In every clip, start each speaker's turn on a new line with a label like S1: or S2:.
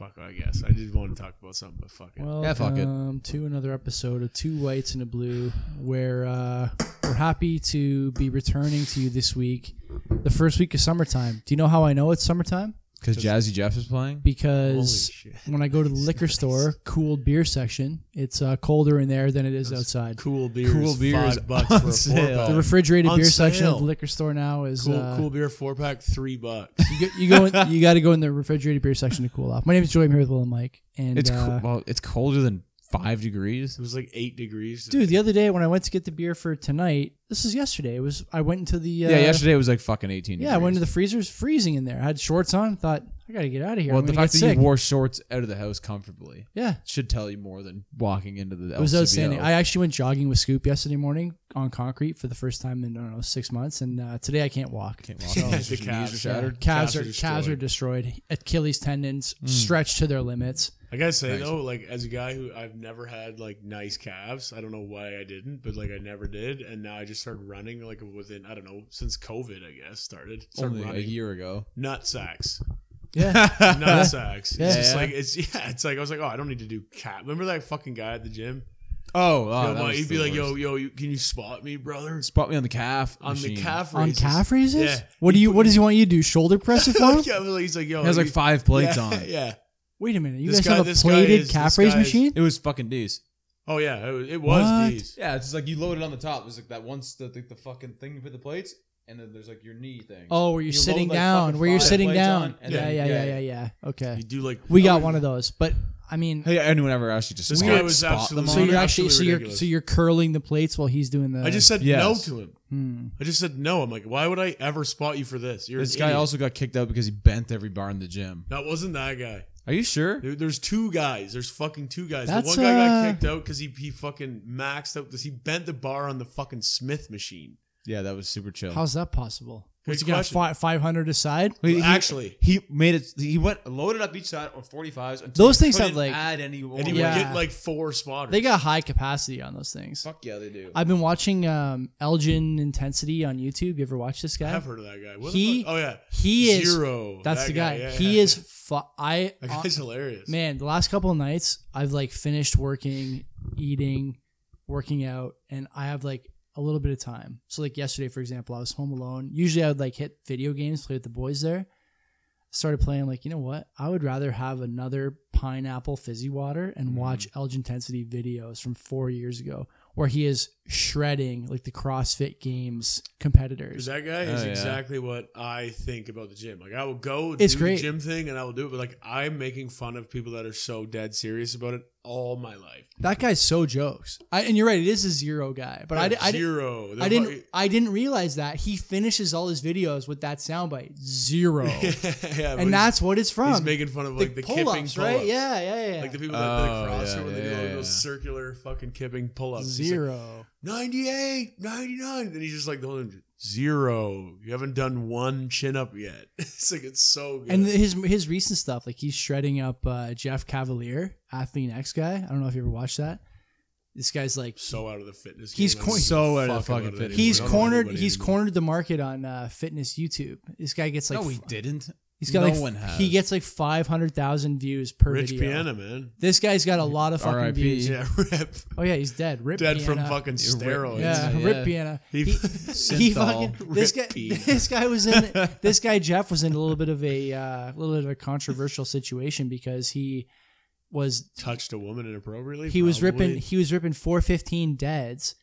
S1: Fuck, I guess. I just want to talk about something, but fuck it.
S2: Yeah, fuck it.
S3: Welcome um, to another episode of Two Whites and a Blue, where uh, we're happy to be returning to you this week, the first week of summertime. Do you know how I know it's summertime?
S2: Because Jazzy Jeff is playing.
S1: Holy
S3: Because
S1: shit.
S3: when I go to the liquor store, cooled beer section, it's uh, colder in there than it is outside.
S1: Cool beer.
S2: Cool
S1: Cool
S2: beer
S1: beer.
S2: is
S1: Five bucks
S2: on
S1: for a
S2: sale.
S1: four pack.
S3: The refrigerated
S1: On
S3: beer section
S1: sale.
S3: of the liquor store now is
S1: cool,
S3: uh,
S1: cool beer four pack, three bucks.
S3: You, go- you go. In, you got to go in the refrigerated beer section to cool off. My name is Joey. I'm here with Will and Mike. And
S2: It's
S3: uh,
S2: co- well, it's colder than five degrees.
S1: It was like eight degrees.
S3: dude, the other day when I went to get the beer for tonight, this is yesterday. It was I went into the uh,
S2: yeah, yesterday it was like fucking eighteen.
S3: Yeah, I went into the freezer. It was freezing in there. I had shorts on. Thought I got to get out of here.
S2: Well,
S3: I'm
S2: the
S3: gonna
S2: fact that
S3: get sick.
S2: you wore shorts out of the house comforably
S3: yeah,
S2: should tell you more than walking into the.
S3: it was outstanding. I actually went jogging with Scoop yesterday morning on concrete for the first time in I don't know six months, and uh, today I can't walk.
S2: Can't
S1: The
S2: walk. Your knees
S1: calves,
S2: are
S1: yeah.
S2: shattered.
S3: Calves
S1: Calves
S3: are
S1: are
S3: calves are destroyed. Achilles tendons stretched to their limits.
S1: I gotta say
S2: Nice.
S1: though, like as a guy who I've never had like nice calves, I don't know why I didn't, but like I never did, and now I just started running like within I don't know since COVID I guess started started
S2: Only a
S1: running
S2: year ago.
S1: nut sacks,
S3: Yeah,
S1: nut sacks.
S3: Yeah.
S1: It's just
S2: Yeah.
S1: like it's yeah, it's like I was like oh I don't need to do cat. Remember that fucking guy at the gym?
S2: Oh, oh
S1: Yo,
S2: that
S1: Mike,
S2: was
S1: he'd be
S2: the
S1: like yo
S2: worst.
S1: yo, you, can you spot me, brother?
S2: spot me on the calf
S1: On
S2: machine.
S1: the calf
S3: on
S1: raises.
S3: calf raises.
S1: Yeah.
S3: What do you? What does he want you to do? Shoulder press it for him?
S1: yeah, but he's like yo,
S2: It has like
S1: you-
S2: five plates
S1: yeah,
S2: on. it.
S1: Yeah.
S3: Wait a minute. You
S1: This
S3: guys
S1: guy-
S3: have a
S1: this guy
S3: plated
S1: is-
S3: calf
S1: this
S3: raise
S1: guy is-
S3: machine?
S2: It was fucking deuce.
S1: Oh yeah, it was, it was
S3: What?
S1: these.
S2: Yeah, it's just like you load it on the top. It's like that one the, the, the fucking thing you put the plates, and then there's like your knee thing.
S3: Oh, where you're
S2: You load,
S3: sitting
S2: like,
S3: down.
S2: fucking
S3: Where you're
S2: five
S3: sitting
S2: plates
S3: down.
S2: on, and
S3: yeah,
S2: then-
S3: yeah, yeah,
S2: yeah,
S3: yeah, yeah. Okay.
S1: You do like
S3: We got one of those, but I mean,
S2: Hey, anyone ever asked you to
S1: This
S2: spot,
S1: guy was
S2: spot them
S1: absolutely-
S3: so
S2: on?
S3: you're
S1: absolutely
S3: actually so you're
S1: ridiculous.
S3: so you're curling the plates while he's doing the.
S1: I just said
S2: Yes.
S1: no to him.
S3: Hmm.
S1: I just said no. I'm like, why would I ever spot you for this? You're
S2: This
S1: an
S2: guy
S1: idiot.
S2: also got kicked out because he bent every bar in the gym.
S1: That wasn't that guy.
S2: Are you sure?
S1: There- there's two guys. There's fucking two guys.
S3: That's,
S1: the one guy
S3: uh,
S1: got kicked out because he, he fucking maxed out. Because he bent the bar on the fucking Smith machine.
S2: Yeah, that was super chill.
S3: How's that possible?
S1: Good
S3: Was he got
S1: question.
S3: five five hundred aside?
S2: He- he-
S1: Actually,
S2: he made it. He went loaded up each side on 45s. Until
S3: Those
S2: he
S3: things have,
S2: couldn't
S3: like-
S2: add any more.
S1: and he
S3: Yeah.
S1: would get like four spotters.
S3: They got high capacity on those things.
S2: Fuck yeah, they do.
S3: I've been watching um, Elgin Intensity on YouTube. You ever watch this guy?
S1: I've heard of that guy. What
S3: He-
S1: the fuck? Oh yeah,
S3: He is
S1: zero.
S3: That's
S1: That
S3: the guy.
S1: yeah,
S3: he
S1: yeah.
S3: is. Fu- I
S1: That guy's hilarious.
S3: Man, the last couple of nights, I've like finished working, eating, working out, and I have like a little bit of time. So like yesterday, for example, I was home alone. Usually, I would like hit video games, play with the boys there. Started playing like you know what? I would rather have another pineapple fizzy water and watch Elgin Intensity videos from four years ago, where he is shredding like the CrossFit Games
S1: Because
S3: competitors.
S1: that guy is
S2: Oh, yeah.
S1: exactly what I think about the gym. Like I will go
S3: It's
S1: do
S3: great.
S1: the gym thing and I will do it, but like I'm making fun of people that are so dead serious about it all my life.
S3: That guy's so jokes. I, and you're right, it is a zero guy, but I, di- I, di-
S1: zero. They're
S3: I didn't.
S1: fucking-
S3: I didn't realize that he finishes all his videos with that soundbite zero,
S1: yeah, but
S3: and that's what it's
S1: he's,
S3: from.
S1: he's making fun of like the, kipping
S3: pull-ups,
S1: pull-ups,
S3: right? Yeah, yeah, yeah.
S1: Like the people that
S2: Oh,
S1: the CrossFit
S2: yeah,
S1: when they do
S2: yeah,
S1: all
S2: yeah.
S1: those circular fucking kipping pull-ups. He's like,
S3: zero.
S1: 98, 99. Then he's just like the whole time, zero. You haven't done one chin up yet. it's like it's so good.
S3: And his his recent stuff, like he's shredding up uh, Jeff Cavalier, athlete X guy. I don't know if you ever watched that. This guy's like
S1: so out of the fitness.
S3: He's
S1: game. I
S3: corn-
S1: don't
S2: so
S1: give
S2: out
S1: a
S2: of the
S1: fuck about
S2: fucking
S1: it anymore.
S2: fitness.
S3: he's
S1: I don't know
S3: cornered.
S1: anybody
S3: He's
S1: anymore.
S3: cornered the market on uh, fitness YouTube. This guy gets like
S2: no, he
S3: f-
S2: didn't.
S3: He's got
S2: no
S3: like
S2: one
S3: f-
S2: has.
S3: he gets like five hundred thousand views per
S1: Rich
S3: video.
S1: Piana, man.
S3: This guy's got a lot of fucking
S2: R.I.P..
S3: views.
S1: Yeah, rip.
S3: Oh yeah, he's dead. Rip
S1: Dead from
S3: Piana.
S1: fucking steroids.
S3: Yeah,
S2: Yeah,
S3: Rip
S2: yeah.
S3: Piana.
S1: He-
S3: He, he
S2: Synthol.
S3: fucking this guy.
S1: Rip P.
S3: This guy was in. This guy Jeff was in a little bit of a uh, little bit of a controversial situation because he was
S1: Touched a woman inappropriately.
S3: he was
S1: probably.
S3: ripping he was ripping 415 deads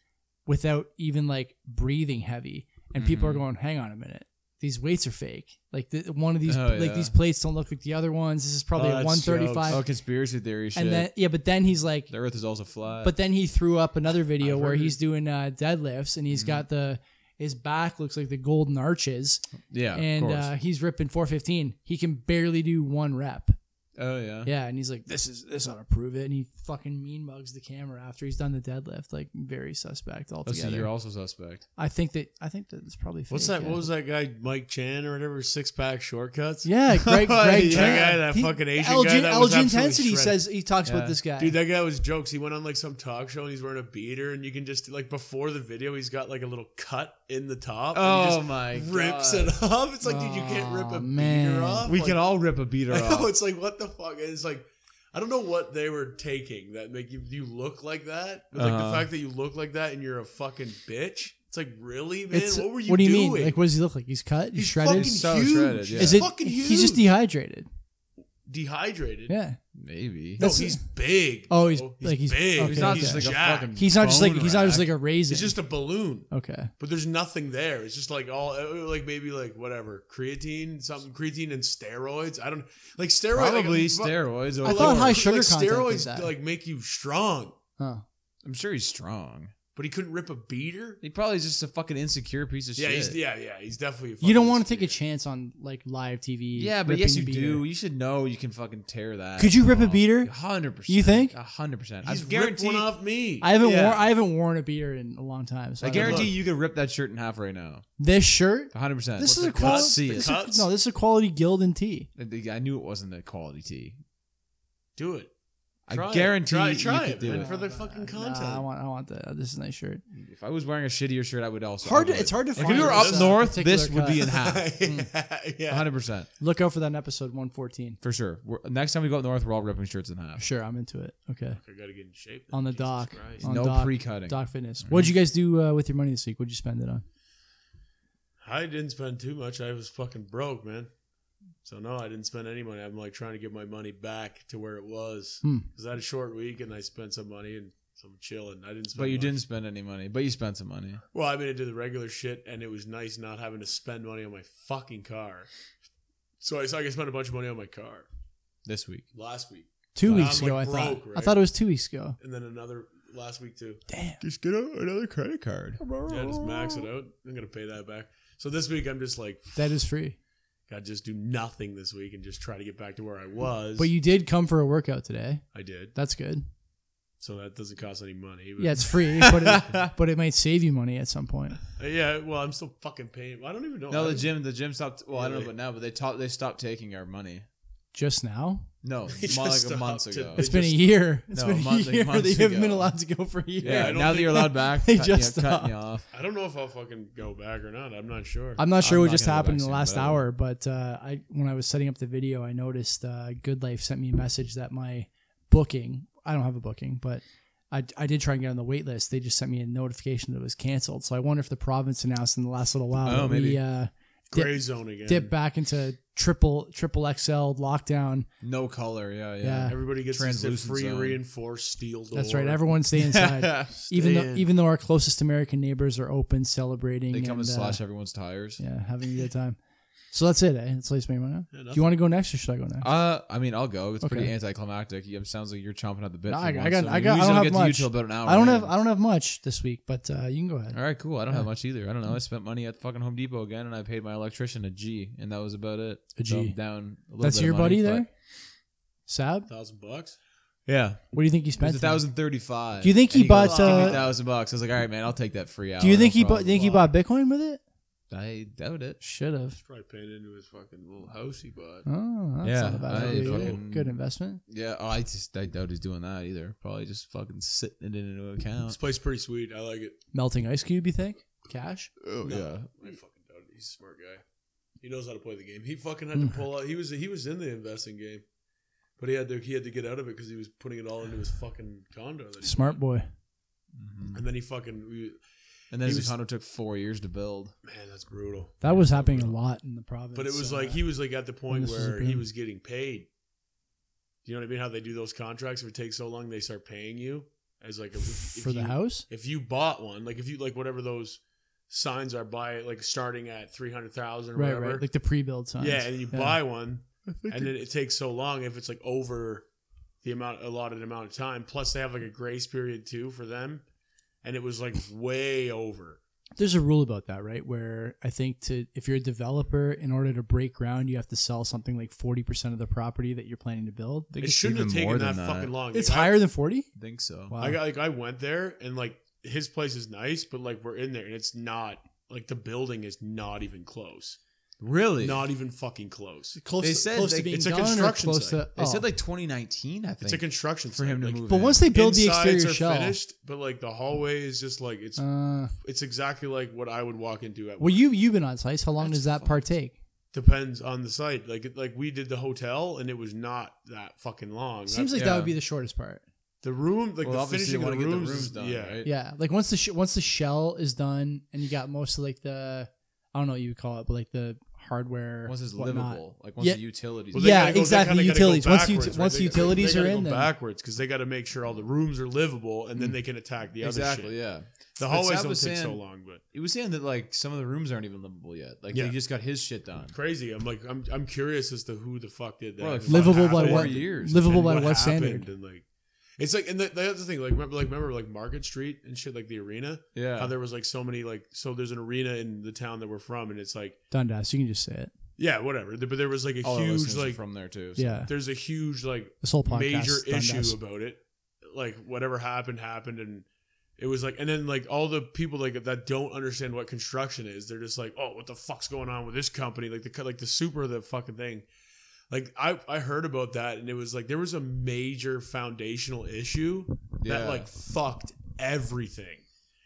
S3: without even like breathing heavy, and people are
S2: Mm-hmm.
S3: going, "Hang on a minute." These weights are fake. Like the, one of these,
S2: Oh,
S3: like
S2: yeah.
S3: these plates don't look like the other ones. This is probably
S1: Oh,
S3: a
S1: that's
S3: 135.
S2: Oh, conspiracy theory shit.
S3: And then yeah, but then he's like,
S2: the Earth is also flat.
S3: but then he threw up another video
S1: I've
S3: where
S1: heard
S3: he's doing uh, deadlifts and he's
S2: Mm-hmm.
S3: got the his back looks like the golden arches
S2: yeah,
S3: and
S2: of course.
S3: uh, he's ripping 415. He can barely do one rep.
S2: oh yeah.
S3: Yeah, and he's like, "This is this ought to prove it." And he fucking mean mugs the camera after he's done the deadlift. Like very suspect
S2: Oh, so
S3: altogether.
S2: you're also suspect.
S3: I think that I think that it's probably fake,
S1: What's that?
S3: Yeah.
S1: What was that guy, Mike Chan or whatever? Six pack shortcuts.
S3: yeah, Greg, Greg
S1: that
S3: Trent.
S1: guy, that
S3: He-
S1: fucking Asian
S3: LG,
S1: guy, that was
S3: LG
S1: absolutely
S3: intensity
S1: shredded.
S3: says he talks
S2: Yeah.
S3: about this guy.
S1: Dude, that guy was jokes. He went on like some talk show and he's wearing a beater, and you can just like before the video, he's got like a little cut in the top. and
S2: Oh my
S1: he
S2: god.
S1: just rips it up. It's like, dude, you can't rip
S3: Aw,
S1: a
S3: man.
S1: beater off.
S2: We
S1: like,
S2: can all rip a beater
S1: I know
S2: off.
S1: it's like what the fuck. And it's like I don't know what they were taking that make you, you look like that. But like
S2: Uh-huh.
S1: the fact that you look like that and you're a fucking bitch. It's like really, man.
S3: It's-
S1: what were you?
S3: what do you
S1: doing?
S3: mean? Like, what does he look like? He's cut. He's,
S1: He's
S3: shredded.
S1: fucking
S2: He's so
S1: huge.
S2: shredded, yeah.
S1: He's
S3: Is it?
S1: fucking huge.
S3: He's just dehydrated.
S1: dehydrated.
S3: Yeah.
S2: Maybe.
S1: No,
S3: That's-
S1: he's big.
S3: Oh, he's-
S1: bro.
S3: like, he's-
S1: big.
S3: okay.
S1: He's
S3: He's not
S1: not
S3: just
S1: just
S2: like a fucking-
S3: He's not just
S2: Bone
S3: like he's not just
S2: rack.
S3: like a raisin.
S1: It's just a balloon,
S3: okay.
S1: but there's nothing there. It's just like all uh, like maybe like whatever creatine, something creatine and steroids. I don't like steroids.
S2: Probably
S1: like,
S2: steroids. Or
S3: I thought
S1: like,
S3: high
S1: like
S3: sugar content did
S1: steroids
S3: that.
S1: like make you strong,
S3: Huh.
S2: I'm sure he's strong.
S1: but he couldn't rip a beater.
S2: He probably is just a fucking insecure piece of
S1: Yeah,
S2: shit.
S1: he's, yeah, yeah. He's definitely. a
S3: You don't
S1: fucking
S3: want to take a
S1: idiot.
S3: chance on like live TV.
S2: Yeah, but
S3: ripping
S2: yes, you
S3: beer.
S2: do. You should know you can fucking tear that.
S3: Could you rip a beater?
S2: Hundred percent.
S3: You think?
S2: hundred percent. I
S1: He's ripped
S2: guarantee.
S1: one off me.
S3: I haven't
S2: Yeah.
S3: worn I haven't worn a beer in a long time. So
S2: I
S3: I don't know.
S2: guarantee you could rip that shirt in half right now.
S3: this shirt.
S2: hundred percent.
S3: This is a
S2: Let's
S3: quality.
S2: see
S3: this
S2: it.
S3: is a-
S1: Cuts?
S3: no, this is a quality Gildan tee.
S2: I I knew it wasn't a quality tee.
S1: do it.
S2: I
S1: Try it.
S2: guarantee
S1: Try-
S2: you
S1: try
S2: could
S1: it,
S2: do
S1: man.
S2: it.
S1: For the
S3: Nah,
S1: fucking
S3: nah,
S1: content.
S3: I want. I want that. This is a nice shirt.
S2: If I was wearing a shittier shirt, I would also.
S3: Hard
S2: I
S3: to-
S2: would.
S3: it's hard to
S2: If
S3: find
S2: we were up
S1: this, uh,
S2: north, this
S3: particular
S2: would be
S3: cut.
S2: in
S3: Mm.
S2: half.
S1: yeah, yeah.
S2: hundred percent
S3: Look out for that in episode one fourteen.
S2: for sure. We're, next time we go up north, we're all ripping shirts in half.
S3: Sure, I'm into it. Okay,
S1: I gotta get in shape.
S3: On the
S1: Jesus
S3: dock.
S1: Christ.
S3: On
S2: no
S3: doc-
S2: pre-cutting.
S3: Doc Fitness.
S2: All
S3: What would you guys do uh, with your money this week? What'd you spend it on?
S1: I didn't spend too much. I was fucking broke, man. So no, I didn't spend any money. I'm like trying to get my money back to where it was
S3: Hmm.
S1: because I had a short week and I spent some money and some chilling. I didn't spend.
S2: But you
S1: much.
S2: didn't spend any money. But you spent some money.
S1: Well, I mean, I did the regular shit, and it was nice not having to spend money on my fucking car. So I so I could spend a bunch of money on my car
S2: this week.
S1: last week,
S3: Two
S1: But
S3: weeks
S1: I'm,
S3: ago,
S1: like,
S3: I thought.
S1: broke,
S3: I
S1: right?
S3: thought it was two weeks ago.
S1: and then another last week too.
S3: Damn.
S2: Just get another credit card.
S1: Yeah, just max it out. I'm gonna pay that back. So this week I'm just like,
S3: That is free.
S1: God, just do nothing this week and just try to get back to where I was.
S3: But you did come for a workout today.
S1: I did.
S3: That's good.
S1: So that doesn't cost any money. but-
S3: Yeah, it's free, but it, but it might save you money at some point.
S1: Uh, Yeah, well, I'm still fucking paying. I don't even know.
S2: No,
S1: I
S2: the
S1: don't-
S2: gym. The gym stopped. Well, I don't know
S1: Really?
S2: about now, but they taught. They stopped taking our money.
S3: Just now,
S2: No,
S1: They
S2: mo-
S1: just
S2: like a month
S1: stopped to-
S2: ago.
S1: They
S3: it's been
S1: just-
S3: a year. It's
S2: No,
S3: been a
S2: month- like
S3: year that you
S2: months
S3: haven't been
S2: ago.
S3: allowed to go for a year.
S1: Yeah,
S2: yeah,
S1: I don't
S2: now that
S1: think-
S2: you're allowed back,
S3: They
S2: cut-
S3: just
S2: yeah, cutting
S3: stopped.
S2: you off.
S1: I don't know if I'll fucking go back or not. I'm not sure.
S3: I'm not sure
S2: I'm
S3: what
S2: not
S3: just
S2: gonna go
S3: happened
S2: back
S3: in the
S2: soon,
S3: last
S2: but I will.
S3: hour, but uh, I when I was setting up the video, I noticed uh, Good Life sent me a message that my booking. I don't have a booking, but I, I did try and get on the wait list. They just sent me a notification that it was canceled. So I wonder if the province announced in the last little while
S2: Oh,
S3: that we
S2: maybe.
S3: uh, dip-
S1: Gray zone again.
S3: dip back into triple triple XL lockdown.
S2: No color. Yeah,
S3: Yeah.
S2: yeah.
S1: Everybody gets this
S2: Translucent
S1: free
S2: zone.
S1: reinforced steel door.
S3: That's right. Everyone stay inside. even though
S1: in.
S3: even though our closest American neighbors are open, celebrating.
S2: they come and
S3: uh,
S2: slash everyone's tires.
S3: Yeah, having a good time. So that's it. Eh? That's the least money.
S1: Yeah,
S3: Do
S1: nothing.
S3: you want to go next, or should I go next?
S2: Uh, I mean, I'll go. It's pretty
S3: Okay.
S2: anticlimactic. Yeah, It sounds like you're chomping at the bit.
S3: No,
S2: for
S3: I got- I
S2: once,
S3: got-
S2: so
S3: I
S2: we
S3: got- I
S2: usually
S3: don't have
S2: get to you
S3: much.
S2: till about an hour.
S3: I don't
S2: in.
S3: have I don't have much this week, but uh, you can go ahead.
S2: All right, cool. I don't have
S3: Yeah.
S2: much either. I don't know. I spent money at fucking Home Depot again, and I paid my electrician a G, and that was about it.
S3: A
S2: So
S3: G.
S2: I'm down. A little
S3: That's
S2: bit of
S3: your
S2: money,
S3: buddy
S2: but-
S3: there, Sab.
S1: thousand bucks.
S2: Yeah,
S3: What do you think he
S2: it was
S3: spent?
S2: a thousand thirty-five.
S3: Do you think he
S2: And goes,
S3: bought,
S2: "Give me
S3: uh,
S2: a thousand bucks? I was like, all right, man, I'll take that free hour.
S3: Do you think
S2: no
S3: he bought?
S2: problem."
S3: Think he bought Bitcoin with it?
S2: I doubt it.
S3: Should have.
S1: He's probably paying into his fucking little house he bought.
S3: Oh, that's
S2: Yeah,
S3: not a bad
S2: I
S3: idea.
S2: fucking-
S3: Good investment.
S2: Yeah, oh, I just I doubt he's doing that either. Probably just fucking sitting it into an
S1: This
S2: account.
S1: place pretty sweet. I like it.
S3: Melting ice cube. You think cash?
S2: Oh
S1: No, I fucking doubt it. He's a smart guy. He knows how to play the game. He fucking had to
S3: Mm.
S1: pull out. He was he was in the investing game, but he had to he had to get out of it because he was putting it all into his fucking condo. that he
S3: Smart
S1: bought.
S3: boy.
S2: hmm
S1: And then he fucking we-
S2: And then
S1: He
S2: his
S1: was-
S2: condo took four years to build.
S1: man, that's brutal.
S3: That was
S1: That's
S3: happening a
S1: brutal.
S3: lot in the province.
S1: But it was
S3: uh,
S1: like he was like at the point
S3: this was a
S1: where he
S3: boom.
S1: was getting paid. You know what I mean? How they do those contracts? If it takes so long, they start paying you as like a, if
S3: for the
S1: you-
S3: house.
S1: If you bought one, like if you like whatever those signs are by like starting at three hundred thousand or
S3: Right,
S1: whatever.
S3: right. Like the pre-build signs.
S1: yeah, and you buy one, and then it takes so long if it's like over the amount allotted amount of time. Plus, they have like a grace period too for them, and it was like way over.
S3: There's a rule about that, right? Where I think to if you're a developer, in order to break ground, you have to sell something like forty percent of the property that you're planning to build.
S2: I think
S1: It
S2: it's
S1: shouldn't have
S2: even
S1: taken
S2: more
S1: that,
S2: than
S1: fucking long.
S3: It's
S1: Like, I-
S3: higher than forty.
S2: I think so.
S3: Wow.
S1: I got like I went there and like his place is nice, but like we're in there and it's not like the building is not even close.
S2: Really?
S1: Not even fucking close.
S3: Close,
S2: They
S3: to-
S2: said
S3: close
S2: they-
S3: to being
S1: it's a
S3: done or
S1: construction
S3: close
S1: site.
S3: To,
S2: They
S3: oh.
S2: said like 2019, I think.
S1: It's a construction
S2: for him
S1: site,
S2: to
S1: like,
S2: move.
S3: But
S2: in.
S3: once they build the
S1: insides
S3: exterior
S1: are
S3: shell,
S1: finished, but like the hallway is just like it's
S3: uh,
S1: it's exactly like what I would walk into at.
S3: well,
S1: work.
S3: you you've been on sites. How long
S2: That's
S3: does that
S2: fucked.
S3: partake?
S1: depends on the site. Like like we did the hotel, and it was not that fucking long.
S3: Seems
S1: That-
S3: like that
S2: Yeah.
S3: would be the shortest part.
S1: the room, like
S2: well,
S1: the
S2: obviously
S1: finishing of
S2: they want
S1: the
S2: to get
S1: rooms,
S2: the rooms done,
S1: yeah.
S2: right?
S3: Yeah, like once the sh- once the shell is done and you got most of like the I don't know what you would call it, but like the hardware.
S2: Once it's
S3: whatnot.
S2: livable, like once
S3: Yeah.
S2: the utilities.
S1: Well,
S3: they- Yeah,
S1: gotta they
S3: exactly,
S1: kinda gotta go
S3: utilities. Once ut-
S1: backwards,
S3: once
S1: They- they
S3: utilities
S1: gotta
S3: are
S1: go
S3: in, then-
S1: backwards because they got to make sure all the rooms are livable, and then they can attack the other
S2: Hmm. exactly,
S1: shit.
S2: yeah.
S1: The
S2: But
S1: hallways
S2: Sab
S1: don't
S2: was
S1: take so
S2: saying-
S1: long, but
S2: He was saying that like some of the rooms aren't even livable yet. Like
S1: Yeah.
S2: they just got his shit done.
S1: crazy. I'm like I'm I'm curious as to who the fuck did that.
S2: Well, like,
S1: and what
S3: Livable by
S1: happened
S2: Four
S3: what?
S1: and
S2: years.
S3: Livable
S1: and
S3: by
S1: happened
S3: what, standard?
S1: And like, it's like and the, the other thing, like remember, like remember, like Market Street and shit, like the arena.
S2: Yeah.
S1: How there was like so many like so there's an arena in the town that we're from, and it's like
S3: Dundas. You can just say it.
S1: yeah, whatever. But there was like a
S2: All our
S1: huge
S2: listeners are
S1: like
S2: from there too. so-
S3: Yeah,
S1: there's a huge like
S3: this whole podcast.
S1: major
S3: is Dundas.
S1: issue about it. Like whatever happened happened, and it was like, and then like all the people like that don't understand what construction is. They're just like, oh, what the fuck's going on with this company? Like the co- like the super the fucking thing. Like I I heard about that, and it was like there was a major foundational issue
S2: Yeah.
S1: that like fucked everything,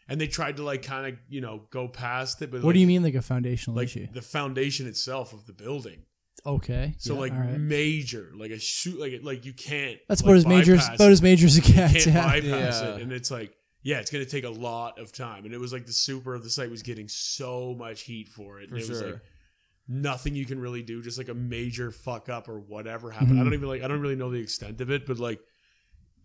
S1: and they tried to like kind of you know go past it. But
S3: What do you mean, like a foundational
S1: Like
S3: issue?
S1: the foundation itself of the building.
S3: Okay.
S1: So
S3: yeah,
S1: like
S3: all right.
S1: major, like a shoot, like it- like you can't.
S3: that's
S1: like,
S3: about as major as
S1: bypass
S3: about
S1: it.
S3: as major as it gets.
S1: can't
S3: Yeah.
S1: bypass
S2: Yeah.
S1: it, and it's like yeah, it's gonna take a lot of time. And it was like the super of the site was getting so much heat for it.
S2: for
S1: and it
S2: sure.
S1: was like nothing you can really do, just like a major fuck up or whatever happened. I
S3: Mhm.
S1: don't even like I don't really know the extent of it, but like
S2: Hmm.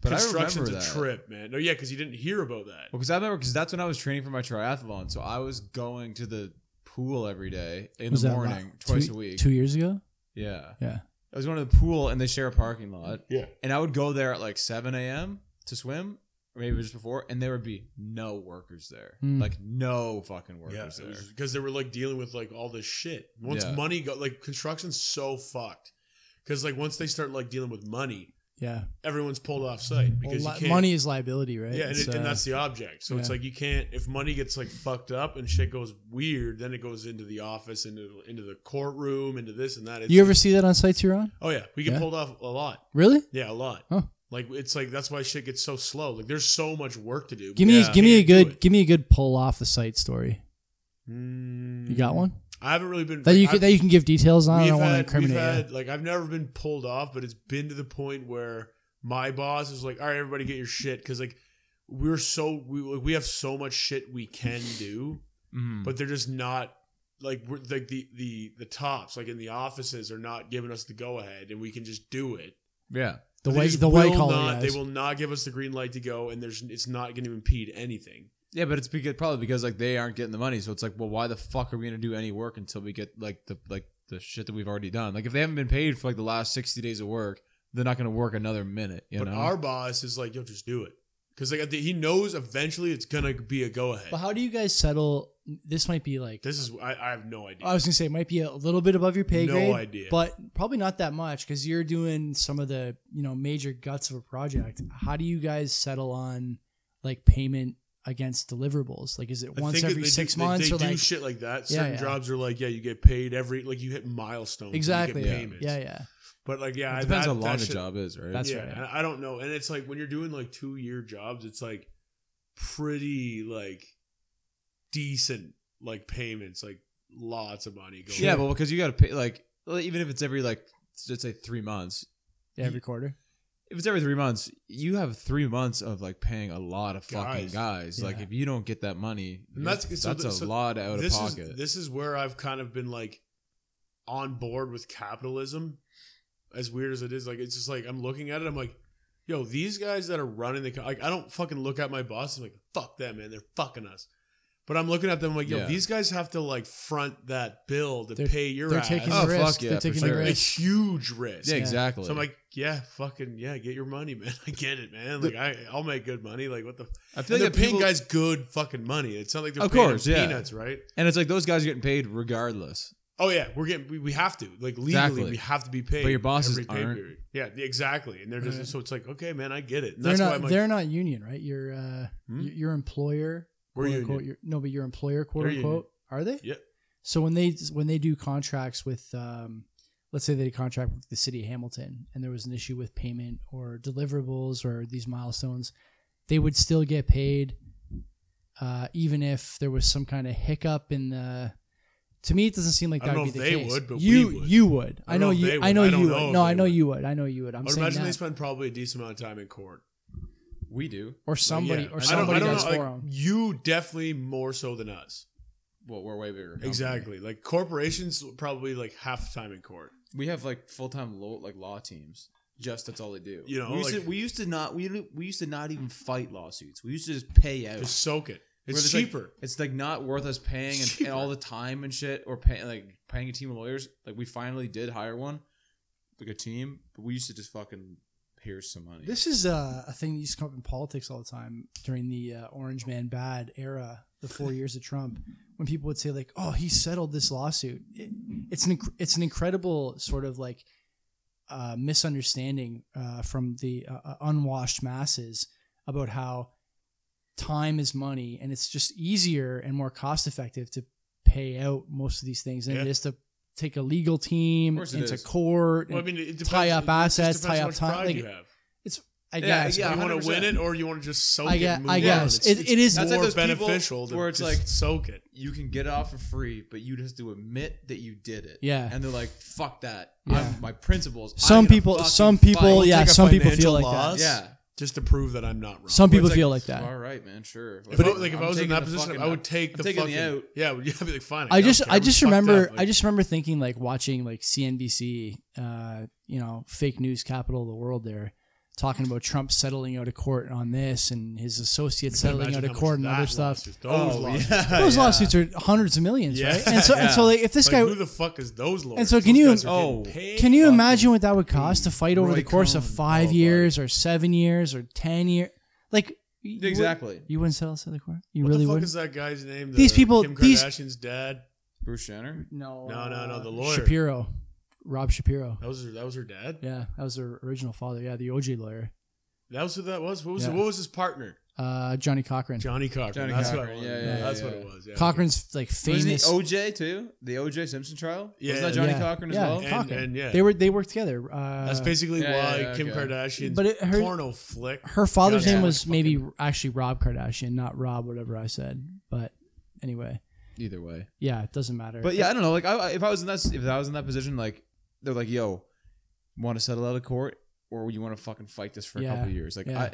S2: but I
S1: construction's
S2: remember
S1: a
S2: that.
S1: trip, man. No, yeah, because you didn't hear about that.
S2: Because I remember, because that's when I was training for my triathlon. So I was going to the pool every day in
S3: Was
S2: the
S3: that la-
S2: morning, twice
S3: two,
S2: a week.
S3: Two years ago.
S2: yeah,
S3: Yeah.
S2: I was going to the pool, and they share a parking lot.
S1: Yeah.
S2: and I would go there at like seven a.m. to swim, or maybe just before, and there would be no workers there,
S3: Hmm.
S2: like no fucking
S1: Yeah,
S2: workers there.
S1: because they were like dealing with like all this shit. Once
S2: Yeah.
S1: money go, like construction's so fucked, because like once they start like dealing with money,
S3: Yeah.
S1: everyone's pulled off site
S3: Well,
S1: because
S3: li-
S1: you can't.
S3: money is liability, right?
S1: yeah, and,
S3: It's,
S1: it, and
S3: uh,
S1: that's the object. So it's
S3: yeah.
S1: like you can't. If money gets like fucked up and shit goes weird, then it goes into the office, into into the courtroom, into this and that. It's
S3: you ever
S1: just-
S3: see that on sites you're on?
S1: Oh yeah, we get
S3: Yeah.
S1: pulled off a lot.
S3: Really?
S1: Yeah, a lot.
S3: Huh.
S1: Like it's like that's why shit gets so slow. Like there's so much work to do.
S3: Give me
S2: Yeah.
S3: give me a
S1: Can't do
S3: good
S1: it.
S3: give me a good pull off the site story.
S1: Mm,
S3: You got one
S1: I haven't really been
S3: that you
S1: I've-
S3: can, that you can give details on. I
S1: we've
S3: don't want to
S1: had- we've
S3: incriminate you.
S1: had, Like I've never been pulled off, but it's been to the point where my boss is like, "All right, everybody, get your shit," because like we're so we like, we have so much shit we can do,
S3: Hmm.
S2: Mhm.
S1: but they're just not like we're like the the the tops like in the offices are not giving us the go ahead, and we can just do it.
S2: yeah,
S3: The
S1: They
S3: white
S1: just
S3: the white
S1: will
S3: collar
S1: not,
S3: guys.
S1: they will not give us the green light to go, and there's it's not going to impede anything.
S2: yeah, but it's because probably because like they aren't getting the money, so it's like, well, why the fuck are we gonna do any work until we get like the like the shit that we've already done? Like if they haven't been paid for like the last sixty days of work, they're not gonna work another minute. You
S1: but
S2: know,
S1: our boss is like, "Yo, just do it," because like I think he knows eventually it's gonna be a go ahead.
S3: But how do you guys settle? This might be like
S1: This is I, I have no idea.
S3: I was gonna say it might be a little bit above your pay
S1: no
S3: grade,
S1: idea.
S3: but probably not that much because you're doing some of the you know major guts of a project. How do you guys settle on like payment against deliverables? Like, is it
S1: I
S3: once
S1: think it-
S3: every
S1: they
S3: six
S1: do, they-
S3: months
S1: they,
S3: or
S1: do
S3: like
S1: shit like that.
S3: Yeah,
S1: Certain
S3: yeah.
S1: jobs are like, yeah, you get paid every like you hit milestones. and you
S3: exactly?
S1: get
S3: Yeah.
S1: payments.
S3: yeah, yeah.
S1: But like, yeah,
S2: it depends
S1: that,
S2: how long
S1: that
S2: the
S1: shit-
S2: job is, right?
S3: That's
S1: yeah,
S3: right.
S1: and I don't know. And it's like when you're doing like two year jobs, it's like pretty like decent like payments, like lots of money. Going
S2: Yeah, but because you got to pay like well, even if it's every like let's say three months.
S3: Yeah, Every quarter.
S2: If it's every three months, you have three months of like paying a lot of fucking
S1: Guys.
S2: guys. Like
S3: Yeah.
S2: if you don't get that money,
S1: And
S2: you're-
S1: that's-
S2: that's
S1: so
S2: a
S1: th- so
S2: lot out of
S1: this
S2: pocket.
S1: is this is where I've kind of been like on board with capitalism. As weird as it is, like it's just like I'm looking at it. I'm like, yo, these guys that are running the co- like, I don't fucking look at my boss. I'm like, fuck them, man. They're fucking us. But I'm looking at them like, yo,
S2: Yeah.
S1: these guys have to like front that bill to
S3: They're-
S1: pay your
S3: They're
S1: ass.
S3: taking
S2: Oh,
S3: the
S2: fuck
S3: risk.
S2: yeah,
S3: They're
S2: for
S3: taking
S1: like
S3: the
S2: sure.
S1: a
S3: risk.
S1: huge risk.
S2: yeah,
S3: yeah.
S2: exactly.
S1: So I'm like, yeah, fucking yeah, get your money, man. I get it, man. Like I, I'll make good money. Like what the?
S2: I feel
S1: And they're
S2: like the
S1: paying
S2: people, guys,
S1: guys good fucking money. It's not like they're
S2: Of
S1: paying them
S2: course, yeah.
S1: peanuts, right?
S2: and it's like those guys are getting paid regardless.
S1: Oh yeah, we're getting we, we have to like legally
S2: Exactly.
S1: we have to be paid.
S2: But your bosses
S1: every pay
S2: aren't.
S1: period. Yeah, the- exactly. And they're just
S3: Right.
S1: so it's like okay, man, I get it. And
S3: They're
S1: that's why I'm
S3: not.
S1: like,
S3: They're not union, right? Your uh,
S1: Hmm?
S3: y- your employer.
S1: we're
S3: quote
S1: union.
S3: unquote, your- no, but your employer, quote
S1: They're
S3: unquote, are they?
S1: Yep.
S3: So when they when they do contracts with, um, let's say they did a contract with the city of Hamilton, and there was an issue with payment or deliverables or these milestones, they would still get paid, uh, even if there was some kind of hiccup in the. To me, it doesn't seem like
S1: I
S3: that
S1: don't
S3: would be
S1: know
S3: the
S1: if they
S3: case.
S1: would, but
S3: you
S1: we would.
S3: you would. I,
S1: I don't
S3: know
S1: know if they
S3: you.
S1: would.
S3: I know
S1: I don't
S3: you
S1: know
S3: would.
S1: if
S3: No,
S1: they
S3: I know
S1: would.
S3: you would. I know you would. I'm
S1: I would
S3: saying
S1: imagine they
S3: that.
S1: spend probably a decent amount of time in court.
S2: We do.
S3: or
S1: Like,
S3: somebody
S1: yeah.
S3: or somebody
S1: I don't, I
S3: does
S1: don't know,
S3: for
S1: like,
S3: them.
S1: You definitely more so than us.
S2: Well, we're way bigger. company.
S1: Exactly. Like corporations probably like half the time in court.
S2: We have like full time law like law teams. Just that's all they do.
S1: You know,
S2: we used,
S1: like-
S2: to, we used to not we didn't- we used to not even fight lawsuits. We used to just pay out.
S1: Just soak it.
S2: Where
S1: It's
S2: there's, like-
S1: cheaper.
S2: it's like not worth us paying and,
S1: It's cheaper.
S2: and all the time and shit, or pay, like paying a team of lawyers. Like we finally did hire one, like a team, but we used to just fucking pierce some money.
S3: This is uh, a thing that used to come up in politics all the time during the uh, Orange Man Bad era, the four years of Trump, when people would say like, "Oh, he settled this lawsuit." It, it's an inc- it's an incredible sort of like uh, misunderstanding uh, from the uh, uh, unwashed masses about how time is money, and it's just easier and more cost effective to pay out most of these things than it
S1: Yeah.
S3: is to take a legal team
S2: Of course it
S3: into
S2: is.
S3: court.
S1: Well, I
S3: and-
S1: mean, it depends,
S3: Tie up
S1: it just
S3: assets,
S1: depends
S3: tie
S1: how
S3: up
S1: much
S3: time,
S1: Pride
S3: like,
S1: you have.
S3: I
S2: Yeah,
S3: guess.
S2: yeah,
S1: you want to
S2: 100%.
S1: win it, or you want to just soak
S3: I
S1: it.
S3: gue-
S1: And move
S3: I
S1: on.
S3: guess.
S1: It's,
S3: It-
S1: it's
S3: it is
S1: more
S2: That's like those people
S1: beneficial to
S2: where it's
S1: just
S2: like-
S1: soak it.
S2: you can get it off for free, but you just to admit that you did it.
S3: Yeah.
S2: and they're like, "Fuck that!
S3: Yeah.
S2: I'm my principles." I'm
S3: Some
S2: gonna
S3: people,
S2: fucking
S3: some people,
S2: fight."
S1: It's
S3: yeah,
S1: like a
S3: some people feel
S1: financial
S3: like
S1: loss.
S3: that.
S2: yeah.
S1: Just to prove that I'm not wrong.
S3: Some people
S2: It's
S3: feel like that.
S2: All right, man, sure.
S1: If I, like if I was in that position, I would take the
S2: taking
S1: fucking
S2: the out.
S1: yeah. I'd be like, fine.
S3: I
S1: don't
S3: just,
S1: care,
S3: I
S1: I'm
S3: just
S1: fucked
S3: remember,
S1: up.
S3: I just remember thinking like watching like CNBC, uh, you know, fake news capital of the world. There, talking about Trump settling out of court on this and his associates settling
S1: Imagine
S3: out of
S1: how much
S3: court and
S1: that
S3: other
S1: loss
S3: stuff.
S1: is. Those
S2: Oh,
S1: losses.
S3: Those lawsuits are hundreds of millions,
S1: Yeah.
S3: right? And so, and so, like, if this
S1: Like,
S3: guy,
S1: who the fuck is those lawyers?
S3: so can
S1: Those
S3: you-
S1: guys are
S2: Oh.
S1: getting paid
S3: can you
S1: fucking-
S3: imagine what that would cost to fight over
S2: Roy
S3: the course of
S2: Cohn,
S3: five
S2: oh,
S3: years or seven years or ten years? Like, you would-
S2: Exactly.
S3: you wouldn't settle outside the court. You
S1: What
S3: really
S1: the fuck
S3: would.
S1: is that guy's name?
S3: These
S1: The
S3: people-
S1: Kim
S3: these-
S1: Kardashian's dad.
S2: Bruce Jenner.
S3: No,
S1: No, no, no, the
S3: uh,
S1: lawyer.
S3: Shapiro, Rob Shapiro.
S1: That was her, that was her dad.
S3: Yeah, that was her original father. Yeah, the OJ lawyer,
S1: That was who that was. What was
S3: Yeah.
S1: what was his partner?
S3: uh, Johnny Cochran.
S1: Johnny Cochran.
S2: Johnny
S1: that's what
S2: Cochran,
S1: I wanted.
S2: yeah, yeah,
S1: that's
S2: yeah,
S1: what
S2: yeah.
S1: it was. Yeah.
S3: Cochran's like famous.
S1: Oh,
S2: Wasn't he OJ too? The OJ Simpson trial.
S1: Yeah.
S2: Wasn't that Johnny
S3: Yeah.
S2: Cochran as
S3: Yeah.
S2: well?
S1: And,
S3: Cochran.
S1: and yeah,
S3: They were they worked together. Uh,
S1: that's basically
S2: Yeah, yeah,
S1: why
S2: yeah,
S1: Kim
S2: okay.
S1: Kardashian's
S3: But it- her-
S1: porno flick.
S3: her father's
S1: Yeah.
S3: name
S1: Yeah.
S3: was
S1: Fucking-
S3: maybe actually Rob Kardashian, not Rob, whatever I said. But anyway,
S2: Either way.
S3: yeah, it doesn't matter.
S2: But yeah, I don't know. Like, I, I- if I was in that, if I was in that position, like, they're like, "Yo, want to settle out of court, or you want to fucking fight this for a
S3: Yeah.
S2: couple of years?" Like,
S3: Yeah.
S2: I,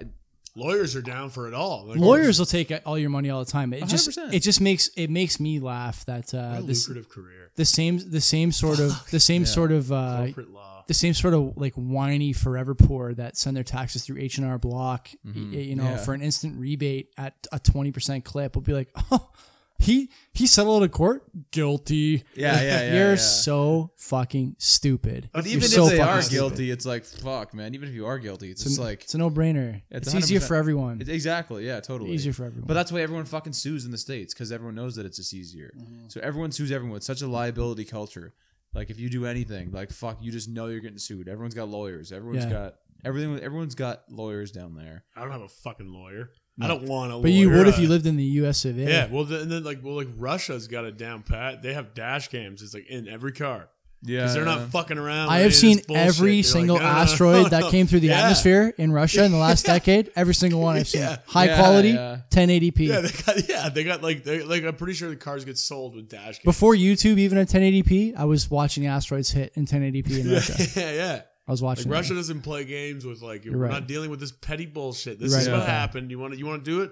S1: Lawyers are down for it all. Like,
S3: lawyers will take all your money all the time. It just
S2: 100%.
S3: it just makes it makes me laugh that
S1: what
S3: uh,
S1: a
S3: this
S1: lucrative career.
S3: the same the same sort of the same
S2: Yeah.
S3: sort of uh,
S1: Corporate law.
S3: the same sort of like whiny forever poor that send their taxes through H and R Block, y-
S2: Mhm.
S3: y- you know,
S2: Yeah.
S3: for an instant rebate at a twenty percent clip. Will be like, oh, he he settled out of court, guilty.
S2: Yeah, yeah, yeah,
S3: You're
S2: yeah.
S3: so fucking stupid.
S1: But
S2: but
S1: You're
S2: even if
S3: so
S2: they
S3: fucking
S2: are
S3: stupid.
S2: guilty, it's like, fuck, man. Even if you are guilty, it's, just
S3: an-
S2: like,
S3: it's a no brainer. It's,
S2: It's
S3: easier
S2: 100%.
S3: for everyone.
S2: it's exactly, yeah, totally.
S3: Easier for everyone.
S2: But that's why everyone fucking sues in the states because everyone knows that it's just easier.
S1: Mm-hmm.
S2: So everyone sues everyone. It's such a liability culture. Like if you do anything, like fuck, you just know you're getting sued. Everyone's got lawyers. Everyone's
S3: Yeah.
S2: got everything. Everyone's got lawyers down there.
S1: I don't have a fucking lawyer. I don't want a lawyer.
S3: but you would if you
S2: uh,
S1: I-
S3: lived in the U.S. of A.
S1: Yeah, well, then, and then like, well, like Russia's got it down pat. They have dash cams. It's like in every car
S2: Yeah,
S1: because they're not fucking around. with
S3: I have
S1: any of
S3: seen
S1: this bullshit. They're
S3: every
S1: like,
S3: single
S1: "No, no, no,
S3: asteroid
S1: no,
S3: that
S1: no."
S3: came through the
S1: Yeah.
S3: atmosphere in Russia in the last decade. Every single one I've seen.
S1: Yeah.
S3: High
S2: Yeah,
S3: quality,
S2: yeah.
S3: 1080p.
S1: Yeah, they got yeah, they got like they like I'm pretty sure the cars get sold with dash cams.
S3: Before YouTube, even at 1080p, I was watching asteroids hit in 1080p in Russia.
S1: yeah, yeah.
S3: I was
S1: Like
S3: watching. it.
S1: Russia doesn't play games with like you're
S3: You're right.
S1: not dealing with this petty bullshit. This
S3: You're
S1: is
S3: right
S1: what
S3: about that.
S1: happened. You want to you want to do it?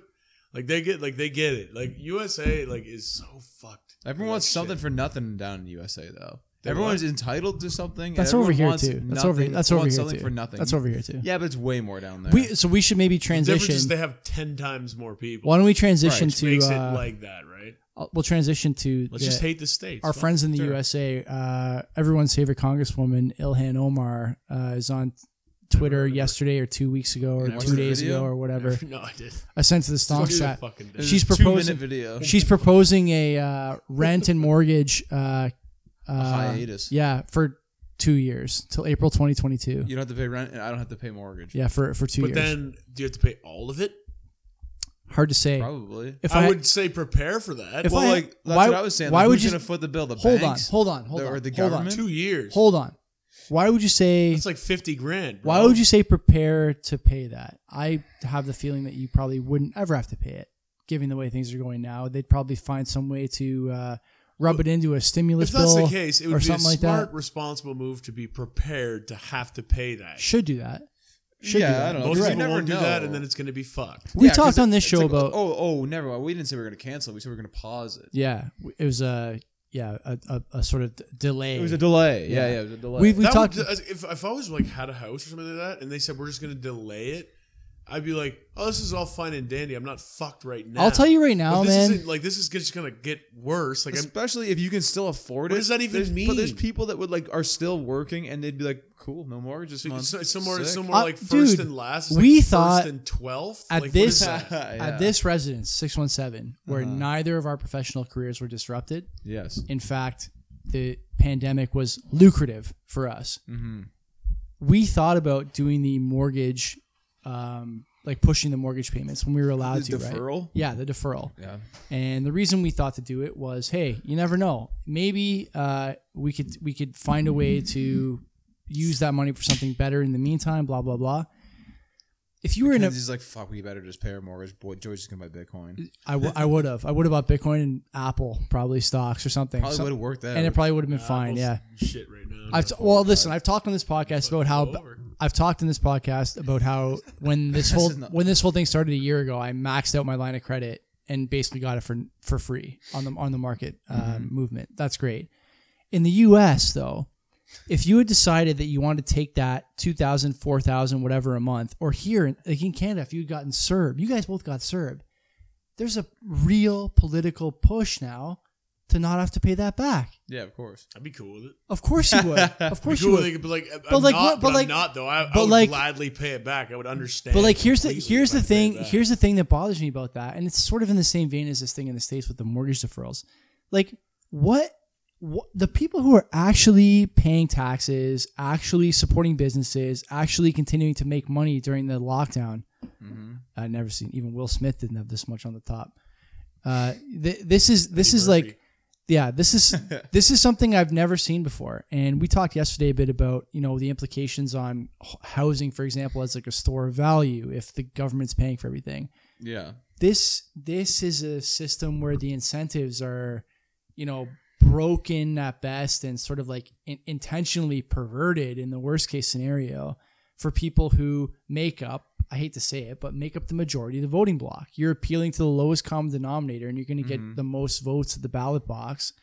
S1: Like they get like they get it. Like USA like is so fucked.
S2: Everyone
S1: with
S2: wants
S1: that
S2: something
S1: shit.
S2: for nothing down in the USA though.
S1: They
S2: Everyone's entitled to something.
S3: That's
S2: Everyone
S3: over here
S2: wants
S3: too. That's over.
S2: nothing-
S3: That's over
S2: wants
S3: here
S2: something
S3: too.
S2: for nothing.
S3: That's over here too.
S2: Yeah, but it's way more down there.
S3: We so we should maybe
S1: The difference is
S3: transition.
S1: they have ten times more people.
S3: Why don't we transition
S2: Right,
S3: to?
S1: makes
S3: uh,
S1: it like that, right?
S3: uh, we'll transition to
S1: Let's
S3: the-
S1: just hate the states.
S3: our
S1: Fuck
S3: friends in the
S1: sure.
S3: USA. Uh, everyone's favorite Congresswoman Ilhan Omar uh, is on Twitter yesterday or two weeks ago or
S2: Yeah, watch
S3: two
S2: the
S3: days
S2: video?
S3: ago or whatever.
S1: No, I did.
S3: I sent to the stonk
S1: Fuck
S3: chat.
S1: the fucking day.
S2: There's
S3: she's
S2: a
S3: proposing- Uh,
S2: two-minute video.
S3: She's proposing a uh, rent and mortgage uh,
S2: A
S3: uh,
S2: hiatus.
S3: Yeah, for two years till April 2022.
S2: You don't have to pay rent, and I don't have to pay mortgage.
S3: Yeah, for for two
S1: But
S3: years.
S1: then do you have to pay all of it?
S3: Hard to say.
S2: Probably.
S3: If
S1: I,
S3: I,
S1: would say prepare for that.
S3: If
S2: well,
S3: I-
S2: like that's
S3: why-
S2: what I was saying.
S3: why
S2: like,
S3: would
S2: who's
S3: you-
S2: gonna foot the bill? The
S3: hold
S2: banks?
S3: on, hold on, hold
S2: The-
S3: on,
S2: or the
S3: hold on,
S2: government?
S1: two years.
S3: hold on. Why would you say?
S1: That's like fifty grand.
S3: Why would you say prepare to pay that? I have the feeling that you probably wouldn't ever have to pay it, given the way things are going now. They'd probably find some way to uh, rub it into a stimulus
S1: If that's
S3: bill
S1: the case, it
S3: or
S1: would be a
S3: something like
S1: smart,
S3: that.
S1: responsible move to be prepared to have to pay that.
S3: Should do that. Should do
S2: yeah,
S3: that.
S2: I don't know.
S1: Most
S2: You
S1: people
S2: never
S1: won't do
S2: know.
S1: that, and then it's going to be fucked.
S3: We
S2: Yeah, 'cause
S3: talked on
S2: it-
S3: this
S2: it's
S3: show
S2: like,
S3: about
S2: Oh, oh, never mind. We didn't say we were gonna cancel. We said we were gonna pause it.
S3: yeah. It was a yeah a, a, a sort of d- delay.
S2: It was a delay.
S3: Yeah.
S2: Yeah, yeah, it was a delay.
S3: We've- We
S1: That would- uh,
S3: talked-
S1: if if I was like had a house or something like that, and they said we're just going to delay it, I'd be like, oh, this is all fine and dandy. I'm not fucked right now.
S3: I'll tell you right now,
S1: But this
S3: man.
S1: Isn't, like this is just going to get worse. Like I'm,
S2: Especially if you can still afford it.
S1: What does that even
S2: There's- But there's
S1: mean?
S2: people that would like are still working and they'd be like, "Cool, no mortgage this month."
S1: it's, it's somewhere it's
S2: Sick.
S1: somewhere
S3: Uh,
S1: like first
S3: dude,
S1: and last. It's
S3: we
S1: like
S3: thought
S1: first and twelfth
S3: at
S1: Like, what is
S3: this-
S1: that?
S2: Yeah.
S3: At this residence, six one seven, where
S2: Uh-huh.
S3: neither of our professional careers were disrupted.
S2: yes.
S3: In fact, the pandemic was lucrative for us.
S2: Mm-hmm.
S3: We thought about doing the mortgage, um, like pushing the mortgage payments when we were allowed to, right?
S2: deferral.
S3: Yeah, the deferral.
S2: Yeah.
S3: And the reason we thought to do it was, hey, you never know. Maybe uh, we could we could find a way to use that money for something better in the meantime. Blah blah blah. If you were in a,
S2: He's like, "Fuck, we better just pay our mortgage." Boy, Joey's just gonna buy Bitcoin.
S3: I, w- I would have I would have bought Bitcoin and Apple probably stocks or something.
S2: Probably
S3: Some-
S2: would have worked that.
S3: and it
S2: out.
S3: probably would have been fine.
S1: Apple's
S3: Yeah.
S1: shit right now.
S3: I've t- well, listen. I've talked on this podcast about how
S1: Over.
S3: I've talked in this podcast about how when this whole
S2: is not-
S3: when this whole thing started a year ago, I maxed out my line of credit and basically got it for for free on the on the market uh, movement. That's great. In the U.S. though, if you had decided that you wanted to take that 2000 4000 whatever a month or here in, like in canada if you'd gotten serb you guys both got serb there's a real political push now to not have to pay that back
S2: yeah, of course.
S1: I'd be cool with it.
S3: of course you would of
S1: Be
S3: course you
S1: cool with
S3: would
S1: it, but like, I'm
S3: But like,
S1: not,
S3: what- but
S1: but,
S3: like-
S1: I'm not though. I, I
S3: but
S1: would
S3: like-
S1: gladly pay it back. I would understand.
S3: But like here's the
S1: completely
S3: here's
S1: if I paid
S3: the thing
S1: it back.
S3: here's the thing that bothers me about that, and it's sort of in the same vein as this thing in the states with the mortgage deferrals. Like what, what the people who are actually paying taxes, actually supporting businesses, actually continuing to make money during the lockdown.
S2: Mm-hmm.
S3: I've never seen even Will Smith didn't have this much on the top. Uh, th- this is this
S1: Eddie
S3: is
S1: Murphy.
S3: like yeah this is this is something i've never seen before and we talked yesterday a bit about you know the implications on h- housing for example as like a store of value if the government's paying for everything
S2: Yeah.
S3: this this is a system where the incentives are you know broken at best and sort of like in, intentionally perverted in the worst case scenario for people who make up i hate to say it but make up the majority of the voting block you're appealing to the lowest common denominator and you're going to get
S2: Mhm.
S3: the most votes at the ballot box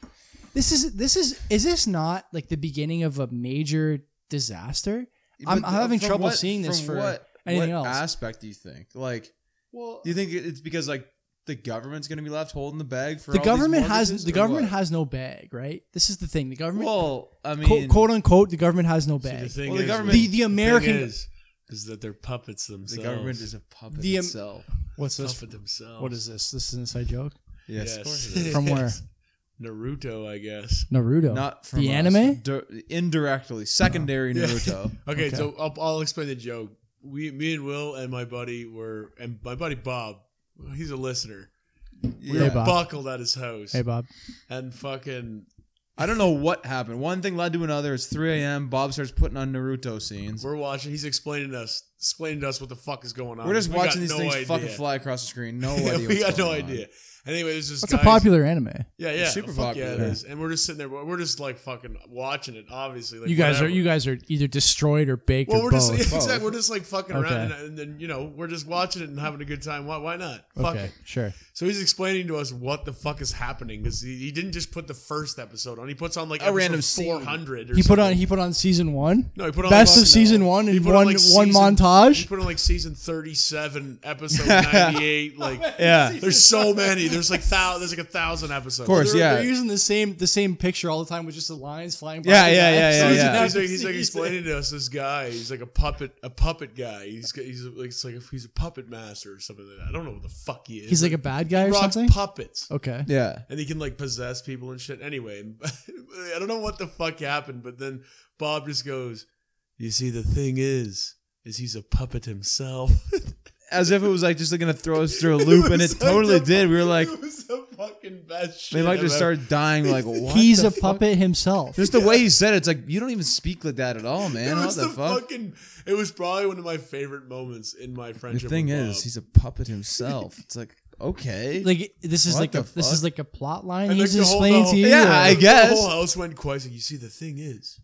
S3: this is this is is this not like the beginning of a major disaster I'm-
S2: But
S3: I'm having
S2: from
S3: trouble
S2: what-
S3: seeing this
S2: from
S3: for
S2: what,
S3: anything else.
S2: what aspect do you think? Like,
S3: well
S2: do you think it's because like the government's going to be left holding the bag for
S3: the
S2: all
S3: government
S2: these
S3: has
S2: mortgages,
S3: the
S2: or
S3: government
S2: what?
S3: has no bag right this is the thing the government
S2: Well, I mean,
S3: quote, quote unquote, the government has no
S1: See, the
S3: bag.
S1: thing
S2: Well, the
S1: is,
S2: government-
S3: The the American
S1: thing is, is that they're puppets themselves.
S2: the government is a puppet
S3: The, um,
S2: itself.
S3: what's
S1: puppet themselves.
S3: What is this? This is an inside joke.
S2: Yes, of course it is.
S3: From where?
S1: Naruto, I guess.
S3: Naruto.
S2: not from
S3: The
S2: us.
S3: anime?
S2: Dir- indirectly, secondary
S1: Yeah.
S2: Naruto.
S1: Okay,
S3: Okay.
S1: so I'll, I'll explain the joke. We, me and Will and my buddy were, and my buddy Bob, he's a listener. We
S3: Hey,
S1: were
S3: Bob.
S1: buckled at his house,
S3: hey Bob.
S1: and fucking
S2: I don't know what happened. One thing led to another. It's 3 a.m. Bob starts putting on Naruto scenes. We're,
S1: we're watching. He's explaining us, explaining to us what the fuck is going on.
S2: just
S1: We got
S2: watching these
S1: no
S2: things
S1: idea.
S2: fucking fly across the screen. No
S1: Yeah,
S2: idea.
S1: we
S2: what's
S1: got no
S2: going on.
S1: idea. Anyway, there's this
S3: That's a
S1: guy.
S3: popular anime.
S1: Yeah, yeah,
S2: super
S1: fuck Yeah, it
S2: popular.
S1: is. And we're just sitting there. We're we're just like fucking watching it. Obviously, like,
S3: you guys
S1: whatever.
S3: are you guys are either destroyed or baked
S1: Well,
S3: or
S1: we're
S3: both.
S1: just exactly.
S2: Both.
S1: We're just like fucking around,
S3: Okay.
S1: and, and then you know we're just watching it and having a good time. Why? Why not? Fuck
S3: okay,
S1: it.
S3: sure.
S1: So he's explaining to us what the fuck is happening because he, he didn't just put the first episode on. He puts on like
S2: A
S1: episode
S2: random scene.
S1: four hundred.
S3: He put on he put on season one.
S1: no, he put on
S3: Best
S1: like,
S3: of season one
S1: he
S3: in
S1: put on,
S3: one
S1: like,
S3: one
S1: season- He
S3: montage.
S1: put on like season thirty-seven, episode ninety-eight. Like,
S2: Yeah.
S1: there's so many. There's like thou. There's like a thousand episodes.
S2: Of course,
S3: They're,
S2: yeah.
S3: they're using the same the same picture all the time with just the lines flying by.
S2: Yeah,
S3: the
S2: yeah,
S3: guy.
S2: yeah,
S3: So
S2: yeah,
S1: he's,
S3: he's
S2: yeah.
S3: an
S1: he's, like, he's like
S3: episode-
S1: explaining to us this guy. He's like a puppet, a puppet guy. He's got- he's like it's like a, he's a puppet master or something like that. I don't know what the fuck he is.
S3: He's like a
S1: but
S3: bad guy
S1: he
S3: or
S1: rocks
S3: something.
S1: puppets,
S3: Okay.
S2: Yeah.
S1: and he can like possess people and shit. Anyway, I don't know what the fuck happened, but then Bob just goes, "You see, the thing is, is he's a puppet himself."
S2: as if it was like just like gonna throw us through a loop, and it
S1: was like
S2: totally
S1: the
S2: did. We were
S1: fucking-
S2: like,
S1: it was the fucking best shit.
S2: they like just
S1: I've
S2: start dying. We're like, what
S3: He's
S2: the
S3: a
S2: fuck?
S3: puppet himself.
S2: Just the way he said it, it's like you don't even speak like that at all,
S1: ever- It
S2: man. What
S1: was
S2: the,
S1: the
S2: fuck?
S1: fucking. It was probably one of my favorite moments in my
S2: The
S1: friendship.
S2: thing
S1: with
S2: is,
S1: Bob.
S2: he's a puppet himself. It's like okay,
S3: Like this is
S2: What
S3: like
S2: the
S3: a this is
S2: fuck?
S3: like a plot line
S1: And,
S3: he's
S1: like, the whole-
S3: explaining
S1: the
S3: to
S1: whole-
S3: you.
S2: Yeah,
S3: or-
S2: I get-
S1: the
S2: guess.
S1: whole house went quiet. So you see, the thing is,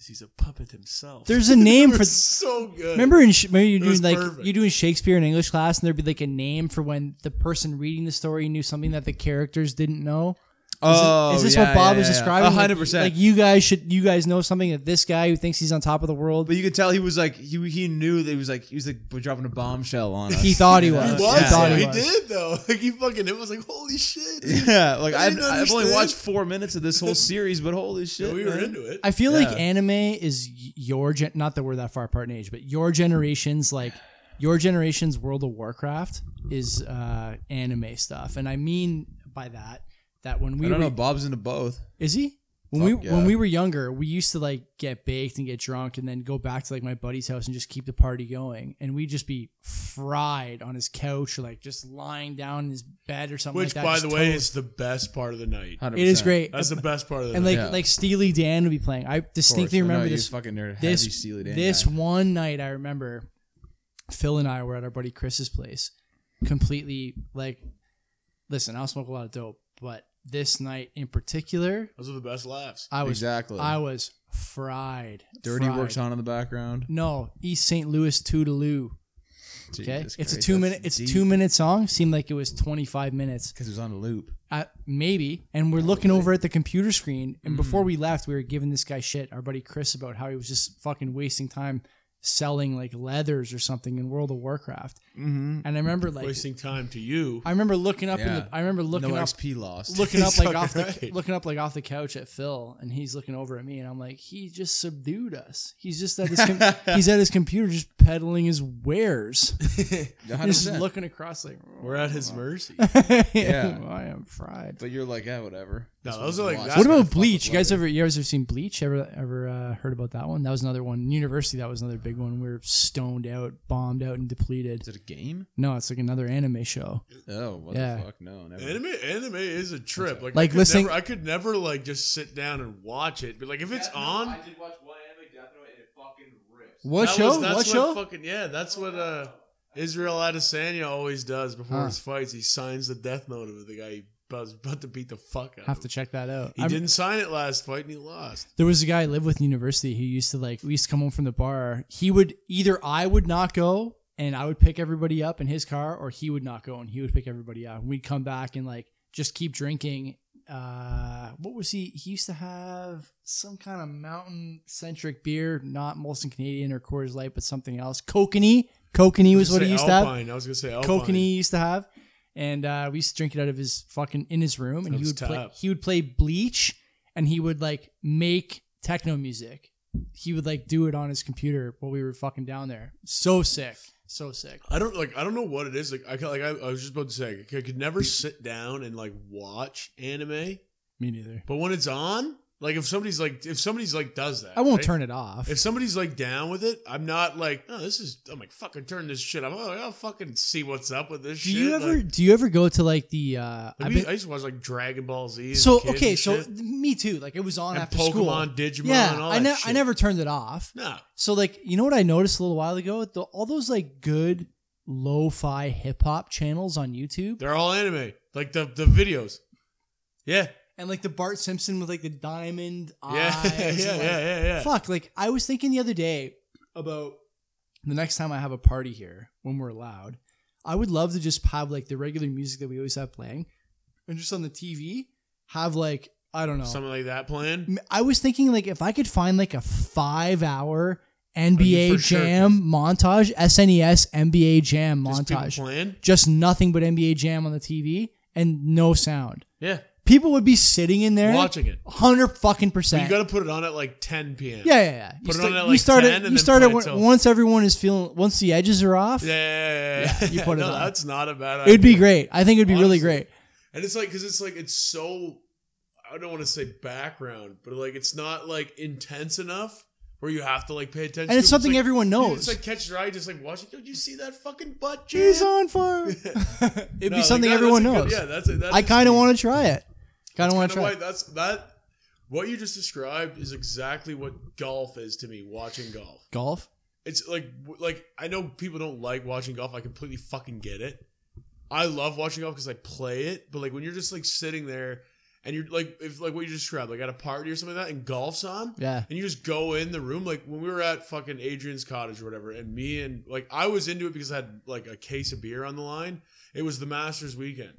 S1: is he's a puppet himself.
S3: There's a name
S1: It
S3: for.
S1: was so good.
S3: Remember, in, Sh- remember you're
S1: It was
S3: doing like
S1: perfect.
S3: you're doing Shakespeare in English class, and there'd be like a name for when the person reading the story knew something that the characters didn't know. Is it-
S2: oh,
S3: is this
S2: yeah,
S3: what Bob
S2: yeah,
S3: was
S2: yeah.
S3: describing?
S2: A
S3: Like-
S2: hundred percent.
S3: Like you guys should, you guys know something that this guy who thinks he's on top of the world.
S2: But you could tell he was like he he knew that he was like he was like dropping a bombshell on us.
S3: He thought he
S2: You know?
S1: He
S3: was.
S1: was.
S3: I thought
S1: he
S3: he was.
S1: did though. Like he fucking. It was like holy shit.
S2: Yeah, like
S1: I
S2: I've,
S1: didn't
S2: I've only
S1: understand.
S2: watched four minutes of this whole series, but holy shit,
S1: we were
S2: man.
S1: into it.
S3: I feel
S2: Yeah.
S3: like anime is y- your gen- not that we're that far apart in age, but your generation's like your generation's World of Warcraft is uh anime stuff, and I mean by that that when we
S2: I don't
S3: were,
S2: know. Bob's into both.
S3: Is he? When
S2: Fuck
S3: we
S2: yeah.
S3: when we were younger, we used to like get baked and get drunk and then go back to like my buddy's house and just keep the party going. And we'd just be fried on his couch or like just lying down in his bed or something
S1: Which,
S3: like that.
S1: by
S3: just
S1: the way,
S3: toast.
S1: is the best part of the night.
S2: 100%.
S3: it is great.
S1: That's the best part of the
S3: and
S1: night.
S3: like
S2: Yeah.
S3: like Steely Dan would be playing. I
S2: Of course.
S3: distinctly
S2: I know
S3: remember
S2: you
S3: this
S2: Fucking nerd, heavy
S3: this
S2: Steely Dan
S3: this
S2: guy.
S3: one night I remember Phil and I were at our buddy Chris's place, completely like listen, I don't smoke a lot of dope, but this night in particular,
S1: Those are the best laughs.
S3: I was
S2: exactly.
S3: I was fried.
S2: Dirty
S3: fried.
S2: works on in the background.
S3: No, East St. Louis Toodaloo. Okay,
S2: Jesus
S3: it's a
S2: Christ,
S3: two
S2: that's
S3: minute. It's a
S2: deep.
S3: two minute song. Seemed like it was twenty five minutes,
S2: because it was on a loop.
S3: uh, maybe. And we're looking over at the computer screen.
S2: Hmm.
S3: And before we left, we were giving this guy shit, our buddy Chris, about how he was just fucking wasting time selling like leathers or something in World of Warcraft.
S2: Mm-hmm.
S3: And I remember like,
S1: Wasting time to you.
S3: I remember looking up. In
S2: Yeah.
S3: the, I remember looking
S2: no
S3: up
S2: XP lost.
S3: looking up like
S1: Fucking
S3: off the
S1: right.
S3: looking up like off the couch at Phil, and he's looking over at me, and I'm like, he just subdued us. He's just at his com- he's at his computer, just peddling his wares. He's just
S2: 100%.
S3: looking across like
S1: We're at his mercy.
S3: yeah, I am fried.
S2: but you're like, yeah, whatever.
S1: No,
S2: This
S1: those
S2: was
S1: are like-
S2: lost.
S1: that's
S3: what
S1: gonna
S3: about Bleach? You guys ever you guys ever seen Bleach? Ever ever uh, heard about that one? That was another one. In university, that was another big one. We were stoned out, bombed out, and depleted.
S2: Is it a game?
S3: No, it's like another anime show.
S2: Oh, what
S3: Yeah.
S2: the fuck? No, never.
S1: Anime, anime is a trip. Like,
S3: Like,
S1: I could
S3: listening-
S1: never, I could never like just sit down and watch it. But like, if it's on,
S2: did watch one anime, Death Note, and it fucking rips.
S3: What
S1: that
S3: show?
S1: was- that's
S3: what show?
S1: Fucking yeah, that's what uh, Israel Adesanya always does before
S3: Huh.
S1: his fights. He signs the death note of the guy he was about to beat the fuck out.
S3: Have
S1: of.
S3: to check that out.
S1: He
S3: I'm-
S1: didn't sign it last fight and he lost.
S3: There was a guy I lived with in university who used to like we used to come home from the bar. He would either I would not go and I would pick everybody up in his car, or he would not go and he would pick everybody up. We'd come back and like just keep drinking. Uh, what was he? He used to have some kind of mountain centric beer, not Molson Canadian or Coors Light, but something else. Kokanee, Kokanee was
S1: I
S3: what
S1: gonna
S3: he
S1: say
S3: used to have.
S1: Alpine. I was gonna say Alpine.
S3: Coke and he used to have, and uh, we used to drink it out of his fucking in his room, and
S1: Of
S3: he
S1: his
S3: would play,
S1: tap.
S3: he would play Bleach, and he would like make techno music. He would like do it on his computer while we were fucking down there. So sick, so sick.
S1: I don't like. I don't know what it is. Like I ca- like. I, I was just about to say. I c- I could never sit down and like watch anime.
S3: Me neither.
S1: But when it's on, like if somebody's like, if somebody's like does that,
S3: I won't
S1: right?
S3: turn it off.
S1: If somebody's like down with it, I'm not like, oh, this is. I'm like, fucking turn this shit. I'm like, I'll fucking see what's up with this.
S3: do
S1: shit.
S3: you ever
S1: Like,
S3: do you ever go to like the? Uh,
S1: I,
S3: I've
S1: mean,
S3: been-
S1: I used to watch like Dragon Ball Z. as a
S3: so
S1: kid and
S3: okay, so
S1: shit.
S3: me too. Like it was on
S1: and
S3: after
S1: Pokemon,
S3: school.
S1: Digimon,
S3: yeah,
S1: and all
S3: I,
S1: that
S3: ne-
S1: shit.
S3: I never turned it off.
S1: No,
S3: So like, you know what I noticed a little while ago? The, all those like good lo-fi hip hop channels on YouTube,
S1: they're all anime. Like the the videos. Yeah,
S3: and like the Bart Simpson with like the diamond
S1: yeah,
S3: eyes.
S1: yeah,
S3: and,
S1: yeah,
S3: like,
S1: yeah, yeah.
S3: Fuck! Like I was thinking the other day about the next time I have a party here when we're allowed, I would love to just have like the regular music that we always have playing, and just on the TV have like I don't know.
S1: Something like that playing.
S3: M- I was thinking like if I could find like a five hour
S1: Oh, you
S3: NBA
S1: for sure
S3: Jam montage, E SNES NBA Jam
S1: Just people
S3: montage,
S1: playing.
S3: just nothing but NBA Jam on the TV and no sound.
S1: Yeah,
S3: People would be sitting in there,
S1: watching it.
S3: hundred fucking
S1: But you
S3: percent.
S1: got to put it on at like 10 p.m.
S3: yeah, yeah, yeah. You,
S1: Put it on at,
S3: you
S1: like,
S3: start
S1: 10
S3: it.
S1: and
S3: You
S1: then
S3: start
S1: play
S3: it
S1: it
S3: when-
S1: till-
S3: once everyone is feeling. Once the edges are off,
S1: Yeah, yeah, yeah, yeah.
S3: Yeah, you put it
S1: no,
S3: on.
S1: That's not a bad idea.
S3: it'd be great. I think it'd be
S1: Honestly.
S3: really great.
S1: And it's like, because it's like, it's so, I don't want to say background, but like, it's not like intense enough where you have to like pay attention.
S3: and it's
S1: to.
S3: something
S1: like,
S3: everyone
S1: dude,
S3: knows.
S1: It's like catch your eye, just like watch it. Did you see that fucking butt?
S3: She's
S1: Jan?
S3: on fire. It'd
S1: No,
S3: be
S1: like,
S3: something
S1: no, that's
S3: everyone
S1: a good-
S3: knows.
S1: yeah, that's it. That's
S3: I kind
S1: of
S3: of want to try it. Kind of want to
S1: Kinda
S3: try.
S1: why
S3: it.
S1: that's that. What you just described is exactly what golf is to me. Watching golf,
S3: Golf.
S1: it's like like I know people don't like watching golf. I completely fucking get it. I love watching golf because I play it. But like when you're just like sitting there and you're like if like what you described like at a party or something like that, and golf's on.
S3: Yeah.
S1: And you just go in the room like when we were at fucking Adrian's cottage or whatever, and me and like I was into it because I had like a case of beer on the line. It was the Masters weekend,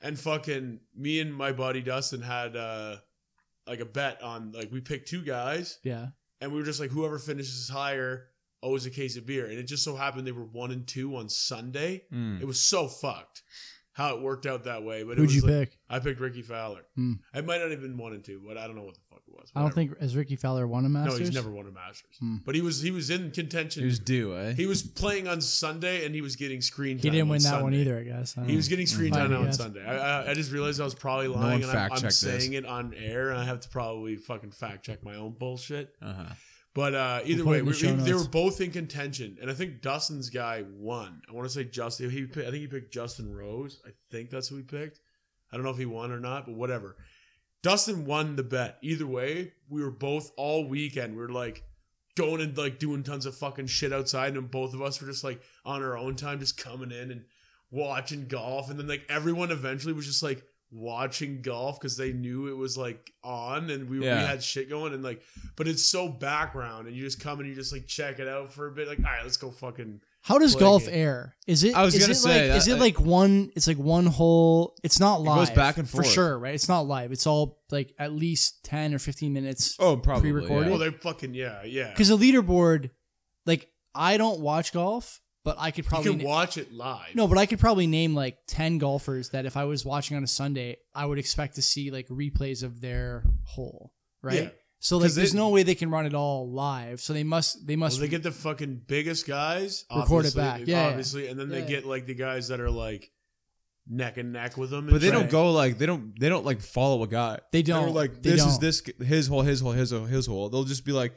S1: and fucking me and my buddy Dustin had uh like a bet on like we picked two guys,
S3: Yeah.
S1: and we were just like whoever finishes higher owes a case of beer, and it just so happened they were one and two on Sunday.
S2: Mm.
S1: It was so fucked how it worked out that way. But it
S3: Who'd
S1: was
S3: you
S1: like,
S3: pick?
S1: I picked Ricky Fowler.
S3: Hmm.
S1: I might not have been one and two, but I don't know what the fuck it was.
S3: I don't
S1: Whatever.
S3: think has Ricky Fowler won a Masters.
S1: No, he's never won a Masters.
S3: Hmm.
S1: But he was he was in contention.
S2: It was due, eh?
S1: he was playing on Sunday and he was getting screen time.
S3: He didn't
S1: on
S3: win that
S1: Sunday.
S3: one either. I guess. I don't
S1: He was
S3: know.
S1: getting screen
S3: Fine,
S1: time
S3: I
S1: on
S3: guess.
S1: Sunday. I, I, I just realized I was probably
S2: Hmm. one
S1: lying, and I'm,
S2: fact
S1: I'm
S2: checked this.
S1: saying it on air, and I have to probably fucking fact check my own bullshit.
S2: uh-huh.
S1: But uh, either
S3: put it
S1: way,
S3: in the
S1: we,
S3: show
S1: we- they
S3: notes.
S1: were both in contention, and I think Dustin's guy won. I want to say Justin. He, pi- I think he picked Justin Rose. I think that's who he picked. I don't know if he won or not, but whatever. Dustin won the bet. Either way, we were both all weekend. We were like going and like doing tons of fucking shit outside, and then both of us were just like on our own time, just coming in and watching golf, and then like everyone eventually was just like watching golf because they knew it was like on, and we,
S2: Yeah.
S1: we had shit going, and like but it's so background and you just come and you just like check it out for a bit like all right let's go fucking
S3: How does
S1: Play
S3: golf
S1: game.
S3: air? Is it?
S2: I was
S3: is
S2: gonna
S3: it
S2: say,
S3: like, is
S2: I-
S3: it like one? It's like one whole. It's not
S2: goes
S3: live.
S2: back and forth.
S3: for sure, right? It's not live. It's all like at least ten or fifteen minutes.
S2: Oh, probably.
S3: Pre-recorded?
S2: yeah.
S1: well they fucking yeah yeah
S3: Because the leaderboard, like I don't watch golf, but I could
S1: you
S3: probably
S1: can
S3: na-
S1: watch it live
S3: no, but I could probably name like ten golfers that if I was watching on a Sunday, I would expect to see like replays of their hole, right?
S1: Yeah.
S3: So like,
S2: 'Cause they-
S3: there's no way they can run it all live. So they must, they
S1: well,
S3: must.
S1: they get the fucking biggest guys
S3: Record it
S1: obviously,
S3: back. Yeah, yeah.
S1: obviously and then they
S3: Yeah.
S1: get like the guys that are like neck and neck with them
S2: But they
S3: Right.
S2: don't go like they don't they don't like follow a guy.
S3: They
S2: They're
S3: don't.
S2: like
S3: They
S2: this is
S3: don't.
S2: this g- his hole, his hole, his hole, his hole. They'll just be like,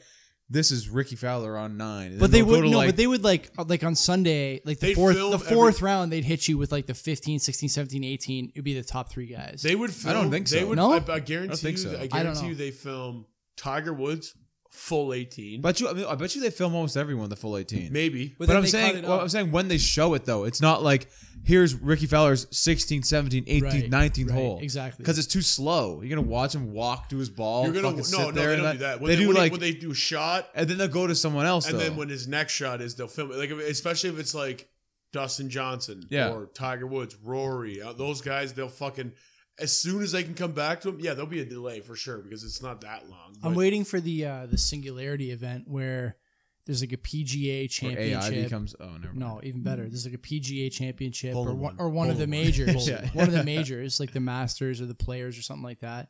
S2: this is Ricky Fowler on nine. And
S3: But
S2: then
S3: they
S2: they'll go
S3: would
S2: to,
S3: no,
S2: like-
S3: but they would like uh, like on Sunday, like the
S1: They'd
S3: fourth
S1: film
S3: the
S1: every-
S3: fourth round, they'd hit you with like the 15, 16, 17, 18. It'd be the top three guys.
S1: they would film,
S2: I don't think
S1: they
S2: so.
S1: would
S3: No?
S1: I, I guarantee
S2: I don't think
S1: you
S2: so.
S1: I
S2: I
S3: don't
S1: guarantee
S3: know.
S1: you they film Tiger Woods full 18
S2: But you, I, mean, I bet you they film almost everyone the full eighteen.
S1: maybe
S2: But, I'm saying, well, I'm saying when they show it though, it's not like here's Ricky Fowler's 16th, 17th, 18th, 19th
S3: right,
S2: hole.
S3: exactly.
S2: Because it's too slow. You're gonna watch him walk to his ball.
S1: you're gonna
S2: fucking sit
S1: no no
S2: there
S1: they
S2: and
S1: don't do that when
S2: they, do
S1: when
S2: like,
S1: when they do shot
S2: and then they'll go to someone else.
S1: And
S2: though.
S1: then when his next shot is, they'll film it. Like if- especially if it's like Dustin Johnson
S2: Yeah.
S1: or Tiger Woods, Rory, uh, those guys, they'll fucking as soon as they can come back to him. Yeah, there'll be a delay for sure because it's not that long.
S3: I'm
S1: but-
S3: waiting for the uh the singularity event where there's like a PGA
S2: or AI
S3: championship.
S2: becomes oh never mind.
S3: no, even better. There's like a PGA championship or
S1: Bowling
S3: one,
S1: one.
S3: or one of the
S1: Bowling one.
S3: majors.
S2: Yeah.
S3: One of the majors, like the Masters or the Players or something like that,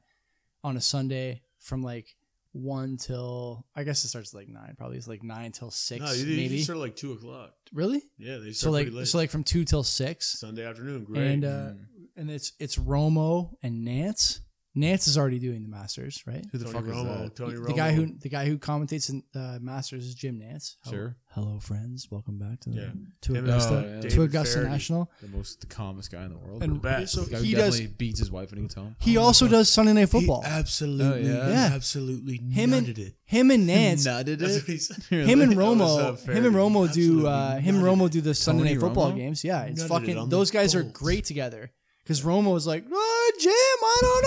S3: on a Sunday from like one till I guess it starts at like nine. Probably it's like nine till six.
S1: No, you, you
S3: maybe
S1: start at, like two o'clock.
S3: really.
S1: Yeah, they start
S3: So like
S1: pretty late.
S3: so like from two till six,
S1: Sunday afternoon. Great.
S3: and uh,
S2: Hmm.
S3: and it's it's Romo and Nance. Nance is already doing the Masters, right?
S2: Who the
S1: Tony
S2: fuck is
S1: Romo,
S2: that?
S1: Tony Romo.
S3: The guy who the guy who commentates in uh, Masters is Jim Nance. Hello-
S2: Sure.
S3: Hello, friends. Welcome back to
S1: Yeah.
S3: to
S1: Him and,
S3: Augusta
S2: uh,
S3: to
S1: David
S3: Augusta
S1: Faraday.
S3: National.
S2: The most the calmest guy in the world.
S3: And
S1: best.
S3: so
S2: The guy who
S3: he does.
S2: definitely beats his wife when he can tell him.
S3: He also does Sunday Night Football.
S1: absolutely,
S2: Oh, yeah.
S3: Yeah.
S1: absolutely
S3: Him and
S1: nutted it.
S3: him and Nance.
S2: nutted
S1: That's what he said.
S3: Him and
S1: That was, uh,
S3: Romo, him
S1: Faraday.
S3: and Romo do, uh,
S1: Absolutely
S3: him and Romo
S1: nutted
S3: do the Sunday
S2: Tony
S3: night football
S2: Romo?
S3: games. Yeah, it's
S1: Nutted it
S3: fucking.
S1: on the
S3: those guys are
S1: bolts.
S3: great together. Because Romo is like, oh, Jim, I don't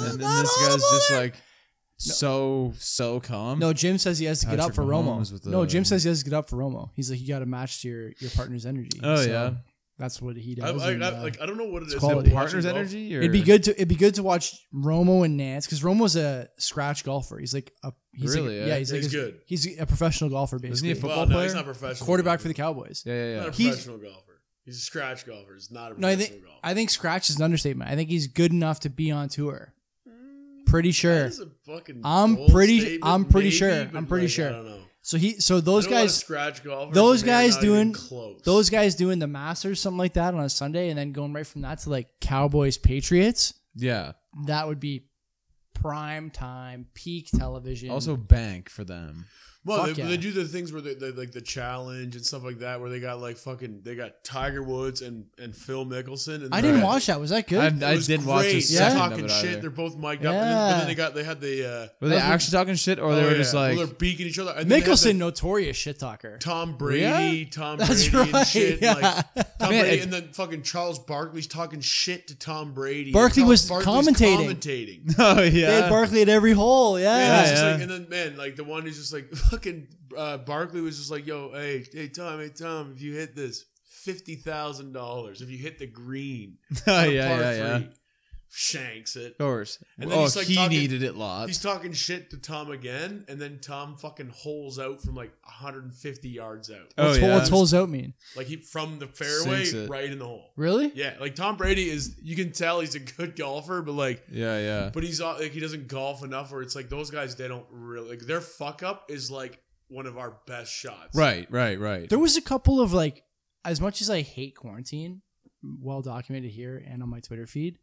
S3: know, Jim.
S2: And
S3: Not
S2: then this
S3: all
S2: guy's
S3: about
S2: just
S3: it."
S2: like so so calm.
S3: No, Jim says he has to get up
S2: Patrick
S3: for
S2: Mahomes with
S3: Romo.
S2: the-
S3: No, Jim says he has to get up for Romo. He's like, you got to match your your partner's energy.
S2: Oh,
S3: So
S2: yeah.
S3: that's what he
S1: I,
S3: does.
S1: I,
S3: and,
S1: I,
S3: uh,
S1: like I don't know what it is.
S3: quality.
S1: about watching
S2: partner's
S1: golf.
S2: energy. Or?
S3: it'd be good to it'd be good to watch Romo and Nance because Romo's a scratch golfer. He's like a he's like-
S2: Really, eh?
S3: yeah he's, like
S1: He's
S3: a-
S1: good.
S3: He's a professional golfer basically.
S2: Isn't he a
S1: Well,
S2: Football
S1: no, he's
S2: player?
S1: not professional.
S3: quarterback for the Cowboys?
S2: Yeah, yeah,
S1: He's
S2: yeah.
S1: Not a
S3: He's-
S1: professional golfer. He's a scratch golfer. He's not a
S3: No, I
S1: professional
S3: think
S1: golfer.
S3: I think scratch is an understatement. I think he's good enough to be on tour. Pretty sure.
S1: Mm, That is a fucking
S3: I'm
S1: bold
S3: pretty-
S1: statement,
S3: I'm pretty
S1: maybe,
S3: sure.
S1: but,
S3: I'm pretty
S1: like,
S3: sure.
S1: I don't know.
S3: So he so
S1: I
S3: those
S1: know a lot of
S3: guys
S1: scratch golfers.
S3: those
S1: and they're
S3: guys
S1: not even
S3: doing-
S1: close.
S3: those guys doing the Masters something like that on a Sunday and then going right from that to like Cowboys Patriots.
S2: Yeah.
S3: That would be prime time, peak television.
S2: Also, bank for them.
S1: Well,
S3: Fuck
S1: they,
S3: yeah.
S1: they do the things where they, they like the challenge and stuff like that, where they got like fucking they got Tiger Woods and and Phil Mickelson. And
S3: I didn't
S1: they-
S3: watch that. Was that good?
S2: I, I
S1: It was
S2: didn't watch a
S1: great.
S3: Yeah.
S1: They're
S2: second of
S1: talking
S2: it
S1: shit.
S2: either.
S1: They're both mic'd up, and then,
S3: Yeah.
S1: but then they got they had the. Uh,
S2: Were
S3: That
S2: they
S3: was-
S2: actually talking shit, or they
S1: oh,
S2: were
S1: yeah.
S2: just
S1: Well,
S2: like,
S1: they're beaking each other. And then they had
S3: Mickelson,
S1: the
S3: notorious shit talker.
S1: Tom Brady,
S2: Yeah.
S1: Tom
S3: That's
S1: Brady,
S3: right.
S1: and shit.
S3: yeah.
S1: Like, Tom
S2: Man,
S1: Brady,
S2: it-
S1: and then fucking Charles Barkley's talking shit to Tom Brady.
S3: Barkley
S1: Charles
S3: was
S1: Barkley's
S3: commentating.
S1: commentating.
S2: oh yeah,
S3: They had Barkley at every hole.
S1: Yeah,
S3: Yeah.
S1: it's just
S2: yeah.
S1: like- and then man, like the one who's just like fucking uh, Barkley was just like, "Yo, hey, hey, Tom, hey, Tom, if you hit this fifty thousand dollars, if you hit the green,
S2: oh yeah,
S1: on a par
S2: yeah, yeah.
S1: three, shanks it."
S2: Of course.
S1: And then
S2: oh,
S1: he's, like,
S2: he
S1: talking-
S2: needed it lots.
S1: He's talking shit to Tom again, and then Tom fucking holes out from like 150 yards out,
S2: oh
S3: What's,
S2: yeah.
S3: what's holes out mean?
S1: like he from the fairway
S2: Sinks it.
S1: right in the hole.
S3: Really?
S1: Yeah, like Tom Brady is, you can tell he's a good golfer, but like
S2: yeah, yeah.
S1: But he's all- like he doesn't golf enough, or it's like those guys they don't really like their fuck up is like one of our best shots.
S2: Right, right, right.
S3: There was a couple of like, as much as I hate quarantine, well documented here and on my Twitter feed.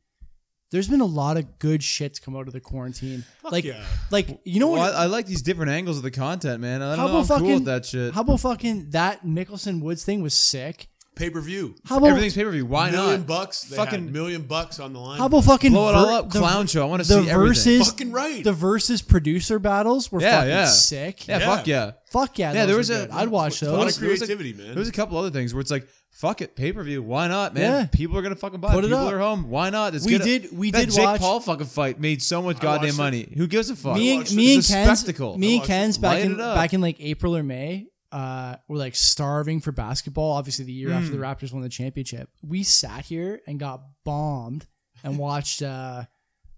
S3: There's been a lot of good shits come out of the quarantine.
S1: Fuck
S3: like,
S1: yeah.
S3: like you know
S2: Well,
S3: what?
S2: I, I like these different angles of the content, man. I don't
S3: How
S2: know. I'm
S3: about
S2: cool
S3: fucking-
S2: with that shit.
S3: How about fucking that Mickelson Woods thing was sick.
S1: Pay per view.
S3: How about
S2: Everything's pay per view. Why
S1: million
S2: not?
S1: bucks. They
S2: Fucking-
S1: had million bucks on the line.
S3: how about fucking
S2: Blow it
S3: ver-
S2: all up,
S3: the-
S2: clown show. I want to
S3: The
S2: see everything.
S3: versus
S1: fucking right?
S3: the versus producer battles were
S2: Yeah,
S3: fucking
S2: yeah.
S3: sick.
S2: Yeah,
S1: Yeah.
S2: fuck yeah.
S3: Fuck yeah, those
S2: Yeah, there
S3: were
S2: was a-
S3: good. I'd watch
S1: a lot of
S3: those.
S2: there was like-
S1: creativity, man.
S2: There's a couple other things where it's like, fuck it, pay per view. Why not, man?
S3: Yeah.
S2: People are gonna fucking buy.
S3: Put it
S2: People
S3: up.
S2: are home. Why not? It's
S3: We
S2: gonna-
S3: did- we
S2: that
S3: did
S2: Jake
S3: watch-
S2: Paul fucking fight made so much
S1: I
S2: goddamn
S1: watched
S2: money. Who gives a fuck?
S3: me
S1: watched
S3: and,
S1: it.
S3: me and
S2: It's a
S3: Ken's,
S2: spectacle.
S1: I
S3: Me and
S1: watched it.
S3: Ken's back
S2: Light
S3: in
S2: it up.
S3: back in like April or May, uh, were like starving for basketball. Obviously, the year
S2: Hmm.
S3: after the Raptors won the championship, we sat here and got bombed and watched uh,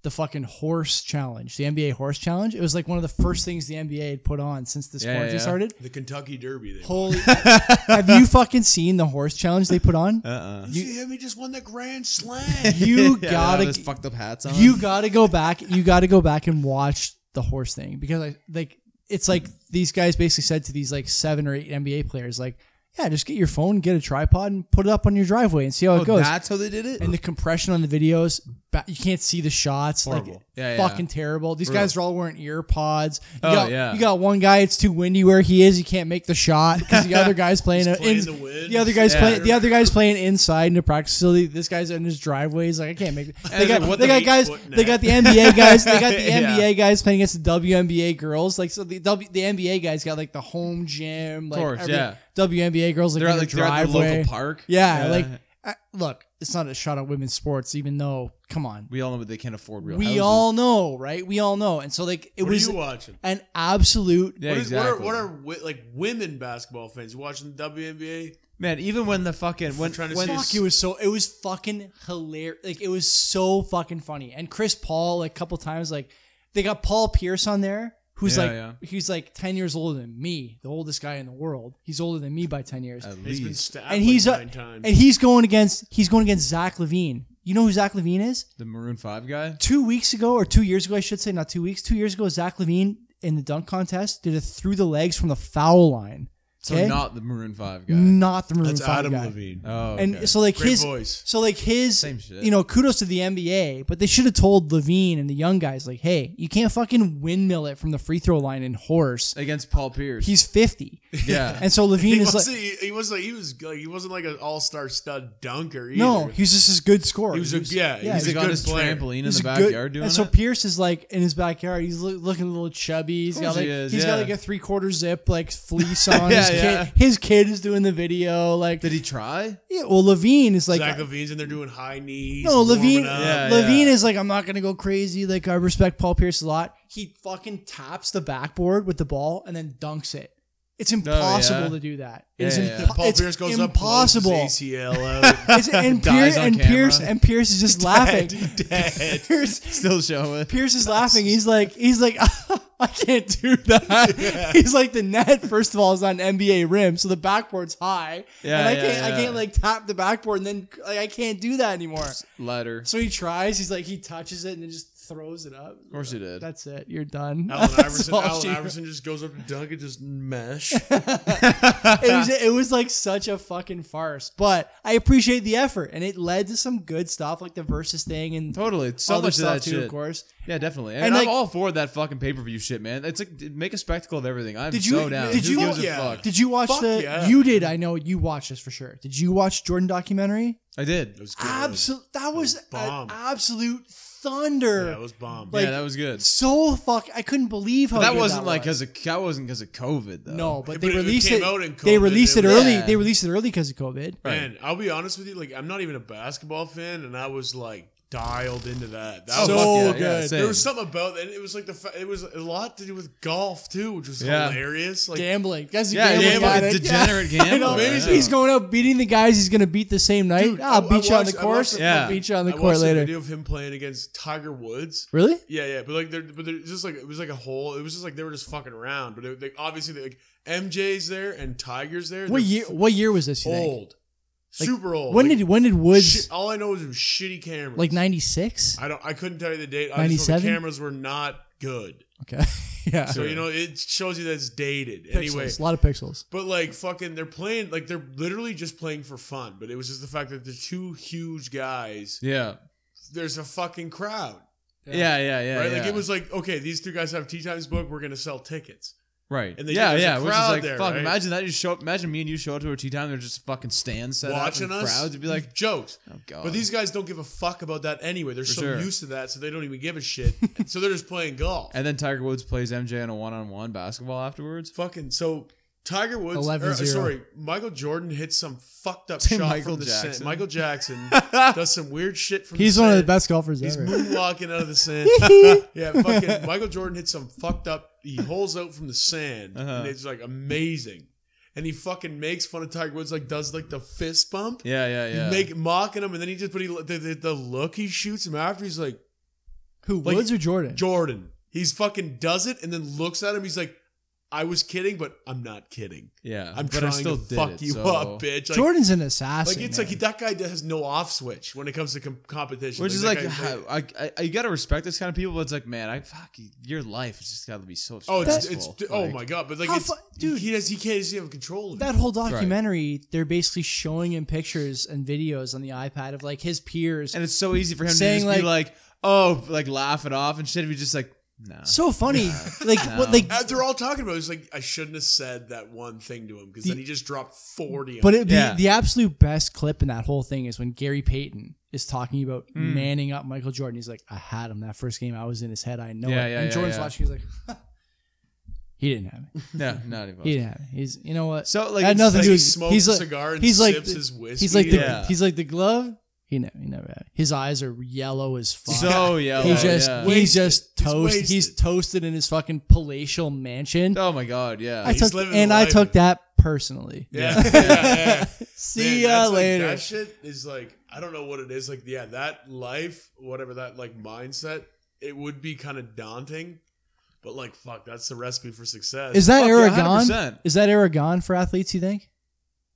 S3: the fucking horse challenge, the NBA horse challenge. It was like one of the first things the NBA had put on since this
S2: Yeah,
S3: quarantine
S2: yeah.
S3: started.
S1: the Kentucky Derby. They won.
S3: Holy! have you fucking seen the horse challenge they put on?
S2: Uh-uh.
S1: you see him? He just won the Grand Slam.
S3: You
S2: Yeah,
S3: gotta
S2: those fucked up hats on.
S3: you gotta go back you gotta go back and watch the horse thing because i like it's like these guys basically said to these like seven or eight nba players like yeah just get your phone get a tripod and put it up on your driveway and see how
S2: Oh,
S3: it goes
S2: that's how they did it.
S3: and the compression on the videos ba- you can't see the shots like
S1: Horrible.
S2: Yeah, yeah.
S3: fucking terrible these guys are all wearing ear pods you
S2: Oh,
S3: got,
S2: yeah.
S3: you got one guy it's too windy where he is you can't make the shot because the other guy's playing, a,
S1: playing
S3: in-
S1: the wind.
S3: the other guy's
S2: Yeah.
S3: playing. The other guy's playing inside in the practice facility. This guy's in his driveway. He's like, I can't make. It. They
S2: it's
S3: got
S2: like, what
S3: they
S2: the
S3: got
S1: eight
S3: guys.
S1: foot
S3: They got the NBA guys. They got the NBA guys playing against the WNBA girls. Like so, the w, the NBA guys got like the home gym. Like
S2: course,
S3: every-
S2: yeah.
S3: WNBA girls like
S2: they're
S3: in
S2: at
S3: their
S2: like they're at the
S3: driveway.
S2: local park.
S3: Yeah, like I, look, it's not a shot at women's sports. Even though, come on,
S2: we all know that they can't afford real.
S3: we
S2: houses.
S3: all know, right? We all know, and so like it
S1: What
S3: was
S1: are you watching?
S3: an absolute.
S2: Yeah,
S1: what, is, what are
S2: exactly.
S1: what are wi- like women basketball fans? You watching the WNBA?
S2: man? Even when the fucking when
S1: trying to
S2: when
S1: see-
S3: Fuck, it was so it was fucking hilarious. Like it was so fucking funny. And Chris Paul, like a couple times, like they got Paul Pierce on there, who's
S2: Yeah,
S3: like
S2: yeah.
S3: he's like ten years older than me, the oldest guy in the world. He's older than me by ten years.
S2: at
S1: He's been
S2: least
S1: stabbed
S3: and he's
S1: like
S3: uh,
S1: nine times.
S3: and he's going against he's going against Zach Levine. You know who Zach Levine is?
S2: the Maroon Five guy.
S3: Two weeks ago, or two years ago, I should say, not two weeks, two years ago, Zach Levine in the dunk contest did it through the legs from the foul line.
S2: So
S3: Okay?
S2: not the Maroon Five guy.
S3: Not the Maroon
S1: That's
S3: 5
S1: Adam
S3: guy.
S1: Levine.
S2: Oh,
S3: And
S2: okay.
S3: so like
S1: Great
S3: his
S1: voice.
S3: so like his
S2: Same shit.
S3: you know kudos to the NBA, but they should have told Levine and the young guys like, hey, you can't fucking windmill it from the free throw line and horse.
S2: against Paul Pierce.
S3: He's fifty,
S2: yeah,
S3: and so Levine
S1: He
S3: is
S1: wasn't,
S3: like,
S1: he, he wasn't. He was like. He wasn't like an all-star stud dunker. Either.
S3: no, he's just this good scorer.
S1: He was a- yeah,
S3: yeah,
S1: he's
S2: he's
S1: a
S2: like on
S1: good
S2: his
S1: player.
S2: trampoline in
S3: He's
S2: the
S3: a good-
S2: backyard doing
S3: and so
S2: it.
S3: Pierce is like in his backyard. He's loo- looking a little chubby. He's got
S2: course
S3: like
S2: he is,
S3: he's got
S2: yeah.
S3: like a three quarter zip like fleece on.
S2: Yeah,
S3: his,
S2: yeah.
S3: Kid, his kid is doing the video. Like,
S2: Did he try?
S3: yeah, well, Levine is like
S1: Zach Levine's in there doing high knees.
S3: No,
S1: warming
S3: Levine.
S1: up.
S2: Yeah,
S3: Levine
S2: yeah.
S3: is like, I'm not gonna go crazy. Like I respect Paul Pierce a lot. He fucking taps the backboard with the ball and then dunks it. It's impossible to do that. It's,
S2: Oh, Yeah, yeah, yeah.
S3: impo-
S1: Paul
S3: it's
S1: Pierce goes
S3: impossible.
S1: up, blows his ACL out.
S3: It's- and
S2: Dies
S3: Pierce
S2: on
S3: and Pierce
S2: camera.
S3: and Pierce is just laughing.
S1: dead.
S3: Pierce,
S2: Still showing.
S3: Pierce is laughing. He's like, he's like, I can't do that. He's like, the net first of all is on an NBA rim, so the backboard's high.
S2: Yeah,
S3: and I
S2: yeah,
S3: can't, I
S2: yeah.
S3: can't like tap the backboard, and then like I can't do that anymore.
S2: Letter.
S3: So he tries. He's like he touches it and then just throws it up.
S2: Of course he did.
S3: That's it. You're done.
S1: Allen
S3: That's
S1: Iverson.
S3: all
S1: Allen
S3: she-
S1: Iverson just goes up to dunk and just mesh.
S3: it, was, it was like such a fucking farce, but I appreciate the effort, and it led to some good stuff, like the versus thing and
S2: Totally. It's so
S3: other
S2: much of
S3: stuff
S2: that
S3: too,
S2: shit.
S3: of course.
S2: Yeah, definitely. And,
S3: And, like-
S2: I'm all for that fucking pay per view shit, man. It's like d- make a spectacle of everything. I'm
S3: Did you-
S2: so down.
S3: did
S2: Who
S3: you-
S2: gives a
S1: Yeah.
S2: fuck?
S3: Did you watch
S1: Fuck
S3: the?
S1: yeah.
S3: You did. I know you watched this for sure. Did you watch Jordan documentary?
S2: I
S1: It
S2: did.
S1: was good.
S3: Absolute. That was an
S1: bomb.
S3: absolute
S1: Yeah,
S3: thunder.
S1: it was bomb.
S3: Like-
S2: yeah, that was good.
S3: so fuck. I couldn't believe how
S2: That
S3: good
S2: wasn't like
S3: was.
S2: because that wasn't because of COVID though.
S3: no, but
S1: But
S3: they
S1: it
S3: released
S1: came
S3: it.
S1: out in
S3: They
S1: COVID,
S3: released
S1: it
S3: it
S1: was-
S3: early.
S2: Yeah.
S3: They released it early because of COVID.
S2: Right.
S1: Man, I'll be honest with you. Like, I'm not even a basketball fan, and I was like dialed into that. That
S2: Oh,
S1: was
S2: fuck
S3: so
S2: yeah, yeah,
S3: good.
S2: same.
S1: There was something about it. It was like the fa- it was a lot to do with golf too, which was
S2: Yeah.
S1: hilarious. Like
S3: gambling. Guys,
S2: Yeah,
S3: gambling
S1: gambling,
S3: addict.
S2: degenerate
S3: Yeah. I know.
S2: gambler,
S1: yeah.
S3: He's going out beating the guys he's going to beat the same night.
S1: Dude,
S3: ah,
S1: I-
S3: beat you
S1: I
S3: on
S1: watched-
S3: the
S1: I
S3: course.
S1: watched
S2: the- Yeah.
S3: Beat you on the
S1: I
S3: court
S1: watched a
S3: later.
S1: video of him playing against Tiger Woods.
S3: Really?
S1: Yeah, yeah, but like, there, but they're just like it was like a whole. It was just like they were just fucking around. But it, they, obviously, like MJ's there and Tiger's there.
S3: What
S1: They're
S3: year?
S1: f-
S3: What year was this? You think?
S1: Old, super old.
S3: When
S1: Like,
S3: did when did
S1: shit-
S3: Woods
S1: all I know is it was shitty cameras.
S3: like ninety six?
S1: I don't. I couldn't tell you the date. I just know the
S3: 97?
S1: cameras were not good.
S3: Okay, yeah.
S1: So
S2: Sure.
S1: you know it shows you that it's dated. Anyway,
S3: Pixels, a lot of pixels.
S1: But like fucking, they're playing like they're literally just playing for fun. But it was just the fact that the two huge guys,
S2: Yeah.
S1: there's a fucking crowd,
S2: Yeah. Yeah. Yeah.
S1: right? Like
S2: yeah.
S1: it was like, okay, these two guys have tea times booked. We're gonna sell tickets.
S2: right.
S1: and they-
S2: yeah.
S1: there's a
S2: Yeah. Which is
S1: crowd
S2: like
S1: there,
S2: fuck.
S1: right?
S2: Imagine that you show up. Imagine me and you show up to our tea time. There's just fucking stands set
S1: Watching
S2: up and
S1: us,
S2: crowds. You'd be like,
S1: jokes.
S2: oh god.
S1: But these guys don't give a fuck about that anyway. They're
S2: For
S1: so
S2: sure.
S1: used to that, so they don't even give a shit. so they're just playing golf.
S2: And then Tiger Woods plays MJ on a one-on-one basketball afterwards.
S1: fucking so. Tiger Woods, or,
S3: 11-0.
S1: uh, sorry, Michael Jordan hits some fucked up
S2: Say
S1: shot
S2: Michael
S1: from the
S2: Jackson.
S1: sand. Michael Jackson does some weird shit from.
S3: He's
S1: the
S3: one of the
S1: sand.
S3: best golfers
S1: He's
S3: ever.
S1: moonwalking out of the sand. yeah, fucking Michael Jordan hit some fucked up. He holes out from the sand,
S2: Uh-huh.
S1: and it's like amazing. And he fucking makes fun of Tiger Woods, like does like the fist bump,
S2: Yeah. Yeah. Yeah.
S1: make mocking him, and then he just but he the, the, the look he shoots him after, he's like
S3: Who
S1: like,
S3: Woods or Jordan?
S1: Jordan. He's fucking does it, and then looks at him. He's like, I was kidding, but I'm not kidding.
S2: yeah.
S1: I'm
S2: but
S1: trying
S2: I still
S1: to
S2: did
S1: fuck
S2: it,
S1: you
S2: so-
S1: up, bitch. Like,
S3: Jordan's an assassin.
S1: like it's
S3: man.
S1: like that guy has no off switch when it comes to com- competition,
S2: Which is
S1: that
S2: like,
S1: guy-
S2: how- I, I, I, you gotta respect this kind of people. But it's like, man, I fuck your life has just gotta be so.
S1: Oh, it's,
S2: stressful.
S1: it's oh
S2: Like,
S1: my god! But like,
S3: How
S1: it's,
S3: fu- dude.
S1: he does he can't he doesn't have control of it.
S3: that whole documentary. They're basically showing him pictures and videos on the iPad of like his peers.
S2: And it's so easy for him
S3: Saying,
S2: to just be like, oh, like laugh it off and shit. If you just like, nah.
S3: so funny, like what,
S2: No.
S3: like
S1: Uh, they're all talking about is like I shouldn't have said that one thing to him because then
S3: The-
S1: he just dropped forty.
S3: But
S1: on
S3: it, the,
S2: Yeah.
S3: the absolute best clip in that whole thing is when Gary Payton is talking about
S1: Mm.
S3: manning up Michael Jordan. He's like, I had him that first game. I was in his head. I know
S2: Yeah,
S3: it.
S2: yeah,
S3: and
S2: yeah,
S3: Jordan's
S2: yeah.
S3: watching. He's like, he didn't have it.
S2: no, not even.
S3: He didn't have it. He's, you know what?
S2: So like,
S3: Had
S2: it's
S1: like,
S3: nothing
S2: like-
S3: to do
S1: he
S3: with-
S1: smokes
S3: he's
S1: a
S3: like-
S1: cigar and
S3: he's like
S1: sips
S3: the-
S1: his whiskey.
S3: he's like the
S2: Yeah.
S3: he's like the glove. He never, he never had. it. His eyes are yellow as fuck.
S2: so yeah.
S3: he's just
S2: yeah.
S3: he's just
S1: He's
S3: toast. He's,
S1: wasted.
S3: toasted in his fucking palatial mansion.
S2: oh my god, yeah.
S3: I took
S1: living
S3: and
S1: the
S3: I
S1: life.
S3: took that personally.
S1: yeah, yeah, yeah.
S3: See
S1: Man,
S3: ya
S1: that's, like,
S3: later.
S1: that shit is like I don't know what it is. Like yeah, that life, whatever that like mindset, it would be kind of daunting. But like fuck, that's the recipe for success.
S3: Is that
S2: Fuck yeah,
S3: era gone?
S2: 100%.
S3: Is that era gone for athletes? You think?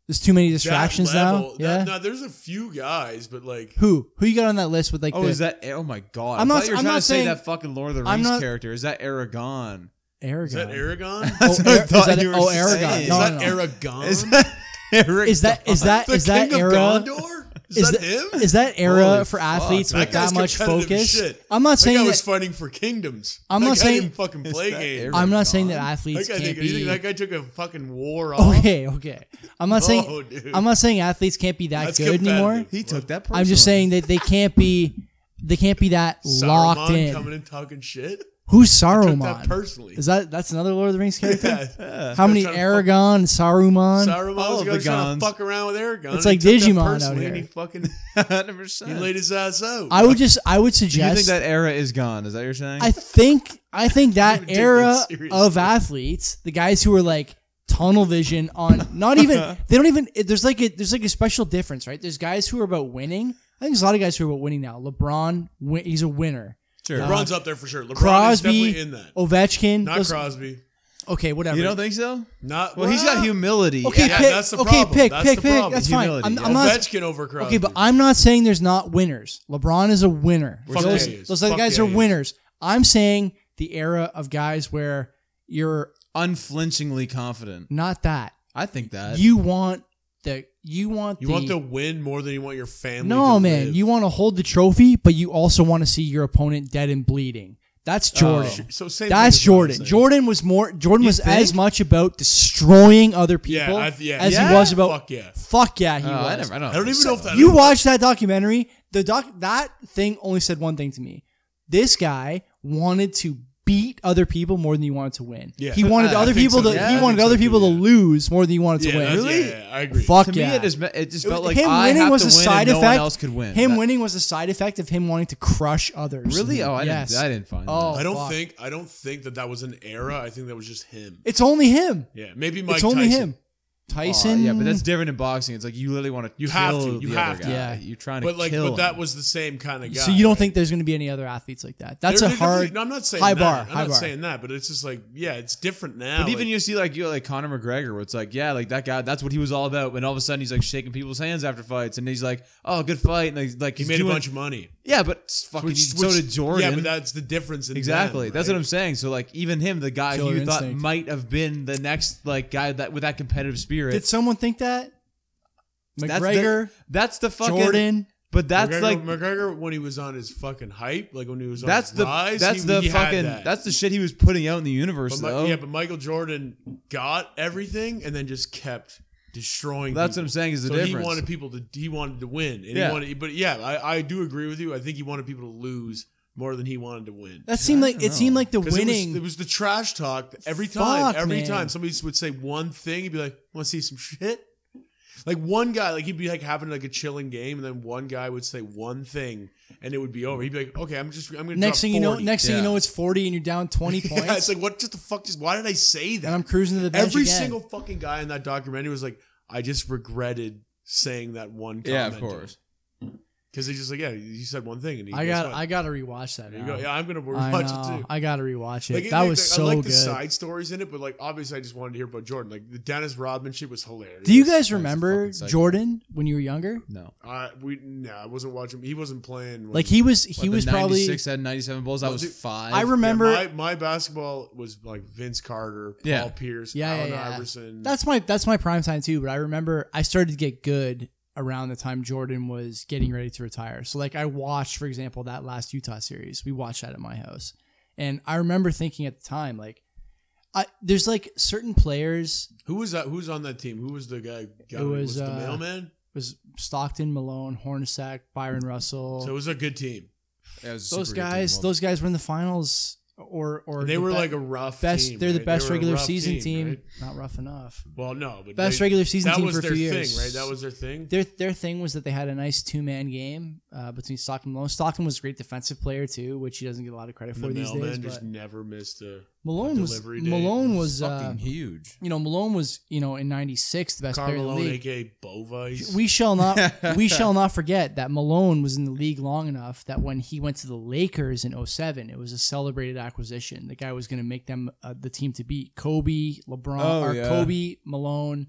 S3: There's too many
S1: That
S3: distractions
S1: level-
S3: now.
S1: that-
S3: yeah.
S1: no, there's a few guys, but like
S3: Who? Who you got on that list with like?
S2: oh,
S3: the
S2: is that? Oh my god.
S3: I'm
S2: I
S3: not-
S2: thought you were
S3: I'm
S2: trying
S3: not
S2: to
S3: saying-
S2: say that fucking Lord of the
S3: I'm
S2: Rings
S3: not-
S2: character. Is that Aragon?
S3: Aragon?
S1: is that Aragon?
S2: That's
S3: Oh,
S2: what I
S3: Ara- is
S2: thought
S3: that-
S2: you were
S3: oh, Aragon.
S2: saying.
S3: No,
S1: is
S3: no,
S1: that
S3: no.
S1: Aragon?
S2: Is that Aragon?
S3: Is that is that
S1: the
S3: is that
S1: King
S3: era?
S1: of Gondor? Is,
S3: is
S1: that,
S3: that-
S1: him?
S3: Is that era
S2: Holy
S3: for
S2: fuck,
S3: athletes
S2: that
S3: with
S1: guy's
S3: that much
S1: competitive as
S3: focus?
S1: shit.
S3: I'm not
S1: that
S3: saying
S1: guy
S3: that.
S1: was fighting for kingdoms.
S3: I'm
S1: That
S3: not
S1: guy
S3: saying-
S1: didn't fucking
S2: Is
S1: play
S2: that
S1: games.
S2: Aragon?
S3: I'm not saying that
S2: Aragon.
S1: That
S3: athletes
S1: guy,
S3: can't
S1: think, you think
S3: be.
S1: that guy took a fucking war off?
S3: Okay, okay. I'm not
S1: Oh,
S3: saying
S1: dude.
S3: I'm not saying athletes can't be that
S1: That's
S3: good anymore.
S1: competitive.
S2: He took that.
S3: I'm just
S2: personally.
S3: saying that they can't be they can't be that
S1: Saruman
S3: locked
S1: coming
S3: in.
S1: and talking shit.
S3: Who's
S1: Took that
S3: Saruman?
S1: personally.
S3: Is that that's another Lord of the Rings character?
S1: yeah.
S3: How many
S1: trying to
S3: Aragon, Saruman?
S1: Saruman
S2: All
S1: was
S2: of
S1: the guy
S2: the
S1: trying
S2: Gons.
S1: to fuck around with Aragon. and
S3: It's like
S1: he took that
S3: Digimon out
S1: personally and
S3: here.
S1: He fucking
S2: Hundred
S1: he
S2: percent.
S1: laid his ass out.
S3: I would just I would
S2: Do you
S3: suggest
S2: think that era is gone? Is that what you're saying?
S3: I think I think
S1: You
S3: that
S1: take
S3: era
S1: it seriously.
S3: of athletes, the guys who are like tunnel vision on not even they don't even it- there's like a there's like a special difference, right? There's guys who are about winning. I think there's a lot of guys who are about winning now. LeBron, win, he's a winner.
S2: sure.
S1: LeBron's up there for sure. LeBron is
S3: Crosby,
S1: definitely in that.
S3: Ovechkin,
S1: Not
S3: those-
S1: Crosby.
S3: okay, whatever.
S2: You don't think so?
S1: Not
S2: Well, he's got
S1: Well,
S2: humility.
S3: okay,
S1: Yeah,
S3: pick,
S1: that's the
S3: okay,
S1: problem.
S3: pick,
S1: That's
S3: pick,
S1: the
S3: pick.
S1: problem.
S3: That's fine.
S2: Humility,
S3: I'm,
S2: yeah.
S3: I'm not.
S1: Ovechkin overcrowded.
S3: Okay, but I'm not saying there's not winners. LeBron is a winner.
S1: Fuck
S3: those
S1: yeah, he is.
S3: those other
S1: Fuck
S3: guys
S1: yeah,
S3: are
S1: he is.
S3: winners. I'm saying the era of guys where you're
S2: Unflinchingly confident.
S3: not that.
S2: I think that.
S3: You want the you want
S1: you
S3: the,
S1: want the win more than you want your family.
S3: no
S1: to
S3: man.
S1: live.
S3: You want to hold the trophy, but you also want to see your opponent dead and bleeding. That's Jordan.
S1: Sh- So Oh. same.
S3: That's
S1: thing as what I'm
S3: Jordan.
S1: saying.
S3: Jordan was more. Jordan
S2: You
S3: was as
S2: think?
S3: much about destroying other
S1: Yeah,
S3: people
S1: I- yeah,
S3: as
S2: yeah.
S3: he was about fuck,
S1: Fuck yeah.
S3: yeah he
S2: Oh,
S3: was.
S2: I, never, I don't.
S1: I don't
S2: think
S1: even know if that-
S3: you watched that documentary. The doc that thing only said one thing to me. This guy wanted to beat other people more than he wanted to win.
S1: Yeah.
S3: He wanted
S2: Yeah, I
S3: other
S1: think
S3: people
S1: so.
S3: to
S2: Yeah, I
S3: he
S2: think
S3: wanted
S1: so
S3: other
S1: too,
S3: people to
S1: yeah.
S3: lose more than he wanted
S1: Yeah,
S3: to win.
S1: that's-
S2: Really?
S1: yeah, yeah, I agree.
S3: Fuck
S2: To
S3: yeah.
S2: me, it just, me- it just
S3: It was-
S2: felt like
S3: him
S2: I
S3: winning
S2: have
S3: was
S2: to
S3: a
S2: win
S3: side
S2: and no one
S3: effect.
S2: else could win.
S3: him
S2: That-
S3: winning was a side effect of him wanting to crush others.
S2: Really? Oh, I
S3: yes.
S2: didn't. I didn't find.
S3: Oh.
S1: I don't
S3: fuck.
S1: think. I don't think that that was an era. I think that was just him.
S3: It's only him.
S1: Yeah, maybe Mike.
S3: it's only
S1: Tyson.
S3: him.
S2: that. Oh,
S3: Tyson.
S2: yeah, but that's different in boxing. It's like you literally want to.
S1: You have to. You have to.
S3: Yeah.
S2: Yeah, you're trying to.
S1: But like,
S2: kill
S1: but that
S2: him.
S1: was the same kind of guy.
S3: so you don't
S1: right?
S3: think there's going to be any other athletes like that? That's
S1: There-
S3: a
S1: there definitely-
S3: hard.
S1: No, I'm not saying
S3: high
S1: that.
S3: bar,
S1: I'm
S3: high
S1: not
S3: bar.
S1: saying that, but it's just like, yeah, it's different now.
S2: But even
S1: like,
S2: you see, like you like Conor McGregor, where it's like, yeah, like that guy, that's what he was all about. And all of a sudden, he's like shaking people's hands after fights, and he's like, oh, good fight, and he's like,
S1: he
S2: he's
S1: made
S2: doing-
S1: a bunch of money.
S2: Yeah, but s- fucking,
S1: Which-
S2: so
S1: which-
S2: did Jordan.
S1: Yeah, but that's the difference. In
S2: exactly.
S1: them,
S2: That's
S1: right?
S2: what I'm saying. So like, even him, the guy who
S3: Killer
S2: you thought
S3: instinct.
S2: might have been the next like guy that with that competitive spirit.
S3: Did someone think that?
S2: that's
S3: McGregor,
S2: the, that's the fucking
S3: Jordan.
S2: But that's
S1: McGregor,
S2: like
S1: McGregor when he was on his fucking hype, like when he was on
S2: that's
S1: his
S2: the
S1: rise,
S2: that's
S1: he-
S2: the
S1: he had
S2: fucking
S1: that.
S2: that's the shit he was putting out in the
S1: But
S2: universe
S1: Mi-
S2: though.
S1: yeah, but Michael Jordan got everything and then just kept destroying.
S2: that's what
S1: people.
S2: I'm saying is the
S1: so
S2: difference.
S1: he wanted people to he wanted to win, and
S2: Yeah.
S1: he wanted. But yeah, I, I do agree with you. I think he wanted people to lose more than he wanted to win.
S3: That seemed
S2: I
S3: like
S2: don't
S3: it seemed
S2: know.
S3: like the
S1: 'Cause
S3: winning.
S1: It was, it was the trash talk that every time.
S3: Fuck,
S1: every
S3: man.
S1: time somebody would say one thing, he'd be like, "Want to see some shit?" Like one guy, like he'd be like having like a chilling game, and then one guy would say one thing, and it would be over. He'd be like, "Okay, I'm just I'm gonna."
S3: next
S1: drop
S3: thing you know,
S1: 40."
S3: next thing you
S2: Yeah.
S3: know, it's forty and you're down twenty points.
S1: yeah, it's like what? Just the fuck? Just why did I say
S3: and I'm
S1: that?
S3: cruising to the bench
S1: Every
S3: again.
S1: single fucking guy in that documentary was like, "I just regretted saying that one."
S2: yeah, of course.
S1: Because they just like, yeah, you said one thing, and he,
S3: I
S1: that's
S3: got
S1: fine.
S3: I gotta rewatch that.
S1: There you
S3: now.
S1: go. Yeah, I'm gonna
S3: I
S1: watch
S3: know.
S1: it too.
S3: I gotta rewatch it.
S1: Like,
S3: that
S1: it-
S3: was
S1: like,
S3: so
S1: I like
S3: good.
S1: the side stories in it, but like obviously, I just wanted to hear about Jordan. Like the Dennis Rodman shit was hilarious.
S3: Do you guys
S2: fucking
S3: remember
S2: psycho.
S3: Jordan when you were younger?
S2: No,
S1: I we no, I wasn't watching. He wasn't playing. when-
S3: Like he was he
S2: What, the
S3: was probably
S2: 96 had 97 bulls. I
S1: Well,
S2: was
S1: dude,
S2: five.
S3: I
S1: Yeah,
S3: remember
S1: my, my basketball was like Vince Carter, Paul
S2: Yeah.
S1: Pierce,
S3: Yeah, yeah,
S1: Allen
S3: yeah.
S1: Iverson.
S3: that's my that's my prime time too, but I remember I started to get good around the time Jordan was getting ready to retire. So like I watched, for example, that last Utah series. We watched that at my house. And I remember thinking at the time, like I, there's like certain players
S1: who was that? Who's on that team? Who was the guy? guy
S3: It
S1: who
S3: was,
S1: the
S3: uh,
S1: mailman.
S3: was Stockton, Malone, Hornacek, Byron Russell.
S1: So it was a good team.
S2: Yeah, it was a
S3: those
S2: super good team.
S3: guys,
S2: Well,
S3: those guys were in the finals, or or
S1: They
S3: the
S1: were
S3: be-
S1: like a rough
S3: best.
S1: team,
S3: they're the
S1: right?
S3: best
S1: They were a
S3: regular
S1: rough
S3: season team.
S1: right?
S3: Not rough enough.
S1: Well, no, but
S3: Best
S1: they-
S3: regular season
S1: that
S3: team
S1: was
S3: for a
S1: their
S3: few
S1: thing,
S3: years.
S1: right? That was their thing.
S3: Their their thing was that they had a nice two man game uh, between Stockton and Malone. Stockton was a great defensive player too, which he doesn't get a lot of credit
S1: And
S3: for
S1: the
S3: these
S1: mailman
S3: days.
S1: just
S3: But
S1: never missed a.
S3: Malone was
S1: delivery day
S3: Malone
S1: was
S3: was uh,
S2: fucking huge.
S3: you know Malone was you know in '96 the best player in the
S1: Carmelo,
S3: league.
S1: aka Bovice.
S3: we shall not we shall not forget that Malone was in the league long enough that when he went to the Lakers in 07, it was a celebrated acquisition. The guy was going to make them uh, the team to beat. Kobe, LeBron,
S2: Oh,
S3: or
S2: yeah.
S3: Kobe, Malone,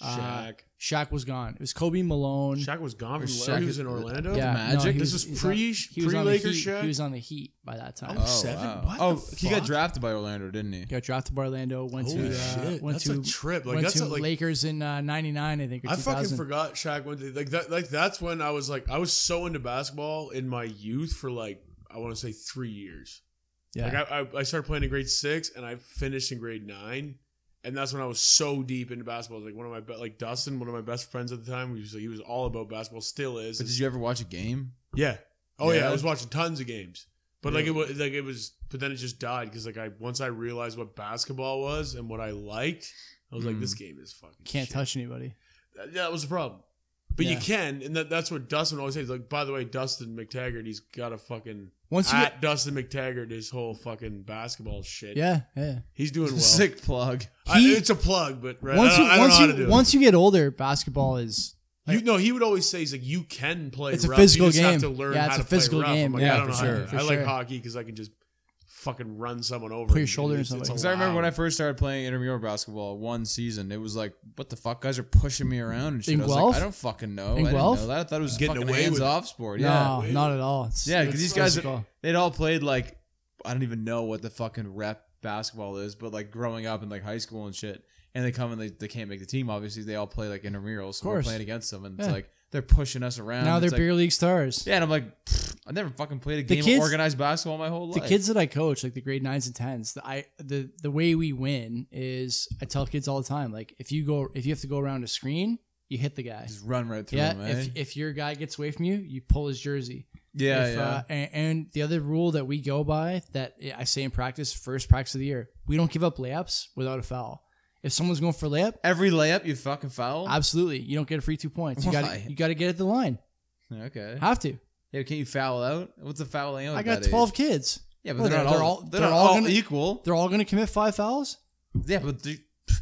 S3: uh,
S1: Shaq.
S3: Shaq was gone. It was Kobe, Malone.
S1: Shaq was gone
S2: Or
S1: from.
S2: Shaq
S1: he was
S2: is-
S1: in Orlando.
S3: yeah,
S2: Magic?
S3: he
S1: This was
S3: he's on-
S1: pre-
S3: he was on the
S1: pre-Lakers
S3: Heat.
S1: Shaq?
S3: He was on the Heat by that time.
S1: Oh, seven? What
S2: Oh,
S1: the
S2: he got
S1: fuck?
S2: drafted by Orlando, didn't he?
S3: Got drafted to Orlando. Went
S1: Holy
S3: to uh,
S1: shit,
S3: went
S1: that's
S3: to
S1: a trip. Like
S3: went
S1: that's a,
S3: to
S1: like
S3: Lakers in uh, '99, I think. Or
S1: I fucking
S3: 2000.
S1: forgot Shaq went to like that. Like that's when I was like I was so into basketball in my youth for like I want to say three years.
S3: Yeah.
S1: Like I, I, I started playing in grade six and I finished in grade nine, and that's when I was so deep into basketball. Like one of my be- like Dustin, one of my best friends at the time, he was, he was all about basketball, still is.
S2: But did you ever watch a game?
S1: yeah. Oh yeah.
S2: Yeah.
S1: I was watching tons of games, but like
S2: Yeah.
S1: it was like it was, but then it just died because like I once I realized what basketball was and what I liked, I was like
S2: Mm.
S1: this game is fucking
S3: Can't
S1: shit.
S3: touch anybody.
S1: That- that was the problem. But you
S3: Yeah.
S1: can, and that, that's what Dustin always says. Like, by the way, Dustin McTaggart, he's got a fucking
S3: Once you
S1: at
S3: get,
S1: Dustin McTaggart his whole fucking basketball shit.
S3: yeah, yeah.
S1: he's doing well.
S2: Sick plug.
S1: I-
S3: He-
S1: it's a plug, but right,
S3: once
S1: I
S3: you
S1: don't, I don't
S3: once
S1: know how to
S3: you
S1: do
S3: once you get older, basketball is
S1: it. You know, he would always say he's like, you can play.
S3: It's a
S1: rough, you
S3: physical
S1: just have
S3: game.
S1: to learn
S3: Yeah,
S1: how
S3: it's
S1: to
S3: a physical
S1: play rough.
S3: game.
S1: I'm like,
S2: Yeah,
S1: I don't
S2: for
S1: know. how to
S2: sure.
S1: do
S3: For
S1: it. I like
S3: sure.
S1: hockey because I can just fucking run someone over.
S3: Put your
S1: and-
S3: shoulder in
S1: it's- it's
S3: somebody.
S2: Because I remember when I
S1: allowed.
S2: first started playing intramural basketball one season, it was like, what the fuck? Guys are pushing me around and shit.
S3: In
S2: I was like,
S3: Guelph?
S2: I don't fucking know.
S3: In
S2: I didn't
S3: Guelph?
S2: know that. I thought it was
S1: Getting
S2: fucking
S1: away with
S2: hands
S1: it.
S2: off sport. Yeah.
S3: No, not at all. It's,
S2: Yeah, 'cause
S3: it's
S2: these guys are-
S3: physical.
S2: They'd all played like, I don't even know what the fucking rep basketball is, but like growing up in like high school and shit. And they come and they, they can't make the team, obviously. They all play like intramurals. So we're
S3: course.
S2: playing against them. And it's
S3: Yeah.
S2: like, they're pushing us around.
S3: now
S2: It's
S3: they're
S2: like,
S3: beer league stars.
S2: Yeah, and I'm like, "Pfft, I never fucking played a
S3: The
S2: game
S3: kids-
S2: of organized basketball my whole
S3: the
S2: life.
S3: kids that I coach, like the grade nines and tens, the, I the the way we win is I tell kids all the time, like if you go if you have to go around a screen, you hit the guy.
S2: just run right through
S3: Yeah,
S2: them. eh?
S3: if, if your guy gets away from you, you pull his jersey.
S2: yeah,
S3: If,
S2: yeah.
S3: Uh, and, and the other rule that we go by that I say in practice, first practice of the year, we don't give up layups without a foul. If someone's going for a layup,
S2: Every layup you fucking foul.
S3: absolutely, you don't get a free two points. You got
S2: Why?
S3: you got to get at the line.
S2: okay.
S3: Have to.
S2: Yeah, can you foul out? What's the fouling out?
S3: I
S2: at
S3: got
S2: Oh, that
S3: twelve
S2: age?
S3: kids.
S2: Yeah, but
S3: Well,
S2: they're,
S3: they're-
S2: not all.
S3: they're all-
S2: They're,
S3: they're
S2: not
S3: all
S2: all
S3: gonna-
S2: equal.
S3: They're all going to commit five fouls.
S2: yeah, but they-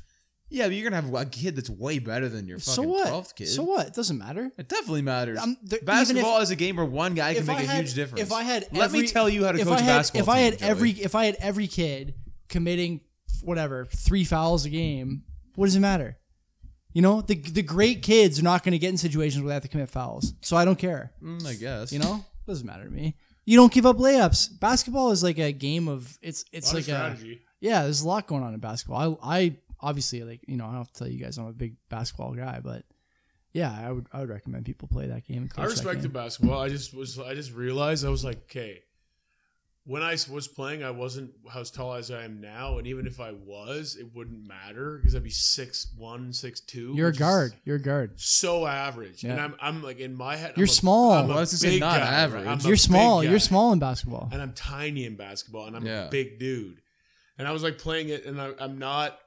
S2: yeah, but you're gonna have a kid that's way better than your fucking
S3: So what?
S2: twelfth kid.
S3: So what? It doesn't matter.
S2: It definitely matters.
S3: I'm- there- even if-
S2: basketball is a game where one guy can
S3: if
S2: make
S3: I
S2: a
S3: had-
S2: huge difference.
S3: If I had,
S2: let
S3: every,
S2: me tell you how to
S3: if
S2: coach
S3: I
S2: a
S3: had,
S2: basketball.
S3: If I
S2: team,
S3: had every,
S2: Joey.
S3: if I had every kid committing whatever three fouls a game, what does it matter? You know, the the great kids are not going to get in situations where they have to commit fouls, so I don't care.
S2: Mm, I guess
S3: You know, doesn't matter to me. You don't give up layups. Basketball is like a game of it's it's
S1: Lot of
S3: like a
S1: strategy.
S3: yeah. There's a lot going on in basketball. I I obviously like you know I don't have to tell you guys I'm a big basketball guy, but yeah, I would I would recommend people play that game. and
S1: I
S3: coach that game.
S1: respected basketball. I just was. I just realized I was like, okay. When I was playing, I wasn't as tall as I am now, and even if I was, it wouldn't matter because I'd be six one, six two.
S3: You're a
S1: which is
S3: guard. You're a guard.
S1: so average, and
S3: Yeah.
S1: I'm I'm like in my head.
S3: You're
S1: I'm a-
S3: small.
S1: I'm a
S2: Well, I was gonna say
S1: big
S2: not
S1: guy.
S2: average.
S1: I'm a
S3: you're
S1: big
S3: small.
S1: guy.
S3: You're small in basketball.
S1: and I'm tiny in basketball, and I'm
S2: Yeah.
S1: a big dude. And I was like playing it, and I, I'm not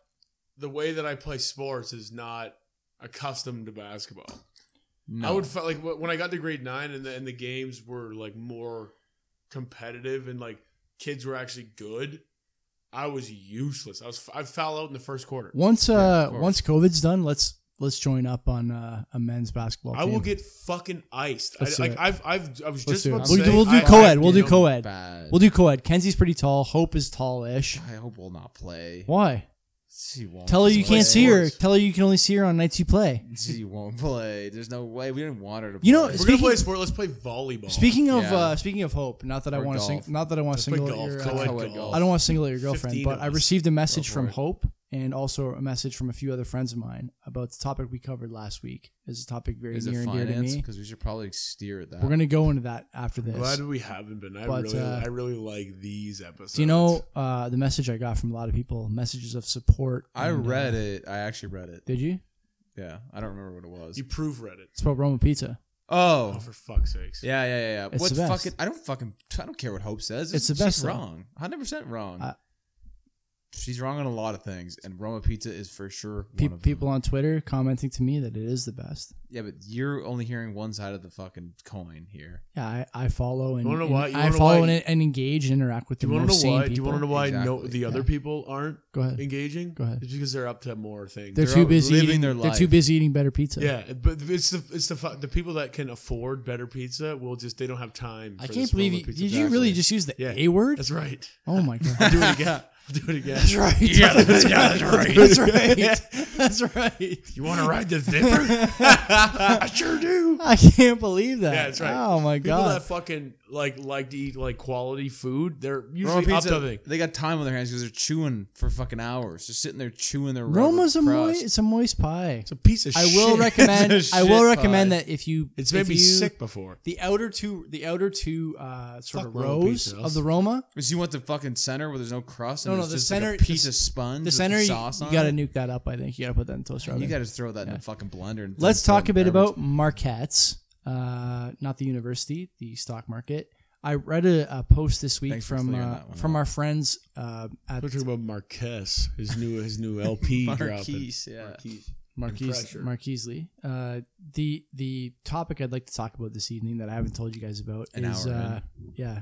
S1: the way that I play sports is not accustomed to basketball.
S2: no.
S1: I would feel like wh- when I got to grade nine, and the, and the games were like more competitive, and like kids were actually good. I was useless. I was I fell out in the first quarter.
S3: Once
S2: Yeah,
S3: uh
S2: of course.
S3: once COVID's done, let's let's join up on uh, a men's basketball.
S1: I
S3: team.
S1: will get fucking iced. I,
S3: Let's do
S1: like
S3: it.
S1: I've I've I was just
S3: Let's do
S1: about
S3: it.
S1: to
S3: We'll,
S1: say,
S3: do, we'll
S1: I-
S3: do
S1: I
S3: co-ed. We'll do
S1: didn't-
S3: co-ed.
S2: Bad.
S3: We'll do co-ed. Kenzie's pretty tall. Hope is tall-ish.
S2: I hope we'll not play.
S3: Why?
S2: She won't
S3: Tell her you
S2: play.
S3: can't see her.
S1: sports.
S3: Tell her you can only see her on nights you play.
S2: She won't play. There's no way. We didn't want her to.
S3: You know,
S2: play.
S1: If we're gonna
S3: Speaking-
S1: play a sport. Let's play volleyball.
S3: Speaking of
S2: Oh, Yeah.
S3: uh, speaking of hope, not that I
S2: Or
S3: want to sing,
S2: golf.
S3: not that I want to
S1: let's play
S3: single out
S1: golf.
S3: your, uh,
S1: Co-ed,
S2: co-ed
S1: golf.
S2: golf.
S3: I don't want to single out your girlfriend,
S1: 15
S3: but
S1: of
S3: I
S1: us.
S3: received a message
S2: Go
S3: from
S2: for it.
S3: Hope and also a message from a few other friends of mine about the topic we covered last week. This Is a topic very
S2: is
S3: near
S2: it
S3: and dear to
S2: finance?
S3: me.
S2: Because we should probably steer at that.
S3: We're gonna go into that after this.
S1: I'm glad we haven't been. I
S3: But,
S1: really,
S3: uh,
S1: I really like these episodes.
S3: Do you know uh, the message I got from a lot of people? Messages of support.
S2: I
S3: and, uh,
S2: read it. I actually read it.
S3: Did you?
S2: Yeah, I don't remember what it was.
S1: you proofread it?
S3: It's about Roman pizza.
S1: Oh,
S2: Oh,
S1: for fuck's sakes!
S2: yeah, yeah, yeah. yeah.
S3: It's
S2: What
S3: the best.
S2: fucking? I don't fucking. I don't care what Hope says.
S3: It's the
S2: she's
S3: best, though.
S2: wrong. Hundred percent wrong.
S3: I-
S2: she's wrong on a lot of things, and Roma Pizza is for sure
S3: Pe-
S2: one of
S3: people
S2: Them.
S3: on Twitter commenting to me that it is the best.
S2: Yeah, but you're only hearing one side of the fucking coin here.
S3: Yeah, I, I follow and,
S1: You wanna know
S3: and
S1: why- you
S3: I
S1: wanna know
S3: follow
S1: why-
S3: and, and engage and interact with
S1: Do
S3: the
S1: you want
S3: most
S1: to know
S3: sane
S1: why?
S3: people.
S1: Do you want to know why no
S2: Exactly.
S1: the other
S3: Yeah.
S1: people aren't
S3: Go ahead.
S1: engaging?
S3: Go ahead.
S1: It's because they're up to more things.
S3: They're,
S2: They're
S3: too
S2: out
S3: busy
S2: living
S3: eating,
S2: their
S3: They're
S2: life.
S3: too busy eting better pizza.
S1: yeah, but it's the it's the fu- the people that can afford better pizza will just they don't have time. For
S3: I
S1: this
S3: can't believe
S1: Roma
S3: you. Did
S1: pizza.
S3: you really
S2: Exactly.
S3: just use the
S1: Yeah.
S3: A word?
S1: That's right.
S3: oh my god.
S1: I'll do it again. I'll do it again.
S3: That's right.
S2: Yeah, that's- yeah, that's
S3: That's
S1: right.
S3: right. That's right.
S1: You want to ride the zipper? I sure do.
S3: I can't believe that.
S1: Yeah, that's right.
S3: Oh my
S1: People
S3: god.
S1: that fucking like like to eat like quality food, they're
S2: Roma
S1: usually up to
S2: Pizza,
S1: things.
S2: they got time on their hands because they're chewing for fucking hours. They're sitting there chewing their rubber
S3: Roma's a
S2: crust.
S3: moist, it's a moist pie.
S1: It's a piece of
S3: I
S1: shit.
S3: will recommend.
S2: It's a
S3: I will
S2: shit
S3: recommend
S2: pie.
S3: that if you,
S1: It's
S3: if
S1: made me
S3: you-
S1: sick before.
S3: The outer two, the outer two, uh, sort
S1: Fuck
S3: of
S1: Roma
S3: rows
S1: pizza.
S3: of the Roma.
S2: Because you want the fucking center where there's no crust. And
S3: No, no,
S2: it's
S3: the
S2: just
S3: center-
S2: like a piece
S3: the-
S2: of sponge.
S3: The center,
S2: with
S3: you,
S2: sauce on
S3: you got to
S2: it.
S3: nuke that up. I think you got to put that in toaster
S2: You
S3: oven.
S2: got to throw that in
S3: Yeah.
S2: the fucking blender. And
S3: Let's
S2: throw it
S3: talk a
S2: in
S3: bit
S2: garbage.
S3: about Marquette's, uh, not the university, the stock market. I read a, a post this week
S2: Thanks for
S3: from
S2: clearing
S3: uh,
S2: that one
S3: from
S2: up.
S3: our friends uh, at
S1: We're talking about Marquez, his new his new LP dropping.
S2: Marquise, yeah.
S3: Marquise
S1: pressure.
S3: Marquise Lee. Uh, the the topic I'd like to talk about this evening that I haven't told you guys about
S2: An
S3: is
S2: hour in.
S3: uh, yeah,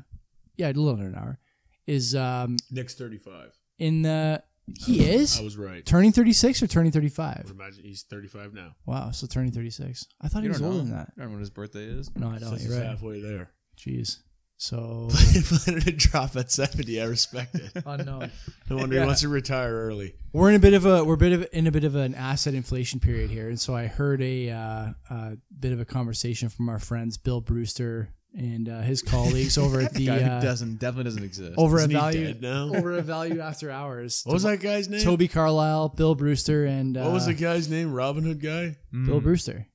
S3: yeah, a little under an hour is um
S1: Nick's thirty five.
S3: in the he is
S1: I was right.
S3: turning thirty six or turning thirty
S1: I would
S3: five.
S1: imagine he's thirty five now.
S3: Wow, so turning thirty six. I thought he
S2: You
S3: was
S2: don't
S3: older
S2: know.
S3: than that.
S2: Remember when his birthday is?
S3: No, I
S1: Says
S3: don't.
S1: he's
S3: You're right.
S1: halfway there.
S3: Jeez. So
S1: Planner to drop at 70. I respect it.
S3: unknown.
S1: No wonder
S3: Yeah.
S1: he wants to retire early.
S3: We're in a bit of a we're a bit of in a bit of an asset inflation period here, and so I heard a uh, uh, bit of a conversation from our friends Bill Brewster and uh, his colleagues over at the
S2: guy who
S3: uh,
S2: doesn't definitely doesn't exist.
S3: over
S1: Isn't
S3: at
S1: he
S3: Value
S1: dead now?
S3: over at Value After Hours.
S1: What was that guy's name?
S3: Toby Carlisle, Bill Brewster, and uh,
S1: What was the guy's name? Robin Hood guy
S2: Mm.
S3: Bill Brewster,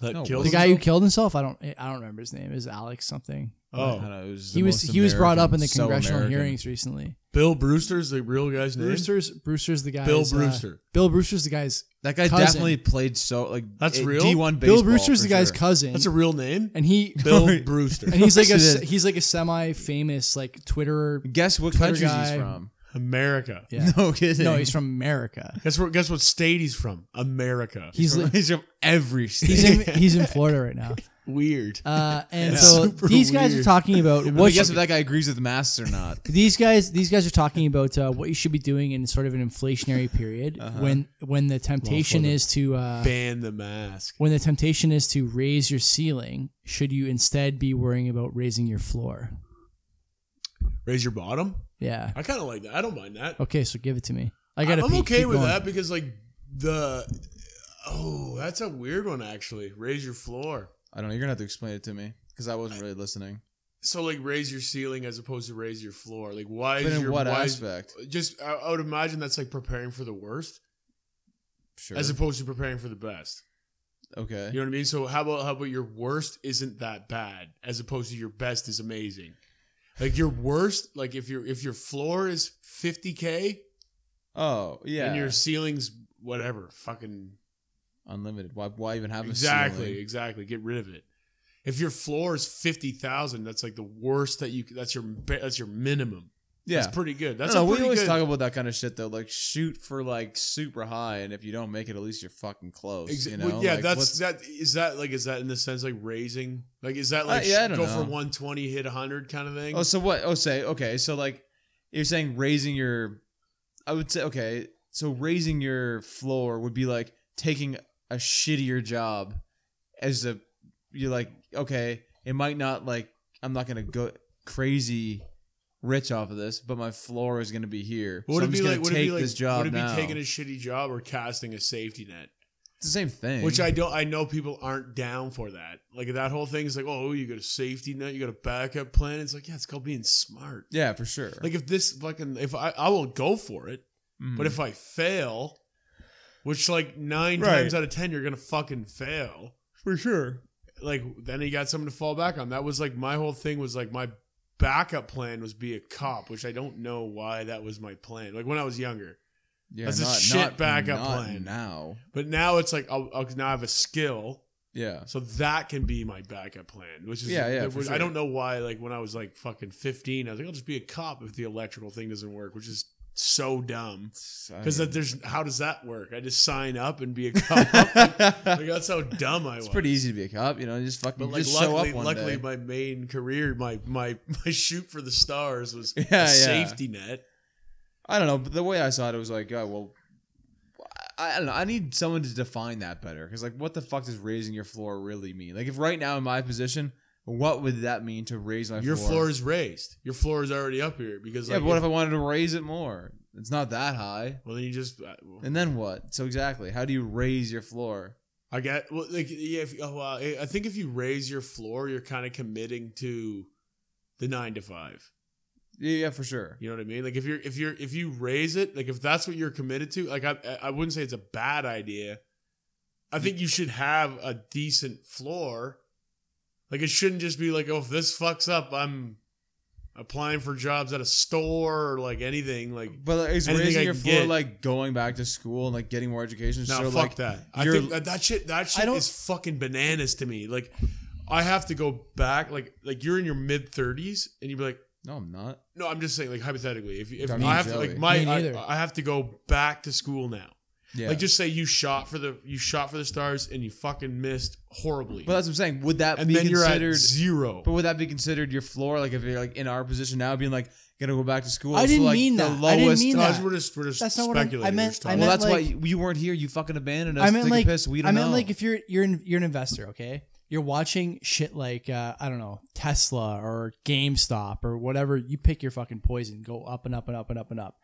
S1: that
S2: No,
S1: killed
S3: the guy who killed himself. I don't I don't remember his name. Is Alex something?
S2: I don't
S1: Oh,
S2: know, it was
S3: he
S2: the
S3: was
S2: most
S3: he was brought up
S2: American,
S3: in the
S2: so
S3: congressional
S2: American.
S3: hearings recently.
S1: Bill Brewster's the real guy's name.
S3: Brewster's Brewster's the guy.
S1: Bill
S3: who's, uh,
S1: Brewster.
S3: Bill Brewster's the guy's.
S2: That guy
S3: Cousin.
S2: definitely played so like
S1: That's
S2: a-
S1: real?
S2: D1 baseball.
S3: Bill Brewster's the
S2: for
S3: guy's
S2: sure.
S3: cousin.
S1: That's a real name.
S3: and he
S1: Bill Brewster.
S3: and he's like a
S2: Yes, it
S3: se-
S2: is.
S3: he's like a semi-famous like Twitterer.
S2: Guess what
S3: Twitter
S2: countries
S3: guy.
S2: he's from?
S1: America.
S3: Yeah.
S2: No kidding.
S3: No, he's from America.
S1: Guess what? Guess what state he's from? America.
S3: He's
S2: from,
S3: li-
S2: he's from every state.
S3: he's in he's in Florida right now.
S1: Weird.
S3: Uh, and
S1: Yeah.
S3: so
S1: Super
S3: these guys are
S1: weird.
S3: talking about
S2: Let me
S3: what
S2: guess
S3: should-
S2: if that guy agrees with the masks or not.
S3: these guys these guys are talking about uh, what you should be doing in sort of an inflationary period
S1: Uh-huh.
S3: when when the temptation
S1: Florida.
S3: is to uh,
S1: Ban the mask.
S3: when the temptation is to raise your ceiling. Should you instead be worrying about raising your floor?
S1: Raise your bottom.
S3: Yeah.
S1: I kind of like that. I don't mind that.
S3: Okay, so give it to me. I got.
S1: I'm okay with that because like the oh, that's a weird one actually. Raise your floor.
S2: I don't know. You're gonna have to explain it to me because I wasn't really listening.
S1: So like raise your ceiling as opposed to raise your floor. Like why
S2: But
S1: is
S2: in
S1: your
S2: what
S1: why is-
S2: aspect?
S1: Just I, I would imagine that's like preparing for the worst
S2: Sure.
S1: as opposed to preparing for the best.
S2: okay.
S1: You know what I mean? So how about how about your worst isn't that bad as opposed to your best is amazing. Like your worst, like if your if your floor is 50k
S2: Oh yeah.
S1: and your ceiling's whatever, fucking
S2: unlimited. Why? Why even have a
S1: exactly
S2: ceiling?
S1: exactly get rid of it if your floor is 50000 that's like the worst that you that's your ba- that's your minimum
S2: Yeah.
S1: that's pretty good
S2: That's
S1: that's
S2: no,
S1: a
S2: we
S1: pretty
S2: always
S1: good
S2: talk about that kind of shit though. Like shoot for like super high, and if you don't make it, at least you're fucking close.
S1: ex-
S2: you know?
S1: well, yeah
S2: Like,
S1: that's
S2: what's-
S1: that is that like is that in the sense like raising like is that like
S2: Uh, yeah, I don't
S1: go
S2: know.
S1: for 120 hit 100 kind of thing
S2: Oh, so what? Oh, say okay. So like you're saying raising your, I would say okay. So raising your floor would be like taking a shittier job, as a you're like okay, it might not like I'm not gonna go crazy rich off of this, but my floor is gonna be here.
S1: What would it
S2: so I'm
S1: be
S2: just gonna
S1: like? Would it
S2: take
S1: be like?
S2: this job
S1: would it be
S2: now.
S1: taking a shitty job or casting a safety net?
S2: it's the same thing.
S1: Which I don't. I know people aren't down for that. Like that whole thing is like, oh, you got a safety net, you got a backup plan. It's like, yeah, it's called being smart.
S2: yeah for sure.
S1: Like if this fucking if I I will go for it,
S2: Mhm.
S1: but if I fail, which like nine
S2: Right.
S1: times out of ten you're gonna fucking fail for sure. Like then he got something to fall back on. That was like my whole thing was like my backup plan was be a cop, which I don't know why that was my plan. Like when I was younger,
S2: yeah,
S1: that's a
S2: not,
S1: shit
S2: not,
S1: backup
S2: not
S1: plan.
S2: now.
S1: but now it's like I'll, I'll now I have a skill,
S2: Yeah.
S1: so that can be my backup plan. Which is
S2: Yeah, yeah,
S1: that
S2: for
S1: was- I
S2: sure.
S1: don't know why. Like when I was like fucking fifteen, I was like I'll just be a cop if the electrical thing doesn't work, which is so dumb. Because that there's how does that work? I just sign up and be a cop. like that's how dumb I was.
S2: It's pretty easy to be a cop, you know. you Just fucking
S1: But
S2: you
S1: like
S2: just
S1: luckily,
S2: show up one
S1: luckily
S2: day.
S1: my main career, my my my shoot for the stars was
S2: Yeah,
S1: a
S2: yeah.
S1: safety net.
S2: I don't know, but the way I saw it, it was like, oh well, I, I don't know. I need someone to define that better, because like, what the fuck does raising your floor really mean? Like, if right now in my position, what would that mean to raise my
S1: Your
S2: floor?
S1: floor is raised. Your floor is already up here because
S2: yeah,
S1: like
S2: but what
S1: if-
S2: if I wanted to raise it more? It's not that high.
S1: well then you just uh, well,
S2: And then what? So exactly, how do you raise your floor?
S1: I get well like yeah if, oh, uh, I think if you raise your floor, you're kind of committing to the nine to five.
S2: Yeah, yeah, for sure.
S1: You know what I mean? Like if you're if you're if you raise it, like if that's what you're committed to, like I I wouldn't say it's a bad idea. I think you should have a decent floor. Like it shouldn't just be like, oh, if this fucks up, I'm applying for jobs at a store or like anything. Like
S2: But like, is
S1: Anything
S2: raising
S1: I
S2: your
S1: can
S2: floor
S1: get.
S2: like going back to school and like getting more education?
S1: No,
S2: so
S1: fuck
S2: like,
S1: that. I
S2: you're-
S1: think that, that shit that shit
S2: don't-
S1: is fucking bananas to me. Like I have to go back like like you're in your mid thirties and you'd be like,
S2: no, I'm not.
S1: no, I'm just saying like hypothetically, if if
S2: I
S1: I
S2: mean,
S1: have to
S2: Joey.
S1: like my
S3: Me neither.
S1: I, I have to go back to school now.
S2: Yeah.
S1: Like just say you shot for the you shot for the stars and you fucking missed horribly.
S2: but that's what I'm saying. Would that
S1: and
S2: be
S1: then you're
S2: considered?
S1: at zero.
S2: But would that be considered your floor? Like if you're like in our position now, being like gonna go back to school.
S3: I
S2: so,
S3: didn't
S2: like,
S3: mean
S2: the
S3: that. I didn't
S2: lowest-
S1: No,
S3: mean
S1: I
S3: that.
S1: just- we're just we're just
S3: That's not what I'm- I
S1: speculating.
S3: meant-
S1: We're just
S3: I
S1: talking.
S2: Well,
S3: meant
S2: that's
S3: like-
S2: why you, you weren't here. You fucking abandoned us.
S3: I meant
S2: Take
S3: like
S2: a piss. We don't
S3: I meant
S2: know.
S3: like if you're you're an, you're an investor, okay? You're watching shit like uh, I don't know Tesla or GameStop or whatever. You pick your fucking poison. Go up and up and up and up and up.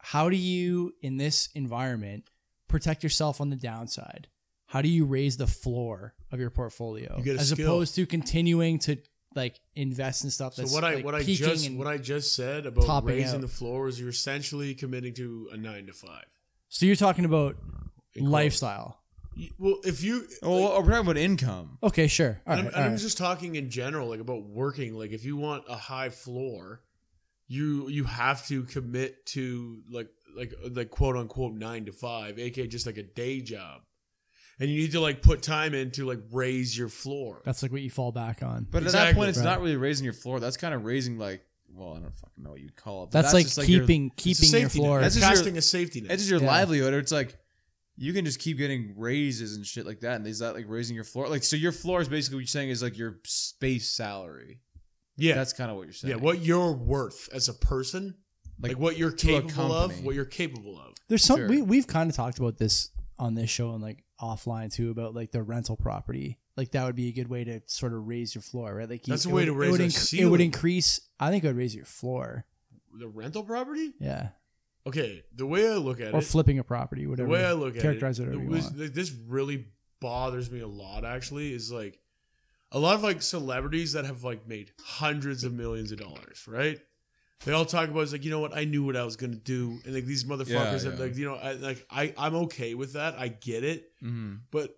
S3: How do you in this environment protect yourself on the downside? How do you raise the floor of your portfolio
S1: You get a
S3: as
S1: skill.
S3: opposed to continuing to like invest in stuff
S1: So
S3: that's
S1: what I
S3: like,
S1: what I
S3: peaking
S1: just
S3: and-
S1: what I just said about
S3: topping
S1: raising
S3: out.
S1: the floor is you're essentially committing to a nine to five
S3: so you're talking about
S1: In quotes.
S3: lifestyle.
S1: You- Well, if you
S2: well,
S1: like,
S2: we're talking about income.
S3: Okay, sure.
S1: and
S3: All
S1: I'm,
S3: right,
S1: and
S3: all
S1: I'm
S3: right.
S1: just talking in general, like about working. Like if you want a high floor, you you have to commit to like like like quote unquote nine to five, aka just like a day job, and you need to like put time in to like raise your floor.
S3: That's like what you fall back on.
S2: But at
S1: Exactly.
S2: that point, it's
S3: Right.
S2: not really raising your floor. That's kind of raising like, well, I don't fucking know what you'd call it. but
S3: that's, like,
S2: just, your-
S3: keeping
S1: It's a
S3: keeping your
S1: safety net.
S3: floor.
S1: That's
S2: That's just your-
S1: casting a safety net.
S2: It's just your
S3: Yeah.
S2: livelihood, or it's like you can just keep getting raises and shit like that. And is that like raising your floor? Like, so your floor is basically what you're saying is like your space salary.
S1: yeah,
S2: That's kind of what you're saying.
S1: yeah. What you're worth as a person, like,
S2: Like,
S1: what you're
S2: to a
S1: capable of,
S2: company.
S1: what you're capable of.
S3: There's some
S2: Sure.
S3: we we've kind of talked about this on this show and like offline too about like the rental property. Like that would be a good way to sort of raise your floor, right? Like you,
S1: That's a
S3: it
S1: way
S3: would-
S1: to
S3: it
S1: raise
S3: would,
S1: our
S3: it would
S1: ceiling.
S3: increase. I think it would raise your floor.
S1: The rental property.
S3: Yeah,
S1: Okay, the way I look at
S3: or
S1: it,
S3: flipping a property,
S1: the
S3: whatever.
S1: way I look at
S3: characterize
S1: it,
S3: whatever you
S1: this,
S3: want.
S1: th- this really bothers me a lot. Actually, is like a lot of like celebrities that have like made hundreds of millions of dollars, right? They all talk about it's like you know what I knew what I was gonna do, and like these motherfuckers
S2: Yeah,
S1: have
S2: yeah.
S1: like you know I, like I I'm okay with that. I get it,
S2: Mhm.
S1: but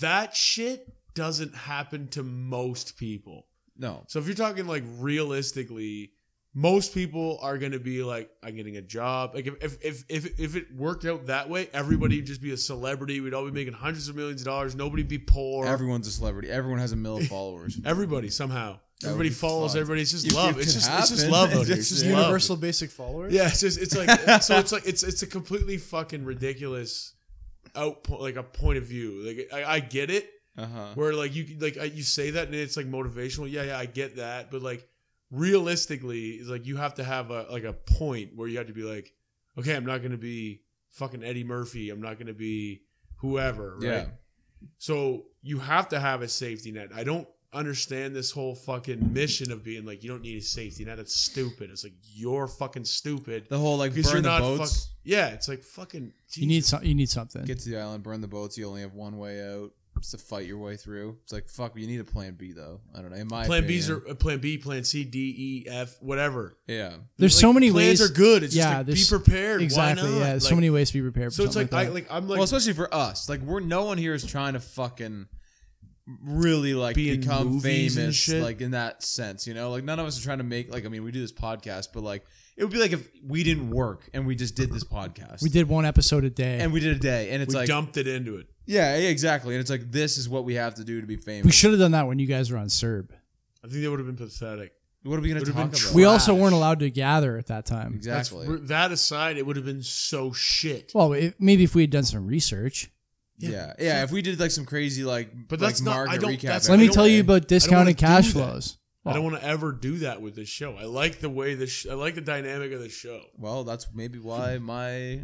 S1: that shit doesn't happen to most people.
S2: No.
S1: So if you're talking like realistically, most people are gonna be like, I'm getting a job. Like if if if if, if it worked out that way, everybody would just be a celebrity. We'd all be making hundreds of millions of dollars. Nobody'd be poor.
S2: Everyone's a celebrity. Everyone has a million followers.
S1: everybody somehow.
S2: That would
S1: Everybody
S2: be
S1: follows
S2: fun.
S1: everybody. It's just
S2: If it
S1: love.
S2: could
S1: It's just it's just
S2: happen.
S1: love out here.
S2: It's
S1: It's
S2: just
S1: just love.
S3: basic followers.
S1: Yeah, it's just it's like so it's like it's it's a completely fucking ridiculous out like a point of view. Like I, I get it,
S2: Uh huh.
S1: where like you like I- you say that and it's like motivational yeah yeah i get that but like realistically it's like you have to have a like a point where you have to be like okay i'm not gonna be fucking eddie murphy i'm not gonna be whoever right
S2: Yeah.
S1: so you have to have a safety net i don't understand this whole fucking mission of being like you don't need a safety net that's stupid it's like you're fucking stupid
S2: The whole like
S1: because you're
S2: burn the
S1: not fuck-
S2: boats.
S1: yeah it's like fucking
S3: You need
S1: Jesus.
S3: some. You need something.
S2: Get to the island, burn the boats. You only have one way out. It's to fight your way through. It's like fuck. You need a plan B though. I don't know. In my
S1: plan b's
S2: opinion.
S1: or plan b plan c d e f whatever
S2: yeah.
S3: there's so many
S1: plans
S3: ways.
S1: are good. It's
S3: yeah,
S1: just
S3: there's-
S1: like, be prepared.
S3: exactly.
S1: Why not?
S3: Yeah, there's
S1: Like,
S3: so many ways to be prepared. For
S1: So it's like,
S3: something
S1: I
S3: like
S1: like I'm like
S2: well, especially for us, like we're no one here is trying to fucking really like
S1: Be in
S2: become
S1: movies and
S2: famous,
S1: shit.
S2: like in that sense, you know. Like none of us are trying to make like I mean, we do this podcast, but like it would be like if we didn't work and we just did this podcast,
S3: that. we did one episode a day.
S2: and we did a day, and it's
S1: we
S2: like
S1: dumped it into it.
S2: yeah, yeah, exactly, and it's like this is what we have to do to be
S3: we
S2: famous.
S3: should have done that when you guys were on Serb.
S1: I think that would have been pathetic.
S2: what are we gonna
S1: Would've
S2: talk
S1: been
S2: about?
S1: trash.
S3: We also
S1: Trash.
S3: weren't allowed to gather at that time.
S1: That's-
S2: exactly.
S1: that aside, it would have been so shit.
S3: Well, it, maybe if we had done some research.
S2: yeah. yeah, If we did like some crazy like,
S1: But
S2: like
S1: that's not-
S2: market
S1: I don't-
S2: recap,
S1: that's-
S3: Let me
S1: don't-
S3: tell you about
S1: wanna
S3: discounted
S1: do
S3: cash
S1: that.
S3: flows.
S1: I don't want to ever do that with this show. I like the way this. Sh- I like the dynamic of the show.
S2: Well, that's maybe why my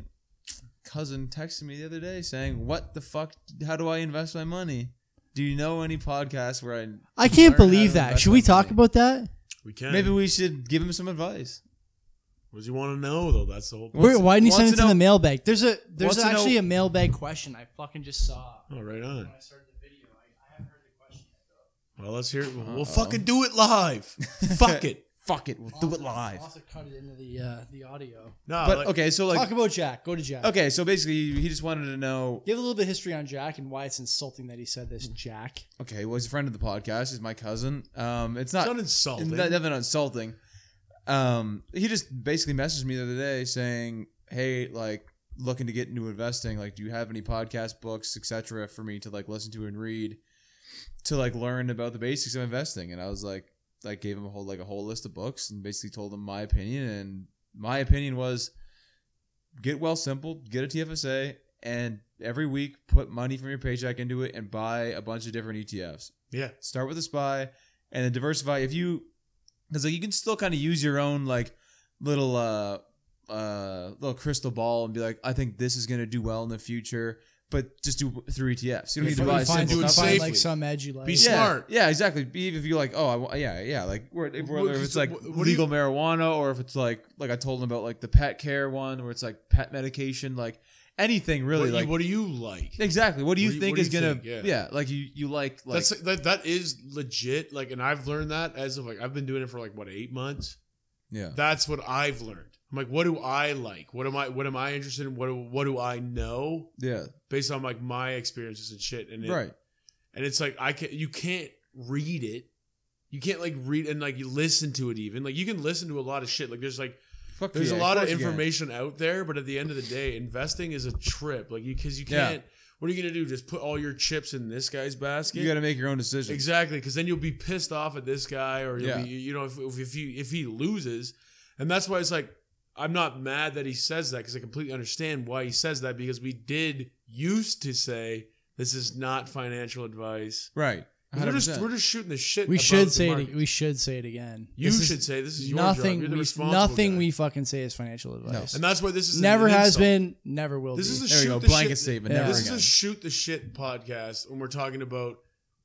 S2: cousin texted me the other day saying, "What the fuck? How do I invest my money? Do you know any podcasts where I?"
S3: I can't
S2: learn how to
S3: believe that.
S2: invest
S3: Should we
S2: my
S3: talk
S2: money?"
S3: about that?
S1: We can.
S2: Maybe
S1: Maybe.
S2: we should give him some advice.
S1: What does you want to know though? That's the whole.
S2: Wants-
S3: Wait, why didn't you send
S2: wants
S3: it
S2: to
S3: to the
S2: know-
S3: mailbag? There's a
S2: wants
S3: there's
S2: to know-
S3: actually a mailbag question I fucking just saw
S1: Oh, right on.
S3: when I started the video. I, I haven't heard the question.
S1: Well, let's hear. It. We'll
S2: Uh-oh.
S1: fucking do it live. Fuck it.
S2: Fuck it, we'll do it live.
S3: Also cut it into the uh, the audio.
S1: No,
S2: But
S1: like,
S2: okay, so
S3: talk
S2: like,
S3: about Jack. Go to Jack.
S2: okay, so basically, he just wanted to know.
S3: Give a little bit of history on Jack and why it's insulting that he said this. Jack.
S2: Okay, well, he's a friend of the podcast. He's my cousin. Um, it's
S1: it's
S2: not
S1: not insulting.
S2: It's not- definitely not insulting. Um, he just basically messaged me the other day saying, "Hey, like looking to get into investing. Like, do you have any podcast, books, etc. for me to like listen to and read to like learn about the basics of investing?" And I was like, I gave him a whole like a whole list of books and basically told him my opinion. And my opinion was, get well simple, get a TFSA, and every week put money from your paycheck into it and buy a bunch of different ETFs.
S1: Yeah.
S2: Start with a SPY and then diversify. If you, because like you can still kind of use your own like little uh uh little crystal ball and be like, I think this is gonna do well in the future, but just do through ETFs. You don't
S3: You
S2: need to
S3: fi- you
S2: buy a
S3: find,
S2: simple
S1: do it
S3: you
S2: company.
S3: find
S1: safely.
S3: like some edge you like.
S1: Be
S2: Yeah,
S1: smart.
S2: Yeah, exactly. Be- If you're like, oh, I wa- yeah, yeah, like where- if-
S1: Well,
S2: whether
S1: 'cause
S2: it's like
S1: what- what do
S2: legal marijuana or if it's like like I told them about like the pet care one where it's like pet medication, like anything really.
S1: what, do you-
S2: like
S1: what do you like?
S2: exactly. What do you
S1: what do you-
S2: think
S1: what do
S2: is
S1: you
S2: gonna?
S1: think? Yeah.
S2: yeah. like you you like like
S1: That's that that is legit. Like, and I've learned that as of like I've been doing it for like what eight months.
S2: yeah.
S1: That's what I've learned. I'm like, what do I like? What am I? What am I interested in? What do, What do I know
S2: Yeah,
S1: based on like my experiences and shit? And it,
S2: right.
S1: and it's like I can't. You can't read it. You can't like read and like you listen to it. Even like you can listen to a lot of shit. Like there's like
S2: Fuck
S1: there's
S2: yeah,
S1: a lot of
S2: course you can.
S1: information out there, but at the end of the day, investing is a trip. Like you because you
S2: Yeah.
S1: can't. What are you gonna do? Just put all your chips in this guy's basket?
S2: You got to make your own decision.
S1: Exactly, because then you'll be pissed off at this guy, or you'll
S2: Yeah.
S1: be, you know, if, if if he if he loses, and that's why it's like I'm not mad that he says that because I completely understand why he says that because we did used to say this is not financial advice.
S2: Right.
S1: 'Cause We're
S2: 100%.
S1: just we're just shooting the shit.
S3: we
S1: about the
S3: should say it.
S1: market.
S3: We should say it again.
S1: You
S3: This is
S1: should say this is your
S3: nothing.
S1: Job. You're the
S3: we,
S1: responsible
S3: nothing
S1: guy.
S3: we fucking say is financial advice.
S1: and that's why this is an
S3: Never has
S1: insult.
S3: been. Never will.
S1: This
S3: be.
S1: is a
S2: There we
S1: shoot
S2: go,
S1: the
S2: blanket
S1: shit-
S2: statement,
S3: Yeah.
S2: never
S1: this is
S2: again.
S1: a shoot the shit podcast when we're talking about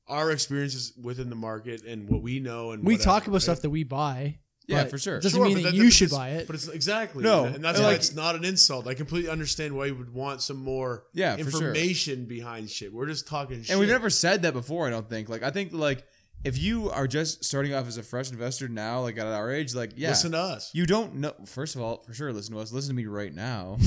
S1: our experiences within the market and what we know and
S3: we
S1: whatever,
S3: talk about
S1: right?
S3: stuff that we buy.
S2: yeah,
S3: but
S2: for sure.
S3: just- doesn't mean
S1: but
S3: that you
S1: but
S3: should
S1: it's-
S3: buy it.
S1: But it's exactly
S2: No,
S1: and that's
S2: and
S1: why
S2: like-
S1: it's not an insult. I completely understand why you would want some more
S2: yeah, for sure.
S1: information behind shit. We're just talking shit.
S2: And we've never said that before, I don't think. Like I think like if you are just starting off as a fresh investor now, like at our age, like yeah,
S1: listen to us.
S2: you don't know. First of all, for sure, listen to us. Listen to me right now,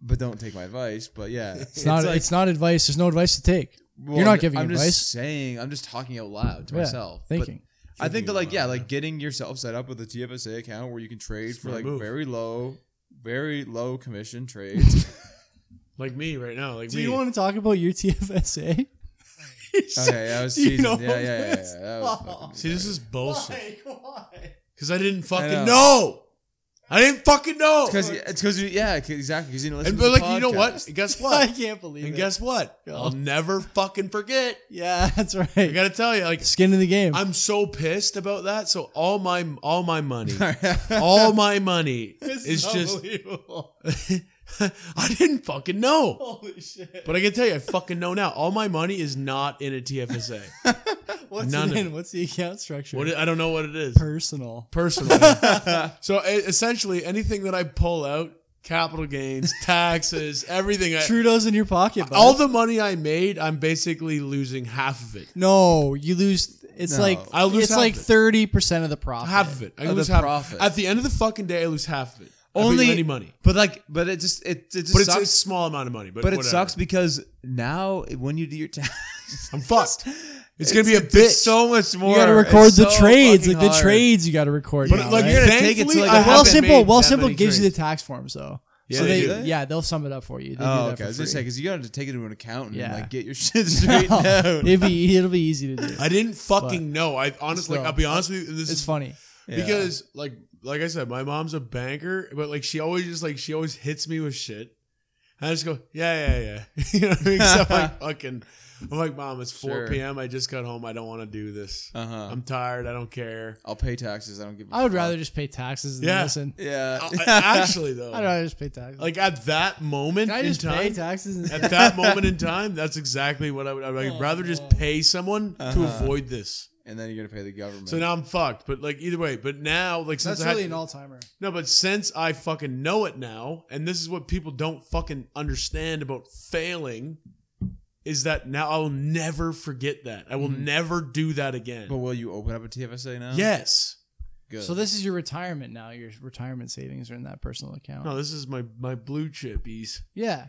S2: but don't take my advice. But yeah,
S3: It's, not.
S2: like-
S3: it's not advice. There's no advice to take.
S2: well,
S3: you're not
S2: I'm-
S3: giving
S2: I'm
S3: advice.
S2: Just saying, I'm just talking out loud to
S3: Yeah,
S2: myself. But
S3: Thinking.
S2: I think that
S1: Thinking
S2: like
S1: out
S2: yeah,
S1: loud,
S2: like
S1: yeah.
S2: getting yourself set up with a TFSA account where you can trade for
S1: Smart
S2: like
S1: move.
S2: very low, very low commission trades.
S1: like me right now. Like
S3: Do
S1: me.
S3: you want to talk about your TFSA?
S2: okay, that was
S3: You
S2: cheesing.
S3: know
S2: yeah, yeah, yeah, yeah.
S3: this.
S2: That was
S3: Oh.
S2: fucking
S1: See, this is bullshit.
S3: Why? Why?
S1: Because I didn't fucking
S2: know.
S1: know. I didn't fucking know.
S2: Because it's because yeah, 'cause- exactly. Because you know,
S1: and but like you know what? Guess
S3: I
S1: what?
S3: can't believe
S1: and
S3: it.
S1: guess what?
S3: Oh.
S1: I'll never fucking forget.
S3: yeah, that's
S1: I
S3: right.
S1: gotta tell you, like
S3: Skin in the game.
S1: I'm so pissed about that. So all my all my money, all my money is just
S3: unbelievable.
S1: I didn't fucking know.
S3: Holy shit.
S1: But I can tell you, I fucking know now. All my money is not in a TFSA.
S3: What's
S1: None
S3: it
S1: of
S3: in?
S1: it.
S3: What's the account structure?
S1: What I I don't know what it is.
S3: Personal.
S1: Personal. so e- essentially, anything that I pull out, capital gains, taxes, everything, I,
S3: Trudeau's in your pocket. bud.
S1: all the money I made, I'm basically losing half of it.
S3: no, you lose. It's
S2: No.
S3: like
S1: I lose
S3: It's
S1: half
S3: like
S1: of it.
S3: thirty percent of the profit.
S1: Half of it. I
S2: Of
S1: lose
S2: the
S1: half.
S2: profit.
S1: At the end of the fucking day, I lose half of it. I put
S2: Only-
S1: you any money,
S2: But like, but it just it, it just
S1: but it's
S2: sucks.
S1: a small amount of money. But,
S2: but it
S1: whatever.
S2: sucks because now when you do your tax,
S1: I'm fucked. It's gonna be a bitch.
S2: so much more.
S3: You got to record
S2: It's
S3: the
S2: so
S3: trades,
S2: fucking
S3: like the
S2: hard.
S3: trades. You got to record.
S1: but
S3: now,
S1: like,
S3: right?
S2: you're gonna take it
S1: thankfully,
S2: to, like,
S1: I
S2: a
S1: haven't
S3: well, simple.
S1: made
S3: Well,
S1: that
S3: simple
S1: many
S3: gives you
S1: trades.
S3: the tax forms though.
S1: Yeah,
S3: so
S1: they
S3: they,
S1: do.
S3: yeah, they'll sum it up for you. They
S2: Oh,
S3: do that
S2: okay.
S3: for
S2: I was gonna
S3: free.
S2: say because you got to take it to an accountant
S3: Yeah.
S2: and like get your shit straightened out.
S3: It'd be it'll be easy to do.
S1: I didn't fucking know. I honestly,
S3: Still.
S1: I'll be honest with you. This
S3: It's
S1: is
S3: funny.
S2: Yeah.
S1: because like like I said, my mom's a banker, but like she always just like she always hits me with shit. And I just go, yeah, yeah, yeah. you know what I mean? So I'm like fucking I'm like, mom, it's four
S2: Sure.
S1: PM. I just got home. I don't want to do this.
S2: uh huh.
S1: I'm tired. I don't care.
S2: I'll pay taxes. I don't give. a
S3: I would
S2: fuck.
S3: rather just pay taxes than
S1: Yeah.
S3: listen.
S2: Yeah.
S1: I- I- actually though.
S3: I'd rather just pay taxes.
S1: like at that moment
S3: Can I
S1: in
S3: just pay
S1: time.
S3: taxes? And
S1: At that moment in time, that's exactly what I would. I'd
S3: Oh,
S1: rather just
S3: God.
S1: pay someone to
S2: Uh-huh.
S1: avoid this.
S2: and then you're gonna pay the government.
S1: So now I'm fucked. But like either way, but now like since
S3: That's
S1: I had,
S3: really an all timer.
S1: No, but since I fucking know it now, and this is what people don't fucking understand about failing, is that now I'll never forget that. I will
S3: Mm-hmm.
S2: Mhm.
S1: never do that again.
S2: but will you open up a TFSA
S3: uh,
S2: now?
S1: yes.
S2: Good.
S3: So this is your retirement now. Your retirement savings are in that personal account.
S1: No, this is my my blue chippies.
S3: yeah,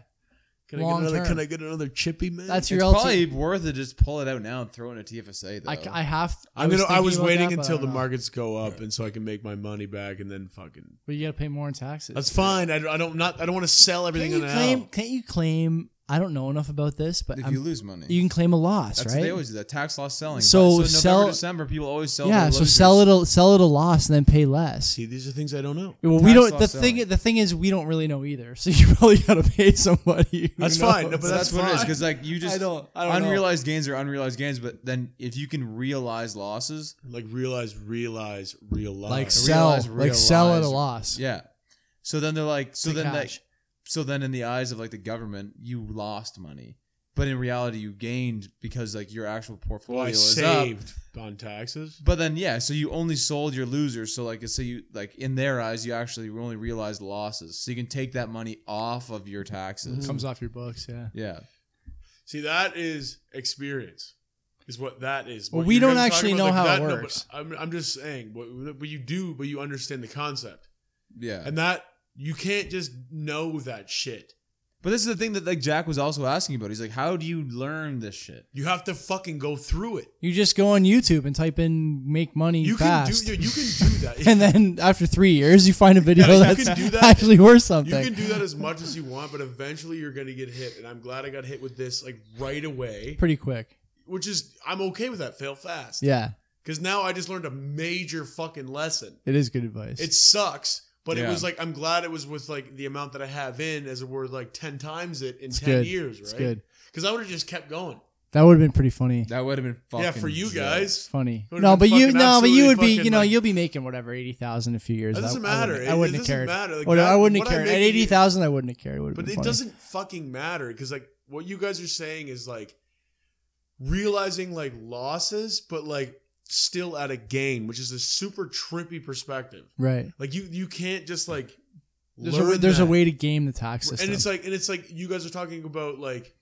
S1: Can
S3: Long
S1: I get another?
S3: term.
S1: Can I get another chippy, man?
S3: that's
S2: It's
S3: your LT.
S2: probably worth it. Just pull it out now and throw it in a TFSA. Though.
S3: I, I have.
S1: I'm gonna. I
S3: thinking
S1: was
S3: about
S1: waiting
S3: that, but I
S1: until
S3: don't
S1: the
S3: know.
S1: markets go up, and so I can make my money back, and then fucking.
S3: But you got to pay more in taxes.
S1: That's fine. I, don't- I don't not. I don't want to sell
S3: Can't
S1: everything
S3: you
S1: now.
S3: claim? Can't you claim I don't know enough about this, but
S2: if
S3: I'm,
S2: you
S3: you,
S2: lose money,
S3: can claim a loss,
S2: that's
S3: right?
S2: what they always do. That tax loss selling.
S3: So
S2: November,
S3: sell-
S2: December. People always sell.
S3: yeah,
S2: their
S3: so
S2: losers.
S3: sell it a, sell it a loss and then pay less.
S1: See, these are things I don't know.
S3: Well, we
S2: Tax
S3: don't.
S2: law
S3: The
S2: selling.
S3: thing, the thing is, we don't really know either. So you probably got to pay somebody. who
S1: That's
S3: knows.
S1: fine, no,
S2: So
S1: but
S2: that's, what it is
S1: fine.
S2: because like you just
S3: I don't. I don't know.
S2: unrealized gains are unrealized gains, but then if you can realize losses,
S1: Like realize, realize, realize.
S3: Like
S2: so-
S3: sell,
S2: Realize-
S3: like sell at a
S2: realize-
S3: loss.
S2: yeah. So then they're like, so
S3: To
S2: then
S3: cash.
S2: like, so then in the eyes of like the government, you lost money, but in reality you gained because like your actual portfolio
S1: well, I
S2: is up.
S1: saved on taxes.
S2: But then yeah, so you only sold your losers. So like, so you like in their eyes, you actually only realized losses. So you can take that money off of your taxes.
S1: Mm-hmm.
S3: Comes off your books. Yeah.
S2: Yeah,
S1: See, that is experience. Is what that is.
S3: Well,
S1: What
S3: we
S1: you're
S3: don't
S1: guys are
S3: actually
S1: talking
S3: know
S1: about,
S3: how it
S1: that- no, but
S3: works.
S1: I'm, I'm just saying, but, but you do, but you understand the concept,
S2: yeah.
S1: and that you can't just know that shit.
S2: But this is the thing that like Jack was also asking about. He's like, how do you learn this shit?
S1: You have to fucking go through it.
S3: You just go on YouTube and type in "make money
S1: You
S3: fast,"
S1: can do. You can do that.
S3: and then after three years, you find a video
S1: Yeah, you
S3: that's
S1: can do that.
S3: actually worth
S1: you
S3: something.
S1: can do that as much as you want, but eventually you're gonna get hit. And I'm glad I got hit with this like right away,
S3: Pretty quick.
S1: which is I'm okay with that. Fail fast.
S3: Yeah,
S1: Because now I just learned a major fucking lesson.
S3: it is good advice.
S1: It sucks, but it
S2: Yeah.
S1: was like I'm glad it was with like the amount that I have in, as it were, like ten times it in
S3: It's
S1: ten
S3: good.
S1: years, right?
S3: It's good.
S1: Because I would have just kept going.
S3: That would have been pretty funny.
S2: That would have been fucking
S1: yeah, for you
S2: dope.
S1: guys,
S3: funny.
S1: Would've
S3: No,
S1: been
S3: but you
S1: fucking
S3: no, but you
S1: absolutely
S3: would be. You
S1: fucking,
S3: know,
S1: like-
S3: you'll be making whatever eighty thousand in a few years.
S1: It doesn't
S3: I- I
S1: matter.
S3: wouldn't-
S1: It-
S3: I
S1: it
S3: wouldn't have
S1: doesn't
S3: cared.
S1: matter. Like,
S3: Would-
S1: that-
S3: I wouldn't have
S1: what I
S3: cared.
S1: make
S3: At
S1: you-
S3: eighty thousand, I wouldn't have cared. It would have
S1: but
S3: been
S1: it
S3: funny.
S1: doesn't fucking matter. Because like what you guys are saying is like realizing like losses, but like still at a gain, which is a super trippy perspective.
S3: Right.
S1: Like you you can't just like
S3: There's, a,
S1: learn
S3: there's a
S1: that.
S3: way to game the tax system.
S1: and it's like and it's like you guys are talking about like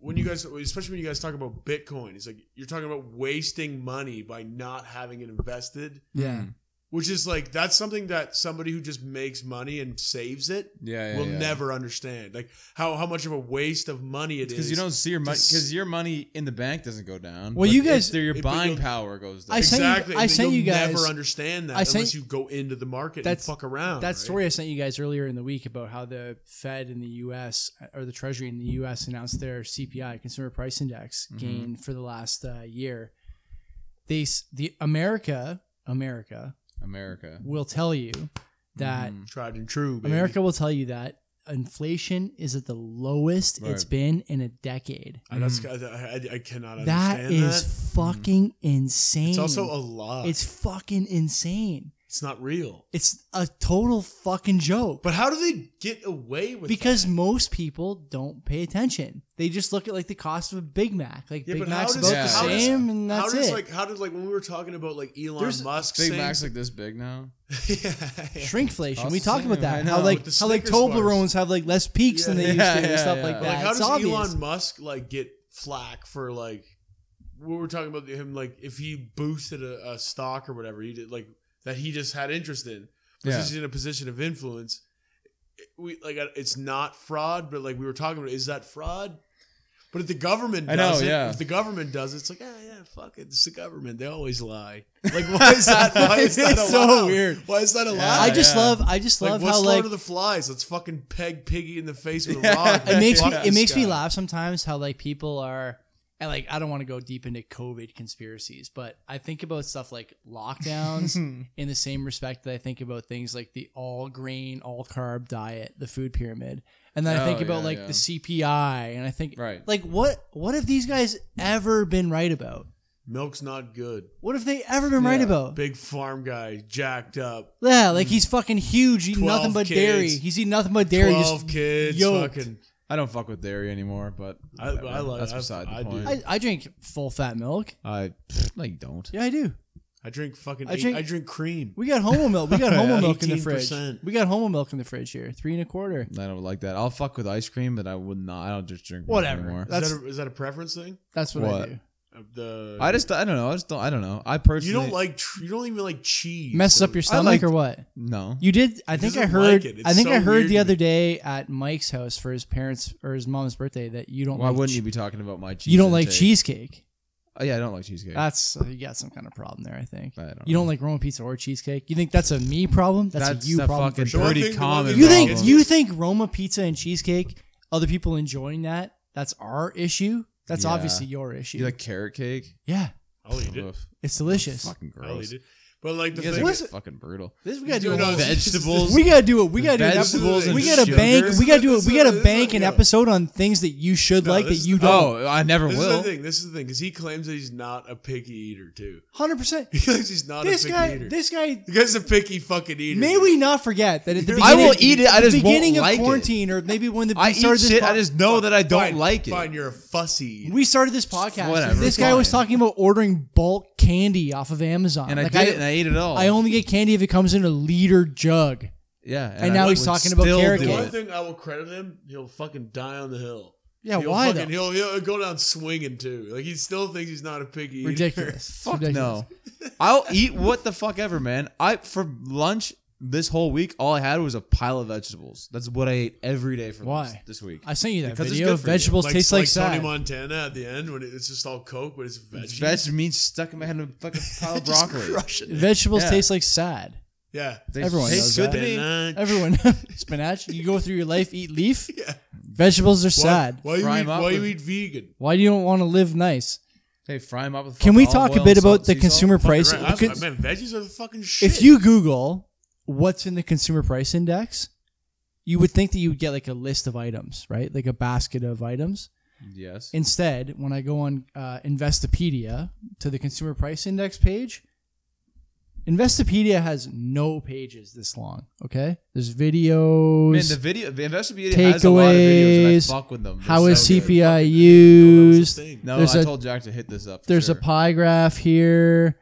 S1: when you guys especially when you guys talk about bitcoin it's like you're talking about wasting money by not having it invested
S3: yeah.
S1: which is like that's something that somebody who just makes money and saves it
S2: Yeah, yeah.
S1: will
S2: yeah.
S1: never understand like how how much of a waste of money it is
S2: because you don't see your money
S1: Just-
S2: because your money in the bank doesn't go down.
S3: Well,
S2: but
S3: you
S2: if
S3: guys-
S2: they're- your
S1: It- but
S2: buying
S1: you'll-
S2: power goes down.
S3: I sent you-
S1: exactly
S3: I
S1: and
S3: sent
S1: you'll
S3: you guys-
S1: never understand that
S3: I sent-
S1: unless you go into the market
S3: That's-
S1: and fuck around
S3: That
S1: oh, right?
S3: story I sent you guys earlier in the week about how the Fed in the U.S. or the Treasury in the U.S. announced their CPI (Consumer Price Index)
S1: Mm-hmm.
S2: Mhm.
S3: gain for the last uh, year. They s- the America America
S2: America.
S3: will tell you that
S2: Mhm.
S1: tried and true Mm-hmm. baby.
S3: America will tell you that inflation is at the lowest it's
S2: Right.
S3: been in a decade.
S1: I, that's, I, I- I cannot
S3: Mm. That
S1: understand
S3: is
S1: that Mm-hmm.
S3: fucking insane.
S1: it's also a lie
S3: it's
S1: it's,
S3: fucking insane.
S1: it's not real
S3: It's a total fucking joke.
S1: but how do they get away with
S3: because most people don't pay attention. They just look at like the cost of a Big Mac. Like
S1: Yeah,
S3: Big
S1: but how
S3: Mac's
S1: does-
S3: about
S2: yeah.
S3: the
S2: how does-
S3: same, and
S1: how
S3: that's
S1: does
S3: it.
S1: like how did like when we were talking about like Elon
S2: There's
S1: Musk
S2: Big
S1: saying-
S2: Mac's like this big now.
S1: yeah, yeah.
S3: Shrinkflation.
S2: Cost
S3: We
S2: the
S3: talked about
S2: same, I
S3: that.
S2: know,
S3: How like
S1: with the
S3: how like
S1: Snickers bars.
S3: Toblerones have like less peaks than they
S1: Yeah,
S3: used
S2: yeah,
S3: to and
S2: yeah,
S3: stuff
S2: yeah.
S3: like
S2: Like,
S3: that.
S1: like how
S3: it's
S1: does
S3: obvious.
S1: Elon Musk like get flack for like we were talking about him like if he boosted a, a stock or whatever he did like that he just had interest in because
S2: Yeah.
S1: he's in a position of influence It- we like uh, it's not fraud but like we were talking about is that fraud but if the government
S2: I
S1: does
S2: know,
S1: it,
S2: yeah.
S1: if the government does it, it's like, ah, yeah, fuck it. It's the government. They always lie. Like, why is that? Why is that
S3: It's so
S1: allowed?
S3: weird.
S1: Why is that allowed?
S3: I just
S2: Yeah.
S3: love I just
S1: Like,
S3: love
S1: what's
S3: how
S1: Lord
S3: like
S1: of the Flies? Let's fucking peg Piggy in the face with a
S2: Yeah.
S1: rod.
S3: it makes me
S1: Fuck
S3: it
S1: this
S3: makes me
S1: guy.
S3: laugh sometimes how like people are and like I don't want to go deep into COVID conspiracies, but I think about stuff like lockdowns in the same respect that I think about things like the all grain, all carb diet, the food pyramid. And then I
S2: Oh,
S3: think about
S2: yeah,
S3: like
S2: yeah.
S3: the CPI and I think
S2: Right.
S3: like what what have these guys ever been right about?
S1: Milk's not good.
S3: What have they ever been right
S2: Yeah,
S3: about?
S1: Big farm guy, jacked up.
S3: Yeah, like he's fucking huge, eating
S1: 12
S3: nothing but
S1: kids.
S3: dairy. He's eating nothing but dairy.
S1: Twelve
S3: Just,
S1: kids.
S3: yoked.
S1: Fucking.
S2: I don't fuck with dairy anymore, but
S1: I- I
S2: whatever.
S1: like-
S2: that's
S1: I-
S2: beside
S1: I
S2: the
S1: do.
S2: point.
S3: I, I drink full fat milk.
S2: I pfft, like don't.
S3: Yeah, I do.
S1: I drink fucking.
S3: I
S1: I
S3: drink-
S1: drink, I drink cream.
S3: We got homo milk. We got homo
S1: Yeah.
S3: milk in the fridge.
S1: 18%.
S3: We got homo milk in the fridge here. Three and a quarter.
S2: I don't like that. I'll fuck with ice cream, but I would not. I don't just drink milk
S3: Whatever.
S2: anymore.
S3: That's-
S1: is that a, is that a preference thing?
S3: That's what, I
S2: What?
S3: do.
S1: Of The
S2: I just I don't know. I just don't. I don't know. I personally
S1: you don't like tr- you don't even like cheese.
S3: Mess
S1: so-
S3: up your stomach or
S2: liked-
S3: what?
S2: no.
S3: You did. I
S1: He
S3: think I
S1: doesn't
S3: heard.
S1: like it. It's
S3: I think
S1: so
S3: I heard
S1: weird
S3: the
S1: to
S3: other
S1: me.
S3: day at Mike's house for his parents or his mom's birthday that you don't.
S2: Why
S3: like
S2: wouldn't
S3: che-
S2: you be talking about my cheese?
S3: you don't like
S2: intake?
S3: cheesecake.
S2: Oh, yeah, I don't like cheesecake.
S3: That's uh, you got some kind of problem there. I think
S2: I don't
S3: you don't like Roman pizza or cheesecake. You think that's a me problem? That's,
S2: That's
S3: a you
S2: the
S3: problem.
S2: fucking
S1: The
S3: for
S1: one
S3: sure.
S2: dirty
S1: thing- the one
S2: common
S1: thing
S3: You
S1: that
S3: think
S1: gets
S2: problem.
S1: me
S3: you think Roma pizza and cheesecake, other people enjoying that That's our issue. That's
S2: Yeah.
S3: obviously your issue.
S2: You like carrot cake?
S3: yeah,
S1: I'll eat it.
S2: Ugh,
S3: it's delicious.
S2: Fucking
S1: I'll eat
S2: Oh, gross.
S1: it. Oh, But like the
S2: You guys
S1: thing
S2: are
S1: is,
S3: Listen-
S2: fucking brutal.
S3: This we gotta do.
S1: No,
S3: a
S1: no,
S3: whole-
S1: it's just-
S2: Vegetables.
S3: We gotta do it. We gotta do. an ep-
S2: Vegetables and
S3: We gotta
S2: sugar.
S3: bank. We gotta do it.
S1: This
S3: We
S1: is-
S3: gotta
S1: this is-
S3: bank an
S1: no.
S3: episode on things that you should
S1: No,
S3: like that
S1: this is
S3: you
S1: the-
S3: don't.
S2: Oh, I never
S1: this
S2: will.
S1: is the thing. This is the thing because he claims that he's not a picky eater too.
S3: Hundred percent.
S1: He claims he's not
S3: This
S1: a picky
S3: guy.
S1: eater.
S3: this guy.
S1: the guy's a picky fucking eater.
S3: May we not forget that at the
S1: I
S3: beginning,
S2: will eat it, I
S3: the
S2: just won't
S3: beginning of
S2: like it.
S3: quarantine, or maybe when the
S2: I
S3: we started
S2: eat
S3: this
S2: shit.
S3: po-
S2: I just know that I don't
S1: Fine,
S2: like it.
S1: Fine, you're a fussy. Eater.
S3: we started this podcast.
S2: Whatever,
S3: this guy was
S2: fine.
S3: talking about ordering bulk candy off of Amazon,
S2: And I
S3: Like,
S2: did it, and I ate it all.
S3: I only get candy if it comes in a liter jug.
S2: yeah. And,
S3: now
S2: I
S3: he's
S2: would
S3: talking about
S2: still
S3: carrot
S2: do
S1: One
S3: cake.
S2: it.
S1: thing I will credit him, he'll fucking die on the hill.
S3: Yeah,
S1: he'll
S3: Oh, why
S1: fucking,
S3: though?
S1: He'll, he'll go down swinging too. Like he still thinks he's not a picky eater.
S3: Ridiculous.
S2: Fuck
S3: Ridiculous.
S2: no. I'll eat what the fuck ever, man. I for lunch this whole week, all I had was a pile of vegetables. That's what I ate every day for
S3: Why?
S2: lunch this week.
S3: I sent you that
S2: Because it's
S3: video.
S2: good for you.
S3: Vegetables
S1: Like,
S3: taste
S1: like,
S3: like, sand.
S1: Tony Montana at the end when it's just all coke, but it's veggies.
S2: Veg meat stuck in my head in a fucking pile of
S1: Just
S2: broccoli.
S1: crushing it.
S3: Vegetables
S2: Yeah.
S3: taste like sad.
S1: Yeah.
S2: They
S3: Everyone does
S2: taste good
S3: that.
S2: to me.
S3: Everyone, spinach. You go through your life, eat leaf.
S1: Yeah.
S3: Vegetables are sad.
S1: Why, why you
S2: Fry
S1: eat,
S2: 'em up
S1: why you
S2: with-
S1: eat vegan?
S3: Why do you don't want to live nice?
S2: Hey, fry 'em up with.
S3: Can we
S2: fucking olive
S3: talk a
S2: oil,
S3: bit
S2: salt,
S3: about the
S2: sea salt?
S3: consumer price?
S1: Right, I-
S3: because
S1: man, veggies are the fucking shit.
S3: if you Google what's in the consumer price index, you would think that you would get like a list of items, right? Like a basket of items.
S2: Yes.
S3: Instead, when I go on uh, Investopedia to the consumer price index page, Investopedia has no pages this long. Okay, there's videos.
S2: Man, the video, the Investopedia has a lot of videos,
S3: Takeaways.
S2: and I fuck with them. They're
S3: how is
S2: so good.
S3: CPI
S1: know that was a
S3: used?
S1: thing.
S2: No,
S3: There's
S2: I
S3: a-
S2: told Jack to hit this up. for
S3: There's
S2: sure.
S3: a pie graph here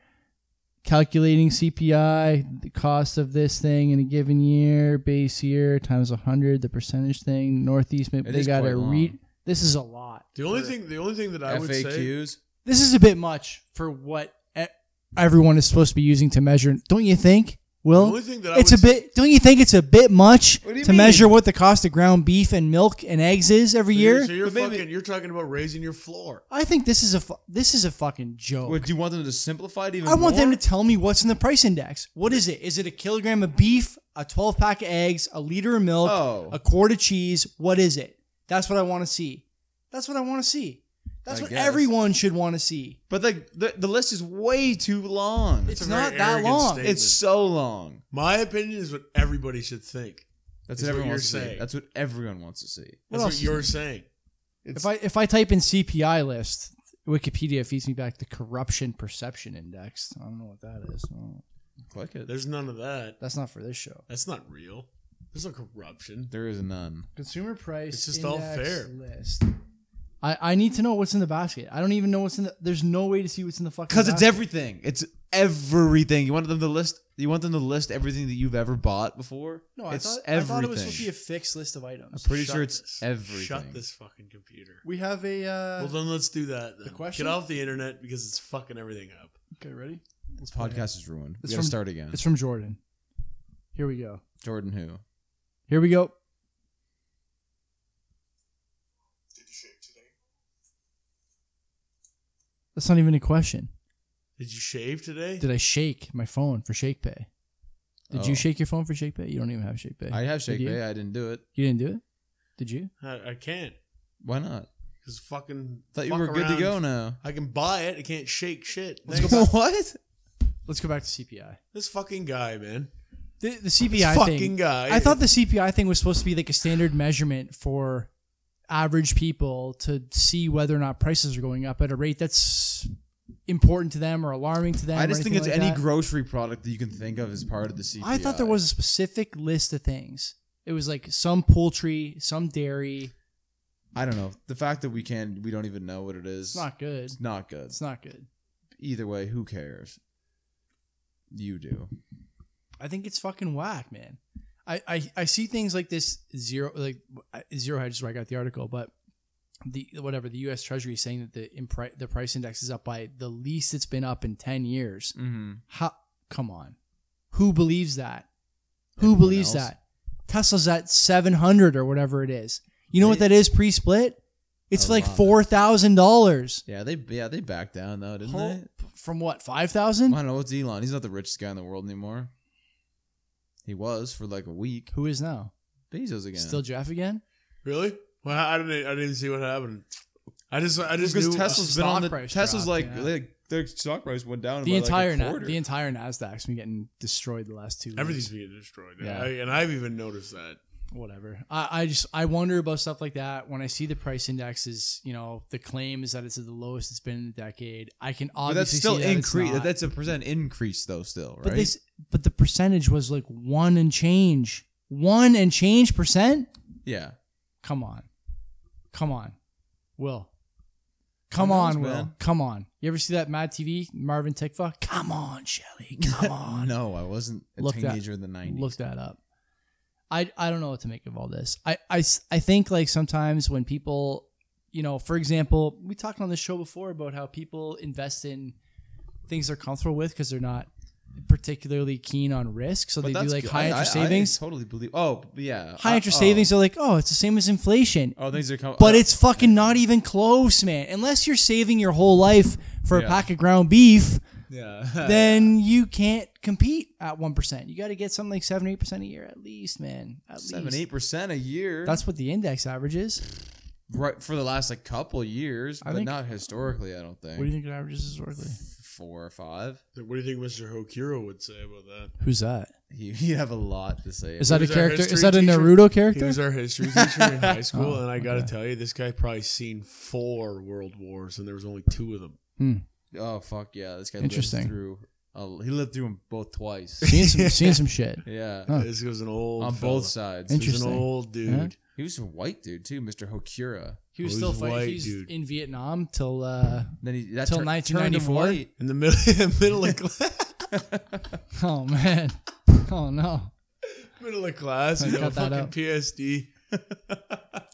S3: calculating CPI, the cost of this thing in a given year, base year times 100, the percentage thing, Northeast, maybe
S2: It
S3: they
S2: is
S3: got
S2: quite
S3: to
S2: long.
S3: read. This is a lot.
S1: The only thing, the only thing that I would say,
S2: FAQs.
S3: This is a bit much for what e- everyone is supposed to be using to measure. Don't you think?
S1: the
S3: Will
S1: only thing that I
S3: it's a
S1: would say-
S3: bit. Don't you think it's a bit much
S2: What do
S3: to
S2: you mean?
S3: measure what the cost of ground beef and milk and eggs is every
S1: So you're,
S3: year?
S1: so you're
S2: But maybe-
S1: fucking, you're talking about raising your floor.
S3: I think this is a fu- this is a fucking joke.
S2: What, do you want them to simplify it even?
S3: Oh. I want them to
S1: Mm-hmm.
S2: more?
S3: tell me what's in the price index. What is it? Is it a kilogram of beef, a 12 pack of eggs, a liter of milk,
S2: Oh.
S3: a quart of cheese? What is it? That's what I want to see. That's what I want to see. That's
S2: I
S3: what
S2: guess.
S3: everyone should want to see.
S2: But like the, the list is way too long.
S3: It's
S2: It's,
S1: a very
S3: not that
S1: arrogant
S3: long.
S1: statement.
S2: it's so long.
S1: My opinion is what everybody should think.
S2: That's
S1: Is
S2: what
S1: what
S2: everyone
S1: you're
S2: wants to see.
S1: saying.
S2: That's what everyone wants to see.
S1: That's
S3: What
S1: what,
S3: else is
S1: you're saying.
S3: If I if I type in CPI list, Wikipedia feeds me back the corruption perception index. I don't know what that is. Oh,
S2: Click it.
S1: There's none of that.
S3: That's not for this show.
S1: That's not real. There's no corruption.
S2: There is none.
S3: Consumer price.
S1: It's just all
S3: index
S1: fair.
S3: List. I, I need to know what's in the basket. I don't even know what's in the. There's no way to see what's in the fucking.
S2: Because it's
S3: basket.
S2: everything. It's everything. You want them to list. You want them to list everything that you've ever bought before.
S3: No, I
S2: it's
S3: thought, I
S2: everything.
S3: thought it was supposed to be a fixed list of items.
S2: I'm pretty
S1: Shut
S2: sure it's
S1: this.
S2: everything.
S1: Shut this fucking computer.
S3: We have a. Uh,
S1: Well, then let's do that. Then.
S3: question?
S1: Get off the internet because it's fucking everything up.
S3: okay, ready?
S2: This podcast is ruined.
S3: It's
S2: we gotta
S3: from-
S2: start again.
S3: It's from Jordan. Here we go.
S2: Jordan who?
S3: Here we go.
S4: Did you shave today?
S3: That's not even a question.
S1: Did you shave today?
S3: Did I shake my phone for Shake Pay? Did
S2: Oh.
S3: you shake your phone for Shake Pay? You don't even have Shake Pay.
S2: I have Shake
S3: you?
S2: Bay. I didn't do it.
S3: You didn't do it? Did you?
S1: I, I can't
S2: Why not?
S1: because fucking.
S2: Thought you
S1: fuck
S2: were good to
S1: around.
S2: go now.
S1: I can buy it. I can't shake shit.
S3: Let's go
S1: Thanks.
S2: what?
S3: Let's go back to CPI.
S1: This fucking guy, man.
S3: The, the
S1: This
S3: CPI
S1: fucking
S3: thing.
S1: guy.
S3: I thought the CPI thing was supposed to be like a standard measurement for average people to see whether or not prices are going up at a rate that's important to them or alarming to them.
S2: I
S3: or
S2: just think it's
S3: anything like
S2: any
S3: that.
S2: grocery product that you can think of as part of the CPI.
S3: I thought there was a specific list of things. It was like some poultry, some dairy.
S2: I don't know. The fact that we can, we don't even know what it is.
S3: It's not good.
S2: It's not good.
S3: It's not good.
S2: Either way, who cares? You do.
S3: I think it's fucking whack, man. I, I, I see things like this zero like I- zero hedge is where I got the article, but the whatever the U.S. Treasury is saying that the impri- the price index is up by the least it's been up in ten years.
S2: Mm-hmm.
S3: How? Come on, who believes that? Who
S2: Everyone
S3: believes
S2: else.
S3: that? Tesla's at seven hundred or whatever it is. You know what
S2: They-
S3: that is pre-split? It's
S2: A
S3: like
S2: lot.
S3: four thousand dollars.
S2: Yeah, they yeah they backed down though, didn't
S3: Whole-
S2: they?
S3: From what five
S2: I
S3: thousand?
S2: don't know. What's Elon? He's not the richest guy in the world anymore. He was for like a week.
S3: Who is now?
S2: Bezos again.
S3: Still Jeff again?
S1: Really? Well, I didn't. I didn't see what happened. I just. I just
S2: Because
S1: knew
S2: Tesla's been
S3: stock
S2: on the
S3: price
S2: Tesla's
S3: dropped,
S2: like,
S3: yeah.
S2: like their stock price went down
S3: The
S2: by
S3: entire
S2: like a
S3: Na-
S2: quarter.
S3: the entire Nasdaq's been getting destroyed the last two.
S1: everything's
S3: weeks.
S1: being destroyed.
S3: Yeah.
S1: I, and I've even noticed that.
S3: whatever. I, I just I wonder about stuff like that when I see the price indexes. You know, the claim is that it's at the lowest it's been in a decade. I can
S2: but
S3: obviously
S2: that's still
S3: see that it's
S2: increase.
S3: not.
S2: That's a percent increase though. Still, right?
S3: But this, but the percentage was like one and change, one and change percent.
S2: yeah.
S3: Come on, come on, Will. Come
S2: Who knows,
S3: on, Will.
S2: man?
S3: Come on. You ever see that Mad TV Marvin Tikva? Come on, Shelly. Come on.
S2: No, I wasn't a
S3: Look that-
S2: teenager in the nineties.
S3: Look that up. I, I don't know what to make of all this. I, I s- I think like sometimes when people, you know, for example, we talked on the show before about how people invest in things they're comfortable with because they're not particularly keen on risk. So
S2: But
S3: they do
S2: that's
S3: like
S2: good.
S3: high
S2: I-
S3: interest
S2: I- I
S3: savings.
S2: totally believe. Oh yeah,
S3: high
S2: I-
S3: interest
S2: oh.
S3: savings are like, oh, it's the same as inflation.
S2: Oh, things are coming.
S3: But it's fucking not even close, man. Unless you're saving your whole life for a
S2: Yeah.
S3: pack of ground beef,
S2: yeah.
S3: then you can't compete at 1%. You got to get something like 7 8% a year at least, man. At
S2: seven
S3: least.
S2: eight percent a year.
S3: That's what the index average is.
S2: right for the last like couple years,
S3: I
S2: but
S3: think-
S2: not historically. I don't think.
S3: What do you think it averages historically?
S2: Four or five.
S1: Like, What do you think Mr. Hokuro would say about that?
S3: Who's that?
S2: You, you have a lot to say.
S3: Is
S1: He
S3: that a
S1: was our
S3: character? Is
S1: history
S3: that a
S1: teacher.
S3: Naruto
S1: He
S3: character?
S1: was our history teacher in high school,
S3: Oh,
S1: and I got to
S3: okay.
S1: tell you, this guy probably seen four world wars, and there was only two of them.
S2: Oh fuck yeah, this guy
S3: Interesting.
S2: lived through. A, he lived through them both twice.
S3: seeing some seeing some shit.
S2: yeah,
S3: Huh.
S1: This was an old
S2: on
S1: fella.
S2: both sides.
S1: This was an
S3: Interesting. Uh-huh.
S1: old dude.
S3: Yeah.
S2: He was a white dude too, Mister Hokura.
S3: He was
S1: Who's
S3: still fighting.
S1: white,
S3: he was
S1: dude?
S3: in Vietnam till uh,
S2: Then he that
S3: Till
S2: tur-
S3: 1994?
S2: Turned him white.
S1: In the middle, middle of class,
S3: oh man, oh no,
S1: middle of class, you
S3: Cut
S1: know,
S3: that
S1: fucking
S3: out.
S1: PSD.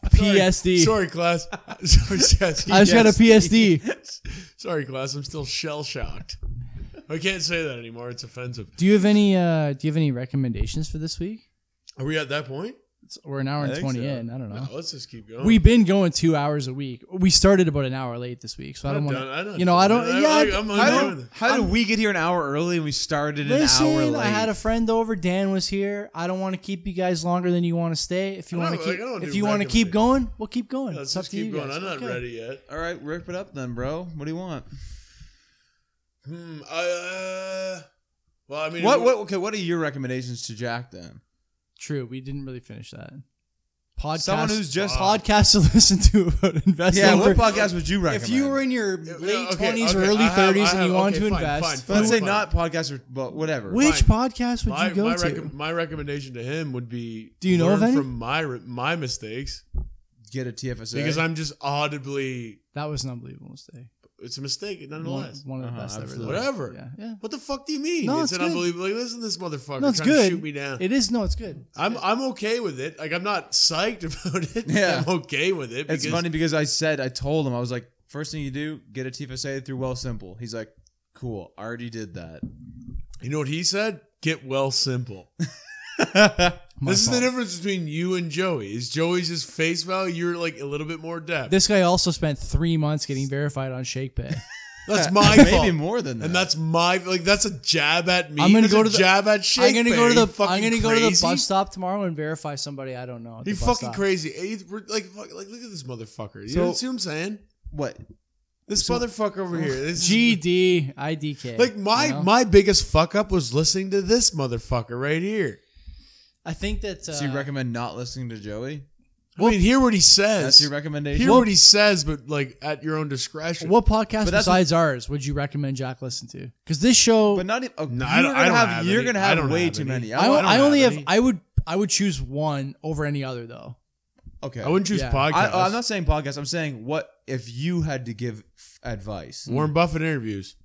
S3: PSD.
S1: Sorry, class. Sorry, Seth.
S3: I just got a PSD.
S1: Sorry, class. I'm still shell shocked. I can't say that anymore. It's offensive.
S3: Do you have any uh, do you have any recommendations for this week?
S1: Are we at that point?
S3: It's, we're an hour
S2: I
S3: and
S2: think
S3: twenty
S2: so.
S3: in. I don't know.
S1: No, let's just keep going.
S3: We've been going two hours a week. We started about an hour late this week, so I
S1: I'm not
S3: don't want
S1: done. I'm
S3: to.
S1: not
S3: You know, I
S1: done.
S3: don't. Yeah, I-
S1: I'm
S2: How
S1: undone with
S2: did,
S1: it.
S2: how did we get here an hour early and we started an
S3: Listen,
S2: hour late?
S3: I had a friend over. Dan was here. I don't want to keep you guys longer than you want to stay. If you
S1: I
S3: want to
S1: don't- like,
S3: keep,
S1: I don't
S3: if
S1: do
S3: you want to keep going, we'll keep going.
S1: Let's
S3: it's up
S1: just
S3: to you
S1: keep going.
S3: guys.
S1: I'm not
S3: Okay.
S1: ready yet.
S2: All right, rip it up then, bro. What do you want?
S1: Hmm. I, uh, well, I mean,
S2: What
S1: we-
S2: what okay? What are your recommendations to Jack then?
S3: True, we didn't really finish that. Podcast.
S2: Someone who's just
S3: podcast to listen to about investing.
S2: yeah.
S3: for-
S2: What podcast would you recommend?
S3: if you were in your
S1: Yeah,
S3: late
S1: okay,
S3: twenties or
S1: okay,
S3: early
S1: I have-
S3: thirties
S1: I
S3: and you
S1: have-
S3: wanted
S1: okay,
S3: to
S1: fine,
S3: invest,
S1: fine,
S2: let's say
S1: Fine.
S2: not podcast or but whatever.
S3: which
S1: Fine.
S3: podcast would
S1: my
S3: you go
S1: my,
S3: to?
S1: recom- my recommendation to him would be.
S3: Do you know of
S1: learn
S3: any?
S1: from my re- my mistakes
S2: Get a TFSA
S1: because I'm just audibly.
S3: that was an unbelievable mistake.
S1: It's a mistake,
S3: One,
S1: nonetheless.
S3: one of the
S2: Uh-huh,
S3: best ever.
S2: absolutely.
S1: Whatever.
S3: Yeah, yeah.
S1: What the fuck do you mean?
S3: No,
S1: it's,
S3: it's
S1: an
S3: good.
S1: unbelievable. Like, listen to this motherfucker
S3: No, it's
S1: trying
S3: good.
S1: to shoot me down.
S3: It is no, it's good.
S1: I'm I'm okay with it. Like I'm not psyched about it.
S2: Yeah.
S1: I'm okay with it.
S2: It's
S1: because-
S2: funny because I said I told him I was like, first thing you do, get a TFSA through Well Simple. He's like, cool, I already did that.
S1: You know what he said? Get well simple.
S3: My
S1: this is the
S3: fault.
S1: difference between you and Joey. Is Joey's just face value? You're like a little bit more depth.
S3: This guy also spent three months getting verified on ShakePay.
S1: that's my
S2: maybe
S1: fault.
S2: more than that.
S1: and that's my like that's a jab at me.
S3: I'm gonna
S1: That's
S3: go
S1: a
S3: to the-
S1: jab at shit.
S3: I'm gonna go to the
S1: fucking
S3: I'm gonna go to the
S1: crazy?
S3: bus stop tomorrow and verify somebody I don't know. at the
S1: You
S3: bus
S1: fucking
S3: stop.
S1: crazy. Hey, we're- Like, fuck, like, look at this motherfucker. You
S2: So-
S1: know, see what I'm saying?
S2: what
S1: This motherfucker over here. This is-
S3: GD IDK.
S1: Like my
S3: you know?
S1: my biggest fuck up was listening to this motherfucker right here.
S3: I think that uh,
S2: so you recommend not listening to Joey?
S1: I mean, hear what he says.
S2: That's your recommendation.
S1: Hear what he says, but like at your own discretion.
S3: what podcast
S2: But that's-
S3: besides ours would you recommend Jack listen to? Because this show,
S2: but not even. Oh,
S1: No,
S2: you're
S1: I don't-
S2: gonna
S1: I don't
S2: have,
S1: have
S2: you're
S1: any.
S2: gonna
S1: I
S2: have
S1: don't
S2: way
S1: have
S2: too
S1: any.
S2: many.
S3: I,
S1: don't
S3: I,
S1: have
S3: only have,
S1: any.
S3: I would I would choose one over any other though.
S2: okay.
S1: I wouldn't choose
S3: Yeah.
S1: podcasts.
S2: I, I'm not saying podcast. I'm saying what if you had to give f- advice?
S1: Warren Buffett interviews.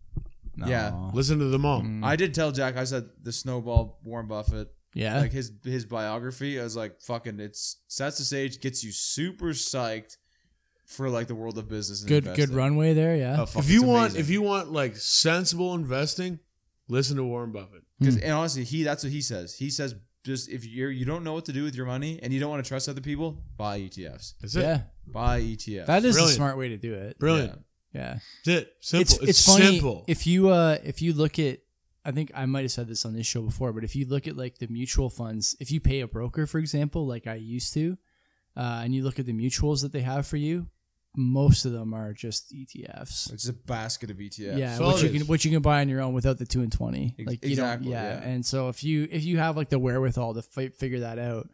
S3: Oh.
S2: Yeah.
S1: Listen to them all.
S3: Mm,
S2: I did tell Jack. I said the snowball Warren Buffett,
S3: yeah.
S2: like his his biography. I was like, fucking, it's sets the stage, gets you super psyched for like the world of business. And
S3: good
S2: investing.
S3: good runway there. Yeah.
S2: Oh,
S1: if
S2: fuck, it's
S1: you want,
S2: amazing.
S1: if you want like sensible investing, listen to Warren Buffett.
S2: 'Cause- and honestly, he that's what he says. He says just if you're you don't know what to do with your money and you don't want to trust other people, buy ETFs.
S1: That's it.
S3: yeah.
S2: Buy E ETFs.
S3: That is the
S1: Brilliant.
S3: smart way to do it.
S1: Brilliant.
S3: Yeah.
S1: That's it. Simple.
S3: It's,
S1: It's,
S3: it's, funny
S1: simple.
S3: if you uh if you look at I think I might have said this on this show before, but if you look at like the mutual funds, if you pay a broker, for example, like I used to, uh, and you look at the mutuals that they have for you, most of them are just ETFs.
S2: It's a basket of E ETFs.
S3: Yeah,
S1: So
S3: which
S1: it
S3: you can
S1: is.
S3: which you can buy on your own without the two and twenty.
S2: Ex-
S3: Like you don't-
S2: exactly,
S3: yeah.
S2: yeah.
S3: And so if you if you have like the wherewithal to fi- figure that out,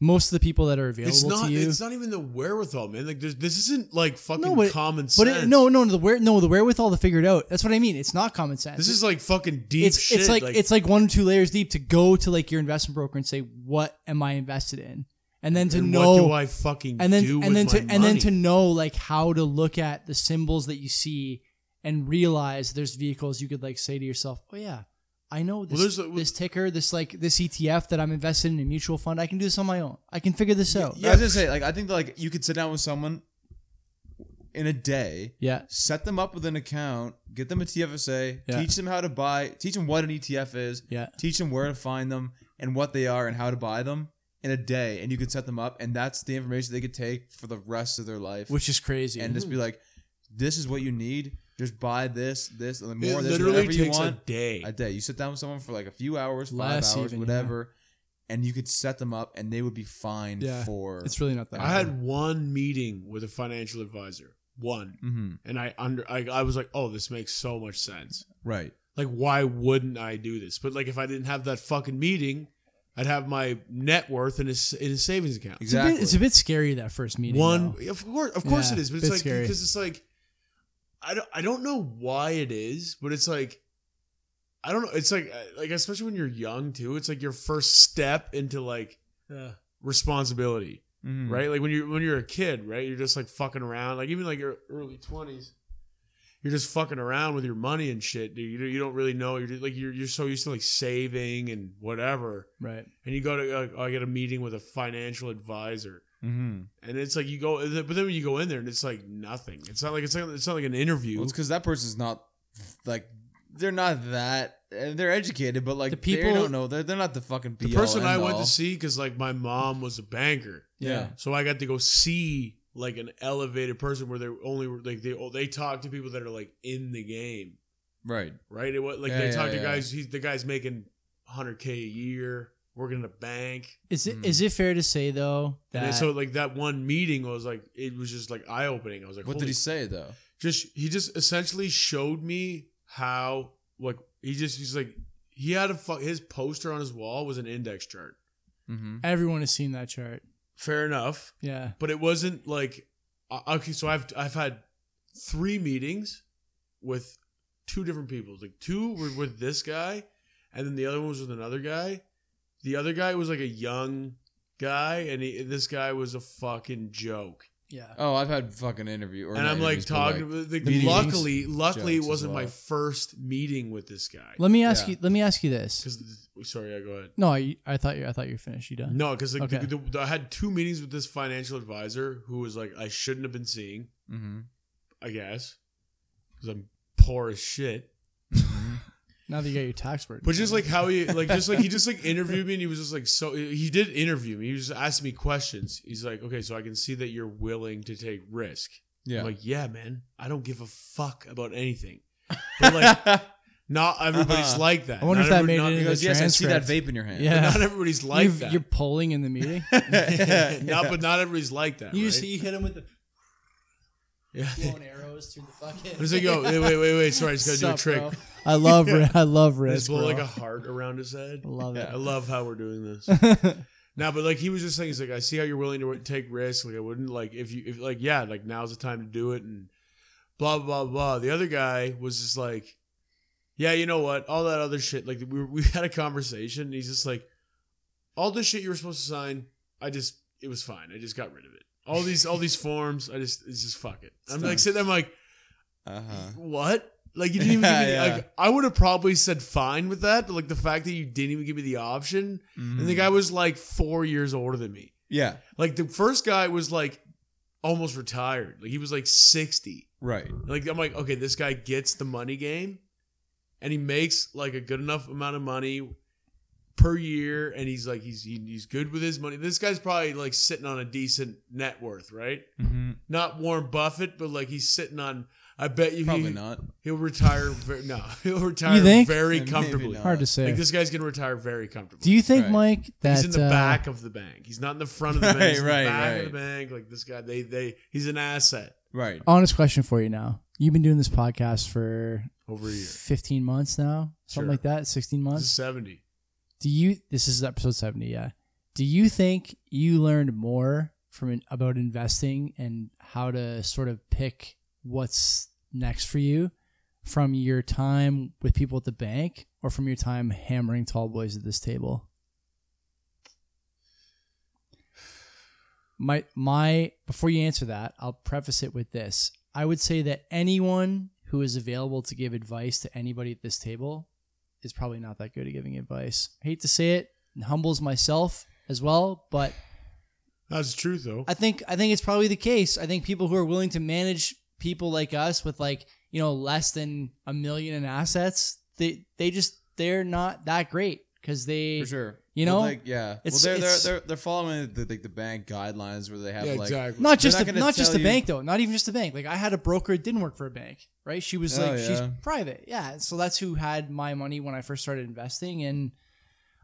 S3: most of the people that are available
S1: It's not.
S3: to you,
S1: It's not even the wherewithal, man. Like there's, this isn't like fucking
S3: No, but-
S1: common
S3: but
S1: sense.
S3: it, no, no, no, the where no the wherewithal to figure it out. That's what I mean. It's not common sense.
S1: this is like fucking deep
S3: it's
S1: shit.
S3: it's like, it's like one or two layers deep to go to like your investment broker and say what am I invested in, and then to
S1: and
S3: know
S1: what do I fucking
S3: and then
S1: do
S3: and then
S1: with
S3: to
S1: my
S3: and then
S1: money?
S3: to know like how to look at the symbols that you see and realize there's vehicles you could like say to yourself, oh yeah, I know
S1: Well,
S3: this
S1: there's a-
S3: this ticker, this like this ETF that I'm invested in a mutual fund. I can do this on my own. I can figure this out.
S2: Yeah, I was gonna say, like, I think like you could sit down with someone in a day,
S3: Yeah,
S2: set them up with an account, get them a TFSA,
S3: Yeah.
S2: teach them how to buy, teach them what an ETF is,
S3: yeah,
S2: teach them where to find them and what they are and how to buy them in a day, and you could set them up, and that's the information they could take for the rest of their life,
S3: which is crazy.
S2: and just be like, this is what you need. Just buy this, this, and
S1: it
S2: more. of this,
S1: literally
S2: whatever you
S1: takes
S2: want
S1: a day.
S2: a day. You sit down with someone for like a few hours, five
S3: Less
S2: hours,
S3: even, yeah.
S2: whatever, and you could set them up, and they would be fine
S3: Yeah.
S2: for.
S3: it's really not that.
S1: I had one meeting with a financial advisor, one,
S2: mm-hmm,
S1: and I under I, I was like, oh, this makes so much sense.
S2: right.
S1: Like, why wouldn't I do this? But like, if I didn't have that fucking meeting, I'd have my net worth in a s- in a savings account.
S3: it's, a
S2: Exactly.
S3: bit, it's a bit scary that first meeting.
S1: One,
S3: though.
S1: of course, of course
S3: Yeah,
S1: it is, but
S3: bit
S1: it's like
S3: scary.
S1: because it's like I don't I don't know why it is, but it's like. I don't know. It's like, uh, like especially when you're young too. It's like your first step into like responsibility.
S3: Hmm.
S2: Mhm.
S1: right? Like when you are when you're a kid, right? You're just like fucking around, like even like your early twenties, you're just fucking around with your money and shit, dude. You don't- you don't really know. You're just- like you're you're so used to like saving and whatever,
S3: right?
S1: and you go to like, oh, I get a meeting with a financial advisor.
S2: Mhm.
S1: And it's like you go, but then when you go in there and it's like nothing. It's not like it's not, it's not like an interview.
S2: Well, it's because that person's not like they're not that. and They're educated, but like
S3: The
S2: they
S3: people-
S2: don't know. They're they're not the fucking
S1: the
S2: be
S1: person
S2: all,
S1: I
S2: end
S1: went
S2: all.
S1: to see because like my mom was a banker,
S2: Yeah.
S1: so I got to go see like an elevated person where they only were like they oh, they talk to people that are like in the game.
S2: Right.
S1: right? It was like
S2: Yeah,
S1: they
S2: yeah,
S1: talk to
S2: yeah.
S1: guys. He's the guy's making 100k a year, working in a bank,
S3: Is it is
S2: Mm.
S3: it fair to say though that
S1: and Hmm. so like that one meeting was like it was just like eye opening. I was like,
S2: What did
S1: holy
S2: he say though?
S1: Just he just essentially showed me how like he just he's like he had a fu- his poster on his wall was an index chart.
S2: Mm-hmm.
S3: everyone has seen that chart?
S1: Fair enough,
S3: Yeah,
S1: but it wasn't like uh, okay. So I've I've had three meetings with two different people. Like two were with this guy, and then the other one was with another guy. The other guy was like a young guy, and he, this guy was a fucking joke.
S3: yeah.
S2: Oh, I've had fucking interview. Or
S1: and
S2: not
S1: I'm like
S2: interviews, but,
S1: talking. like,
S2: meetings,
S1: luckily, luckily, it
S2: jokes as
S1: wasn't my
S2: well.
S1: first meeting with this guy.
S3: Let me ask
S2: Yeah.
S3: you. Let me ask you this.
S1: 'Cause- sorry, I go ahead.
S3: No, I, I thought you. I thought you were finished. You done?
S1: No, because like, the-
S3: Okay.
S1: the- the- I had two meetings with this financial advisor who was like I shouldn't have been seeing.
S2: Mhm.
S1: I guess because I'm poor as shit.
S3: Now that you got your tax burden,
S1: But just like how he like just like he just like interviewed me and he was just like so he did interview me. He was just asking me questions. He's like, okay, so I can see that you're willing to take risk.
S2: Yeah.
S1: I'm like, yeah, man, I don't give a fuck about anything. But like, not everybody's
S2: Uh-huh.
S1: like that.
S3: I wonder
S1: Not
S3: if that
S1: every-
S3: made
S1: not,
S3: it
S2: he
S3: in
S2: goes,
S3: the
S2: yes, I see that
S3: transcript.
S2: vape in your hand.
S3: Yeah.
S1: Not everybody's like
S3: You've-
S1: that.
S3: you're polling in the meeting.
S1: Not, but not everybody's like that.
S3: You
S1: right?
S3: just you hit him with the
S1: yeah.
S3: blown arrows through the fucking.
S1: I was like, yo, wait, wait, wait, wait. Sorry, I just gotta do a trick.
S3: I love ri- I love risk.
S1: Just blow
S3: Bro.
S1: like a heart around his head.
S3: I love
S1: I
S3: it.
S1: love how we're doing this. Now, but like he was just saying, he's like, I see how you're willing to take risks. Like I wouldn't like if you if like yeah, like now's the time to do it and blah blah blah. blah. The other guy was just like, yeah, you know what? All that other shit. Like we we had a conversation. And he's just like, all this shit you were supposed to sign. I just it was fine. I just got rid of it. All these all these forms. I just it's just fuck it. I'm like sitting there. I'm like,
S2: Uh huh.
S1: what? Like you didn't even give me. The,
S2: Yeah, yeah.
S1: like, I would have probably said fine with that, but like the fact that you didn't even give me the option. And
S2: Hmm.
S1: the guy was like four years older than me.
S2: Mm-hmm. Yeah.
S1: Like the first guy was like almost retired. Like he was like 60.
S2: Right.
S1: Like I'm like, okay, this guy gets the money game and he makes like a good enough amount of money per year and he's like he's he, he's good with his money. This guy's probably like sitting on a decent net worth, right?
S2: Mm-hmm.
S1: Not Warren Buffett, but like he's sitting on I bet you
S2: Probably
S1: he,
S2: not.
S1: he'll retire. Ver- no, he'll retire
S3: think?
S1: very
S2: Maybe
S1: comfortably.
S2: not.
S3: Hard to say.
S1: Like this guy's gonna retire very comfortably.
S3: Do you think,
S2: Right.
S3: Mike, that
S1: he's in the
S3: uh,
S1: back of the bank. He's not in the front of the bank.
S2: Right,
S1: he's in
S2: right,
S1: the back
S2: right.
S1: of the bank. Like this guy, they they he's an asset
S2: Right.
S3: honest question for you now? You've been doing this podcast for
S1: over a year. This
S3: 15 months now, something
S1: Sure.
S3: like that, 16
S1: is
S3: months.
S1: seventy.
S3: Do you? This is episode 70. Yeah. Do you think you learned more from in- about investing and how to sort of pick what's next for you from your time with people at the bank or from your time hammering tall boys at this table? my my before you answer that i'll preface it with this i would say that anyone who is available to give advice to anybody at this table is probably not that good at giving advice I hate to say it and humbles myself as well but
S1: That's the truth though.
S3: i think i think it's probably the case i think people who are willing to manage people like us with like you know less than a million in assets they they just they're not that great because they
S2: For sure.
S3: You
S2: Well,
S3: know,
S2: like yeah.
S3: it's-
S2: well, they're,
S3: it's-
S2: they're they're they're following the, the, the bank guidelines where they have
S1: yeah,
S2: like
S1: exactly.
S3: not
S2: They're
S3: just
S2: not
S3: the,
S2: gonna
S3: not just
S2: tell
S3: the
S2: you-
S3: bank though. Not even just the bank. Like I had a broker, it didn't work for a bank, right? She was
S2: Oh,
S3: like she's
S2: yeah.
S3: private, yeah. So that's who had my money when I first started investing. And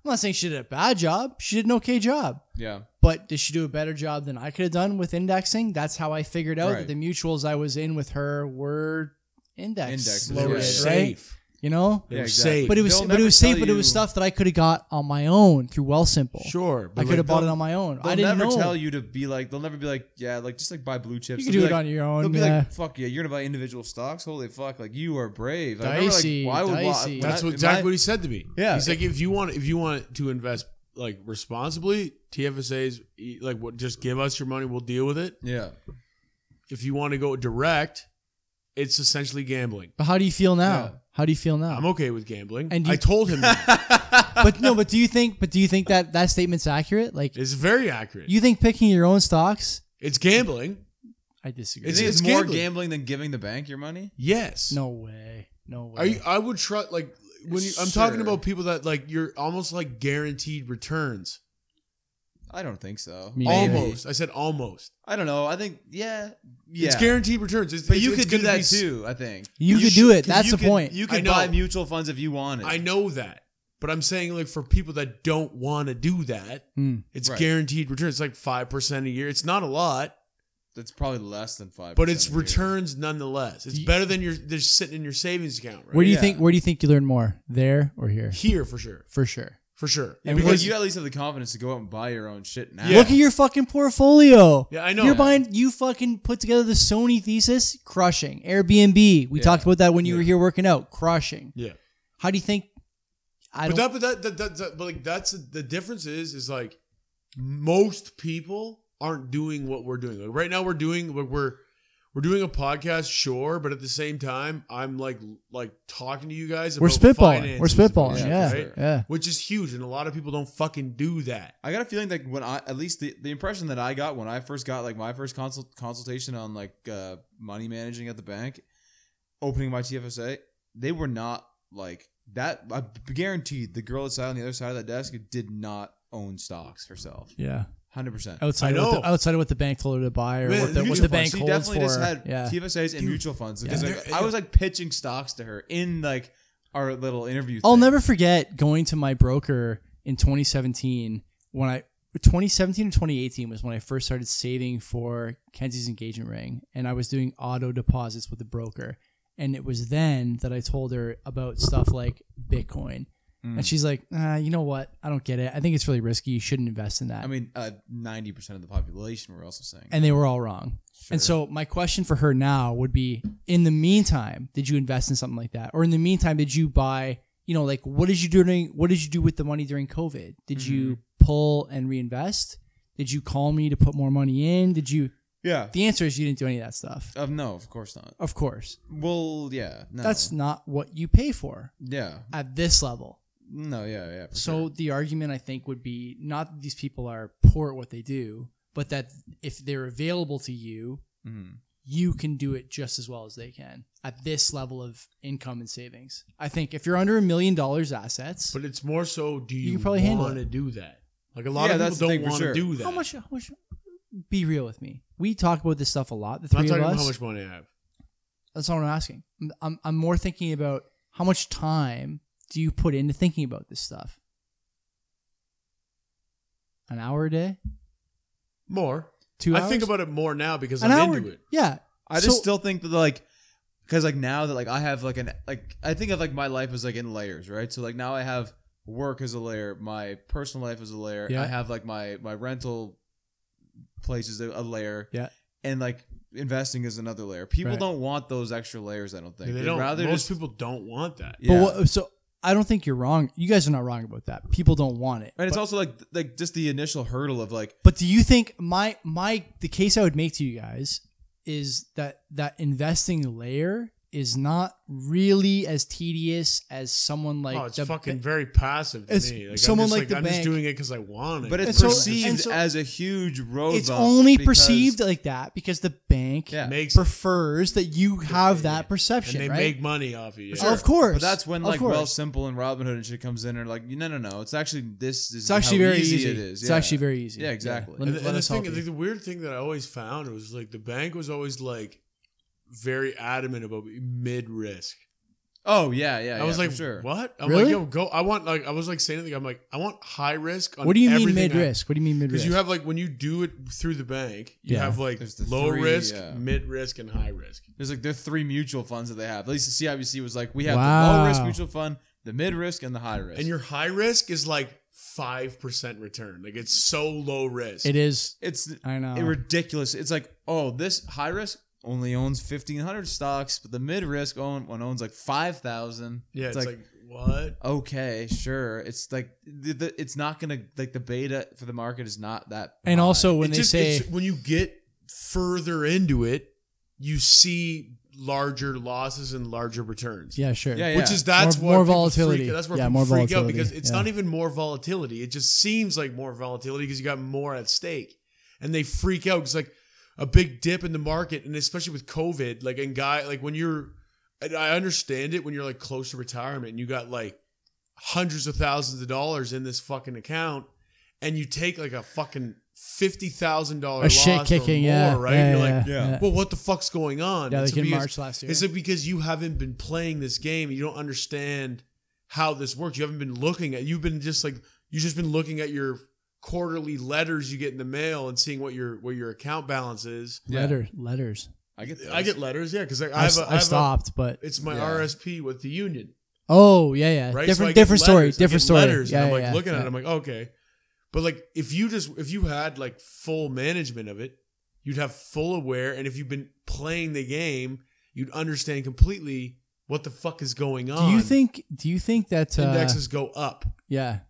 S3: I'm not saying she did a bad job. She did an okay job,
S2: yeah.
S3: but did she do a better job than I could have done with indexing? That's how I figured out
S2: Right.
S3: that the mutuals I was in with her were index,
S2: Index,
S1: They were
S3: loaded,
S2: yeah.
S3: right?
S1: safe.
S3: You know.
S1: They
S2: Yeah,
S1: were
S2: exactly.
S1: safe.
S3: But it was
S2: They'll
S3: but it
S2: never
S3: was safe,
S2: tell
S3: but it was
S2: you-
S3: stuff that I could have got on my own through Wellsimple.
S1: sure,
S3: I
S1: but
S3: could have
S1: like,
S3: bought it on my own.
S2: They'll
S3: I didn't
S2: never
S3: know.
S2: tell you to be like. They'll never be like, yeah, like just like buy blue chips.
S3: you could
S2: They'll
S3: do
S2: be
S3: it
S2: like-
S3: on your
S2: They'll
S3: own.
S2: be
S3: yeah.
S2: like, fuck yeah, you're gonna buy individual stocks. Holy fuck, like you are brave. Like, I remember,
S3: Dicey,
S2: like, why would why-
S3: dicey.
S2: when
S1: That's
S2: I-
S1: what
S2: in
S1: exactly
S2: my-
S1: what he said to me.
S2: Yeah.
S1: he's like, if you want, if you want to invest like responsibly, TFSA's e- like what? Just give us your money, we'll deal with it.
S2: Yeah.
S1: If you want to go direct, it's essentially gambling.
S3: But how do you feel now?
S2: Yeah.
S3: How do you feel now?
S1: I'm okay with gambling.
S3: And
S1: And
S3: you-
S1: I told him that.
S3: but no, but do you think? But do you think that that statement's accurate? Like,
S1: it's very accurate.
S3: you think picking your own stocks?
S1: it's gambling.
S3: I disagree.
S2: Is
S1: It's-
S2: it
S1: it's
S2: more
S1: gambling.
S2: gambling than giving the bank your money?
S1: Yes.
S3: no way. No way.
S1: Are you, I would trust like when you, I'm talking
S2: Sure.
S1: about people that like you're almost like guaranteed returns.
S2: I don't think so.
S3: Me neither.
S1: Almost. I said almost.
S2: I don't know. I think yeah, yeah.
S1: It's guaranteed returns. It's,
S2: but
S1: it's-
S2: you
S1: it's
S2: could do
S1: gonna
S2: that
S1: be s-
S2: too. I think
S3: You could
S2: sh-
S3: do it.
S2: 'cause
S3: That's
S2: you
S3: the
S2: could-
S3: point.
S2: You
S1: I
S2: could
S1: know.
S2: buy mutual funds if you wanted.
S1: I know that, but I'm saying like for people that don't want to do that,
S3: Hmm.
S1: it's
S2: Right.
S1: guaranteed returns. It's like five percent a year. It's not a lot,
S2: That's probably less than five.
S1: but it's returns nonetheless. It's
S3: Ye-
S1: better than your they're sitting in your savings account, right?
S3: where do you
S2: yeah.
S3: think? Where do you think you learn more? There or here?
S1: Here for sure,
S3: For sure.
S1: for sure.
S2: And
S1: because
S2: because you at least have the confidence to go out and buy your own shit now.
S1: Yeah.
S3: Look at your fucking portfolio.
S1: yeah, I know.
S3: You're buying. You fucking put together the Sony thesis, crushing. Airbnb. We
S2: Yeah.
S3: talked about that when you
S1: Yeah.
S3: were here working out, crushing.
S1: yeah.
S3: How do you think? I
S1: but
S3: don't.
S1: that, but that, that, that, that- but like that's the difference is is like most people aren't doing what we're doing. Like right now, we're doing like we're we're doing a podcast, sure, but at the same time, I'm like like talking to you guys.
S3: we're
S1: about
S3: spitballing. We're
S1: finances and
S3: spitballing.
S1: shit,
S3: Yeah.
S1: right?
S3: Yeah.
S1: which is huge, and a lot of people don't fucking do that.
S2: I got a feeling that when I, at least the, the impression that I got when I first got like my first consult consultation on like uh, money managing at the bank, opening my TFSA, they were not like that. I guaranteed the girl that sat on the other side of that desk did not own stocks herself,
S3: Yeah.
S2: hundred percent.
S3: outside
S1: I
S3: of what the,
S1: know.
S3: outside of what the bank told her to buy or
S1: Man,
S3: what the, what
S1: mutual
S3: the
S1: funds.
S3: bank
S2: she
S3: holds
S2: definitely
S3: for.
S2: just had
S3: yeah.
S2: TFSAs and
S1: Dude.
S2: mutual funds because
S1: Yeah.
S2: like, I was like pitching stocks to her in like our little interview.
S3: I'll
S2: thing.
S3: never forget going to my broker in 2017 when I 2017 and 2018 was when I first started saving for Kenzie's engagement ring and I was doing auto deposits with the broker and it was then that I told her about stuff like Bitcoin
S2: Mm.
S3: and she's like ah, you know what I don't get it I think it's really risky you shouldn't invest in that
S2: I mean, uh, ninety percent of the population were also saying.
S3: and they were all wrong
S2: Sure.
S3: And so my question for her now would be in the meantime, did you invest in something like that? Or in the meantime, did you buy, you know, like what did you do during what did you do with the money during COVID? Did you
S2: Mm-hmm.
S3: pull and reinvest? Did you call me to put more money in? Did you
S2: yeah,
S3: The answer is you didn't do any of that stuff.
S2: Of no, of course not.
S3: Of course.
S2: Well, yeah, no.
S3: That's not what you pay for
S2: yeah,
S3: at this level.
S2: no, yeah, yeah. for
S3: So
S2: sure.
S3: the argument I think would be not that these people are poor at what they do, but that if they're available to you,
S2: Mhm.
S3: you can do it just as well as they can at this level of income and savings. I think if you're under a million dollars assets,
S1: But it's more so, do you,
S3: can probably handle
S1: want to
S3: it.
S1: do that? Like a lot
S2: Yeah,
S1: of
S2: that's the
S1: people
S2: thing
S1: don't
S2: for
S1: want to
S2: sure.
S1: do that.
S3: how much? How much? Be real with me. We talk about this stuff a lot. The
S1: I'm
S3: three
S1: not
S3: of
S1: talking about
S3: us.
S1: how much money I have.
S3: That's not what I'm asking. I'm, I'm, I'm more thinking about how much time do you put into thinking about this stuff? An hour a day?
S1: More.
S3: Two hours?
S1: I think about it more now because
S3: an
S1: I'm
S3: hour.
S1: into it.
S3: Yeah.
S2: I just
S3: So-
S2: still think that like because like now that like I have like an like I think of like my life as like in layers, right? So like now I have work as a layer, my personal life as a layer,
S3: Yeah.
S2: I have like my my rental place is a, a layer,
S3: Yeah.
S2: and like investing is another layer. People
S3: Right.
S2: don't want those extra layers. I don't think
S1: they
S2: They'd
S1: don't.
S2: Rather
S1: most
S2: just,
S1: people don't want that.
S2: yeah.
S3: But what, so I don't think you're wrong. You guys are not wrong about that. People don't want it.
S2: and it's
S3: but,
S2: also like like just the initial hurdle of like
S3: but do you think my my the case I would make to you guys is that that investing layer is not really as tedious as someone like
S1: oh, it's
S3: the-
S1: fucking very passive to
S3: it's
S1: me. Like,
S3: somemeone
S1: I'm just
S3: like
S1: like,
S3: the
S1: I'm
S3: bank.
S1: just doing it because I want it.
S2: but
S3: And
S2: it's
S3: so- and
S2: perceived
S3: so-
S2: as a huge road
S3: it's
S2: bump
S3: only
S2: because-
S3: perceived like that because the bank
S2: yeah
S1: makes
S3: prefers that you have that
S1: and
S3: perception,
S1: they
S3: right?
S1: make money off of you.
S3: Sure. Of course,
S2: But that's when
S3: Of
S2: like Well
S3: course.
S2: Simple and Robinhood and shit comes in and are like, no, no, no. It's actually this. this
S3: it's
S2: is
S3: actually
S2: how
S3: very
S2: easy,
S3: easy.
S2: It is.
S3: It's
S2: yeah.
S3: actually very easy.
S2: Yeah, exactly.
S3: Let,
S1: And,
S3: me-
S1: the-
S3: let
S1: and the
S3: us
S1: thing,
S3: help
S1: the,
S3: you.
S1: the weird thing that I always found was like the bank was always like very adamant about mid risk.
S2: Oh yeah, yeah.
S1: I was
S2: yeah, for
S1: like,
S2: sure.
S1: what? I'm
S3: Really?
S1: like, yo, go. I want like I was like saying to the guy, I'm like, I want high risk. On
S3: What do you mean
S1: everything I-
S3: mid risk? What do you mean mid
S1: Because
S3: risk?
S1: you have like when you do it through the bank, you
S3: Yeah.
S1: have like
S2: There's the
S1: low
S2: three,
S1: risk,
S2: yeah.
S1: mid risk, and high risk.
S2: There's like there are three mutual funds that they have. At least the CIBC was like, we have the low
S3: Wow.
S2: risk mutual fund, the mid risk, and the high risk.
S1: And your high risk is like five percent return. Like it's so low risk.
S3: it is.
S2: it's
S3: I know.
S2: it ridiculous. It's like, oh, this high risk only owns fifteen hundred stocks, but the mid risk own one owns like five thousand.
S1: Yeah, it's,
S2: like,
S1: like, what?
S2: okay, sure. It's like the, the, it's not gonna like the beta for the market is not that.
S3: and
S2: high.
S3: also when
S1: It
S3: they
S1: just-
S3: say
S1: it's- when you get further into it, you see larger losses and larger returns.
S3: yeah, sure.
S2: Yeah, yeah.
S1: Which is that's
S3: More-
S1: what
S3: more
S1: people
S3: volatility.
S1: Freak, that's where
S3: Yeah,
S1: people
S3: more
S1: freak out
S3: volatility,
S1: because it's
S3: yeah.
S1: not even more volatility. It just seems like more volatility because you got more at stake, and they freak out because like a big dip in the market, and especially with COVID, like and guy like when you're, and I understand it when you're like close to retirement and you got like hundreds of thousands of dollars in this fucking account, and you take like a fucking fifty thousand dollar
S3: a shit kicking. Yeah,
S1: right?
S3: Yeah,
S1: you're
S3: yeah,
S1: like,
S2: yeah.
S3: yeah.
S1: well, what the fuck's going on?
S3: Yeah,
S1: It's
S3: like in
S1: because-
S3: March last year.
S1: is it because you haven't been playing this game? and You don't understand how this works. You haven't been looking at. You've been just like you've just been looking at your quarterly letters you get in the mail and seeing what your what your account balance is.
S2: Yeah.
S3: Letter, letters.
S2: I get
S1: I
S2: those.
S1: get letters, yeah, because I,
S3: I,
S1: I have.
S3: s-
S1: A, I
S3: I
S1: have a-
S3: stopped, but
S1: it's my
S2: Yeah.
S1: RSP with the union,
S3: oh yeah, yeah.
S1: right? So I
S3: Different,
S1: get
S3: different story.
S1: letters, I
S3: Different
S1: get
S3: story.
S1: Letters,
S3: yeah,
S1: and I'm
S3: yeah,
S1: like
S3: yeah,
S1: looking at
S3: yeah.
S1: it. I'm like, okay, but like if you just if you had like full management of it, you'd have full aware, and if you've been playing the game, you'd understand completely what the fuck is going on.
S3: Do you think? Do you think that? Uh,
S1: indexes go up.
S3: Yeah.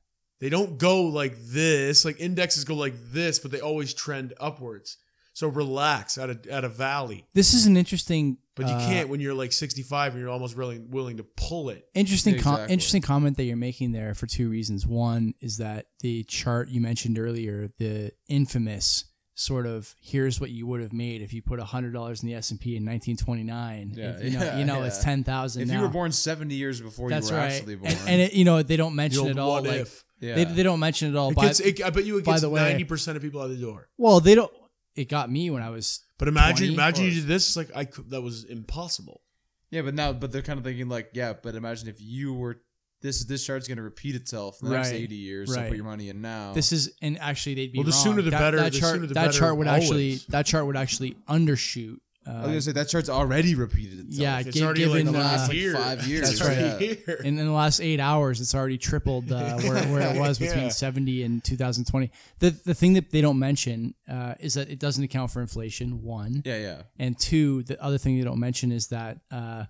S1: They don't go like this. Like indexes go like this, but they always trend upwards. So relax at a at a valley.
S3: This is an interesting.
S1: But you
S3: uh,
S1: can't when you're like 65 and you're almost willing willing to pull it.
S3: Interesting, com-
S2: Exactly.
S3: interesting comment that you're making there for two reasons. One is that the chart you mentioned earlier, the infamous sort of here's what you would have made if you put hundred dollars in the S and P in 1929.
S2: Yeah,
S3: you know,
S2: yeah,
S3: you know it's
S2: yeah.
S3: ten thousand.
S2: If you were born 70 years before
S3: that's
S2: you were
S3: right.
S2: actually born.
S3: And, and it, you know they don't mention
S1: You'll
S3: it all.
S1: what
S3: Like,
S1: if?
S2: yeah.
S3: they, they don't mention it all.
S1: It
S3: Oh, by,
S1: gets, it, I bet you it
S3: by
S1: gets
S3: the way-
S1: 90% of people out the door.
S3: well, they don't. It got me when I was.
S1: But imagine
S3: 20?
S1: imagine you did this it's like I could, that was impossible.
S2: yeah, but now, but they're kind of thinking like, yeah, but imagine if you were, this this chart's going to repeat itself in the next
S3: Right.
S2: 80 years, so
S3: Right.
S2: put your money in now.
S3: This is and actually they'd be
S1: Well, the
S3: wrong.
S1: sooner the
S3: That-
S1: better,
S3: That
S1: the
S3: chart,
S1: sooner the
S3: that
S1: better,
S3: chart would actually
S1: always.
S3: that chart would actually undershoot.
S2: I was going
S3: Uh,
S2: to say, that chart's already repeated itself.
S3: Yeah,
S1: It's
S3: gi-
S1: already
S3: given,
S1: like the
S3: uh,
S1: last
S2: Like
S1: year.
S2: five years,
S1: It's
S3: that's
S1: already here.
S3: and in the last eight hours, it's already tripled uh, where, where it was between
S1: Yeah.
S3: 70 and 2020. The, the thing that they don't mention uh, is that it doesn't account for inflation, one.
S2: Yeah, yeah.
S3: And two, the other thing they don't mention is that uh,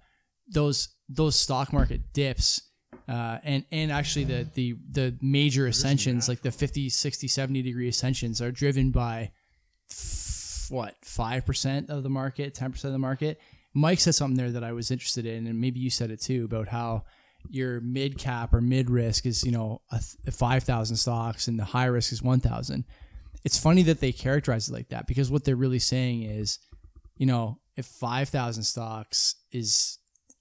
S3: those those stock market dips uh, and, and actually the, the, the major ascensions, like the 50, 60, 70 degree ascensions, are driven by f- what, 5% of the market, 10% of the market? Mike said something there that I was interested in, and maybe you said it too about how your mid cap or mid risk is you know a th- five thousand stocks, and the high risk is one thousand. It's funny that they characterize it like that because what they're really saying is, you know, if five thousand stocks is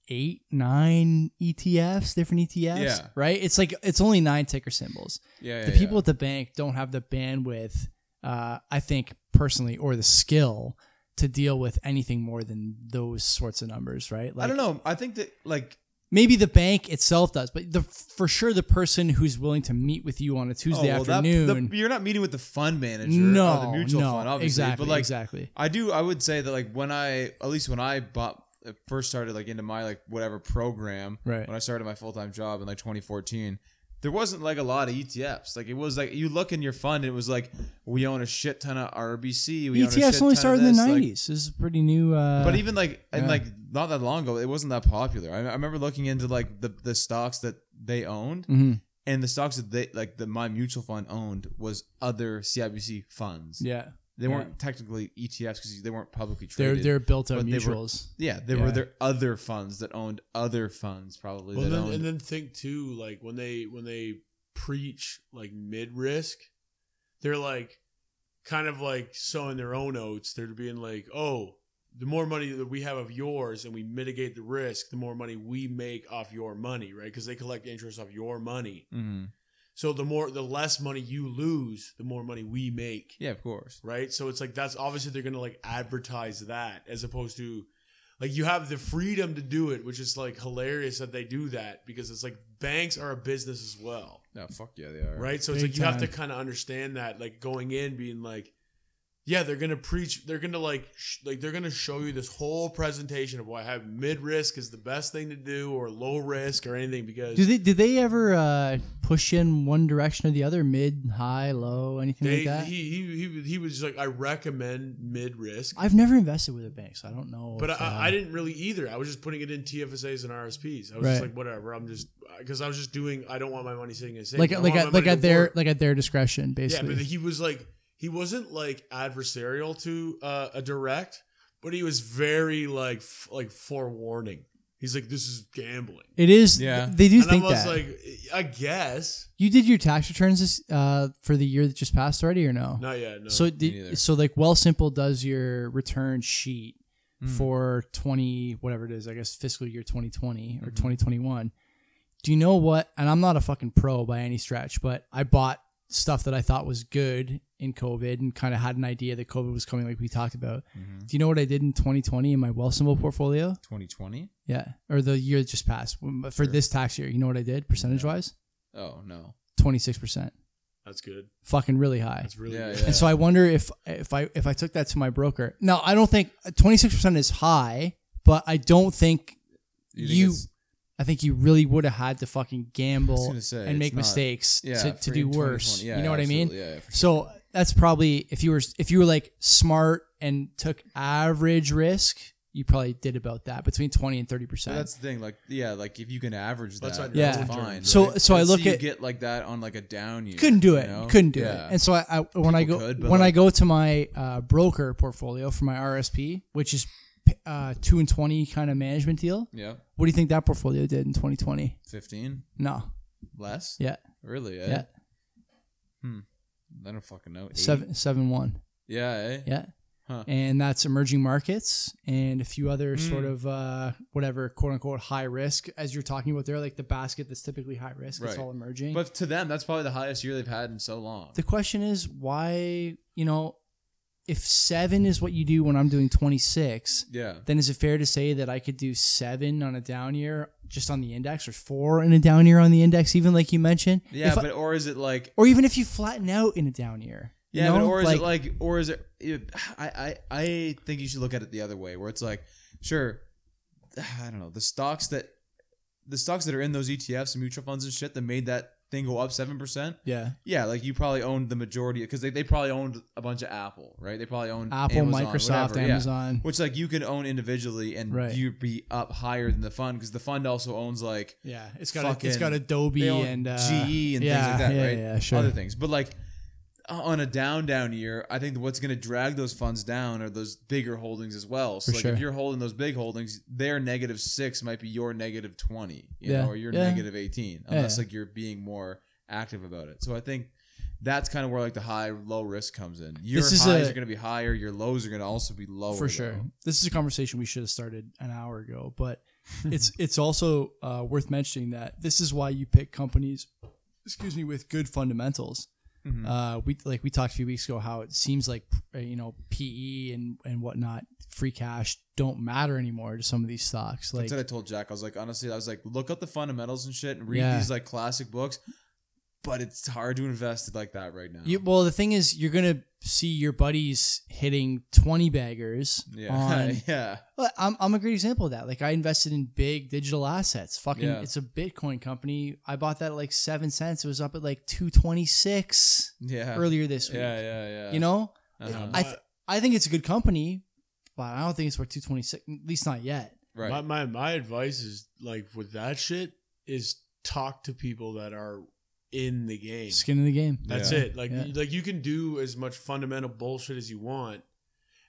S3: eight, nine ETFs, different ETFs,
S2: Yeah.
S3: right? It's like it's only nine ticker symbols
S2: Yeah, yeah.
S3: the people at the bank don't have the bandwidth, uh, I think personally, or the skill to deal with anything more than those sorts of numbers, right?
S2: I don't know. I think that like
S3: Maybe the bank itself does, but the for sure the person who's willing to meet with you on a
S2: oh,
S3: Tuesday
S2: well, that- the-
S3: afternoon.
S2: you're not meeting with the fund manager
S3: no,
S2: or the mutual
S3: no,
S2: fund, obviously.
S3: exactly,
S2: but like
S3: exactly.
S2: I do. I would say that like when I, at least when I bought uh, first started like into my like whatever program,
S3: Right.
S2: When I started my full time job in like 2014, there wasn't like a lot of ETFs. Like it was like you look in your fund, and it was like we own a shit ton of RBC. We own a shit
S3: ETFs E only
S2: ton of
S3: started in
S2: this,
S3: the
S2: like-
S3: nineties. this is pretty new. Uh,
S2: but even like and
S3: yeah.
S2: like not that long ago, it wasn't that popular. I, I remember looking into like the the stocks that they owned,
S3: Mhm.
S2: and the stocks that they like that my mutual fund owned was other CIBC funds.
S3: yeah,
S2: They
S3: Yeah.
S2: weren't technically E ETFs because they weren't publicly
S3: they're
S2: traded.
S3: they're built
S2: but
S3: on
S2: they were-
S3: mutuals.
S2: Yeah, there
S3: Yeah.
S2: were their other funds that owned other funds probably
S1: Well,
S2: that
S1: then,
S2: owned.
S1: and then think too, like when they when they preach like mid risk, they're like kind of like sowing their own oats. They're being like, oh, the more money that we have of yours, and we mitigate the risk, the more money we make off your money, right? Because they collect interest off your money.
S2: Mhm.
S1: So the more, the less money you lose, the more money we make
S2: Yeah, of course.
S1: right? So it's like that's obviously they're gonna like advertise that as opposed to like you have the freedom to do it, which is like hilarious that they do that because it's like banks are a business as well,
S2: No, fuck yeah, they are.
S1: right? So it's
S3: Big
S1: like you have to
S3: time.
S1: kind of understand that, like going in, being like, yeah, they're gonna preach, they're gonna like, sh- like they're gonna show you this whole presentation of why have mid risk is the best thing to do or low risk or anything because
S3: Do they did they ever uh, push in one direction or the other, mid, high, low, anything
S1: they
S3: like that?
S1: he he he was- he was like, I recommend mid risk.
S3: I've never invested with a bank, so I don't know.
S1: But I,
S3: if, uh,
S1: I didn't really either. I was just putting it in TFSAs and RSPs. I was
S3: Right.
S1: just like, whatever. I'm just because I was just doing. I don't want my money sitting in a safe.
S3: like
S1: I want
S3: like
S1: my
S3: at,
S1: money
S3: like
S1: to
S3: at their
S1: work.
S3: like at their discretion,
S1: yeah.
S3: basically.
S1: But he was like, he wasn't like adversarial to uh, a direct, but he was very like f- like forewarning. He's like, this is gambling.
S3: it is.
S2: Yeah.
S3: they do
S1: and I
S3: think
S1: was
S3: that.
S1: like, I guess
S3: you did your tax returns this, uh, for the year that just passed already, or no?
S1: not yet. No.
S3: so
S2: neither.
S3: did, so like Well Simple does your return sheet
S2: Hmm.
S3: for twenty whatever it is, I guess fiscal year twenty twenty or
S2: Mhm.
S3: twenty twenty one. Do you know what? And I'm not a fucking pro by any stretch, but I bought stuff that I thought was good in COVID and kind of had an idea that COVID was coming, like we talked about.
S2: Mhm.
S3: Do you know what I did in 2020 in my Well Simple portfolio?
S2: 2020?
S3: Yeah, or the year that just passed for
S2: Sure.
S3: this tax year. You know what I did percentage wise?
S2: Oh, no.
S3: Twenty six percent,
S1: that's good.
S3: fucking really high.
S1: That's really
S2: Yeah,
S1: good.
S2: yeah.
S3: And so I wonder if if I if I took that to my broker. Now I don't think twenty six percent is high, but I don't think
S2: think
S3: You-
S2: it's-
S3: I think you really would have had to fucking
S2: I was
S3: gamble
S2: gonna say,
S3: and make
S2: it's not-
S3: mistakes
S2: yeah,
S3: to, to
S2: for
S3: do
S2: in
S3: worse.
S2: 2020. Yeah,
S3: you know what I mean?
S2: absolutely. Yeah, yeah, for sure.
S3: So that's probably if you were if you were like smart and took average risk, you probably did about that between twenty and thirty
S2: But
S3: percent.
S2: that's the thing. Like, yeah, like if you can average that,
S1: That's on
S2: that's
S1: your
S3: Yeah.
S1: own
S2: fine.
S1: terms,
S3: So-
S1: right?
S3: so I
S2: Let's
S3: look
S2: say you
S3: at-
S2: get like that on like a down year.
S3: couldn't do
S2: you
S3: it
S2: know?
S3: couldn't do
S2: Yeah.
S3: it and so i, I when i go
S2: People could, but
S3: when i
S2: like-
S3: go to my uh, broker portfolio for my rsp which is uh, 2 and 20 kind of management deal
S2: yeah,
S3: what do you think that portfolio did in 2020
S2: fifteen
S3: no
S2: less.
S3: yeah
S2: Really? Eh?
S3: Yeah.
S2: Hmm. I don't fucking know. Eight?
S3: 7 7 1
S2: Yeah. Eh?
S3: yeah
S2: Huh.
S3: and that's emerging markets and a few other
S2: Hmm.
S3: sort of uh, whatever quote unquote high risk as you're talking about there like the basket that's typically high risk
S2: Right.
S3: it's all emerging
S2: But to them, that's probably the highest year they've had in so long.
S3: The question is why, you know, if seven is what you do when I'm doing 26,
S2: yeah.
S3: then is it fair to say that I could do seven on a down year just on the index or four in a down year on the index, even like you mentioned?
S2: Yeah,
S3: If I-
S2: but or is it like
S3: or even if you flatten out in a down year. you
S2: yeah, but
S3: know?
S2: or is it like or is it, it? I I I think you should look at it the other way, where it's like, sure, I don't know the stocks that the stocks that are in those ETFs and mutual funds and shit that made that thing go up seven percent.
S3: yeah,
S2: Yeah, like you probably owned the majority because they, they probably owned a bunch of Apple, right? They probably owned
S3: Apple,
S2: Amazon,
S3: Microsoft,
S2: whatever, yeah.
S3: Amazon.
S2: Which like you can own individually and
S3: Right.
S2: you'd be up higher than the fund because the fund also owns like
S3: Yeah, it's got a, it's
S2: Fucking-
S3: got Adobe
S2: they own
S3: and uh,
S2: GE and
S3: yeah,
S2: things like that,
S3: yeah,
S2: right?
S3: Yeah, sure.
S2: Other things, but like uh, on a down down year, I think what's going to drag those funds down are those bigger holdings as well. So
S3: For
S2: like
S3: sure.
S2: if you're holding those big holdings, their negative six might be your negative twenty, you
S3: Yeah.
S2: know, or your
S3: Yeah.
S2: negative eighteen, unless
S3: Yeah.
S2: like you're being more active about it. So I think. That's kind of where like the high low risk comes in. Your
S3: This is
S2: highs
S3: a-
S2: are going to be higher, your lows are going to also be lower.
S3: for sure
S2: though.
S3: this is a conversation we should have started an hour ago but it's it's also uh, worth mentioning that this is why you pick companies excuse me with good fundamentals
S2: Mhm.
S3: Uh, we like we talked a few weeks ago how it seems like uh, you know PE and and whatnot, free cash don't matter anymore to some of these stocks. Like
S2: That's what I told Jack. I was like, honestly, I was like, look up the fundamentals and shit and read
S3: Yeah.
S2: these like classic books, but it's hard to invest it like that right now.
S3: You, well, the thing is, you're gonna see your buddies hitting twenty baggers.
S2: yeah,
S3: On,
S2: yeah.
S3: Well, I'm, I'm a great example of that. Like I invested in big digital assets. Fucking,
S2: Yeah.
S3: it's a Bitcoin company. I bought that at like seven cents. It was up at like two twenty six
S2: Yeah.
S3: earlier this
S2: Yeah,
S3: week.
S2: yeah, yeah.
S3: You know,
S2: Uh-huh.
S3: I th- I think it's a good company, but I don't think it's worth two twenty six. At least not yet.
S2: right.
S1: My, my my advice is like with that shit is talk to people that are in the game.
S3: Skin in the game.
S1: That's
S2: Yeah.
S1: it. Like
S3: Yeah.
S1: like you can do as much fundamental bullshit as you want,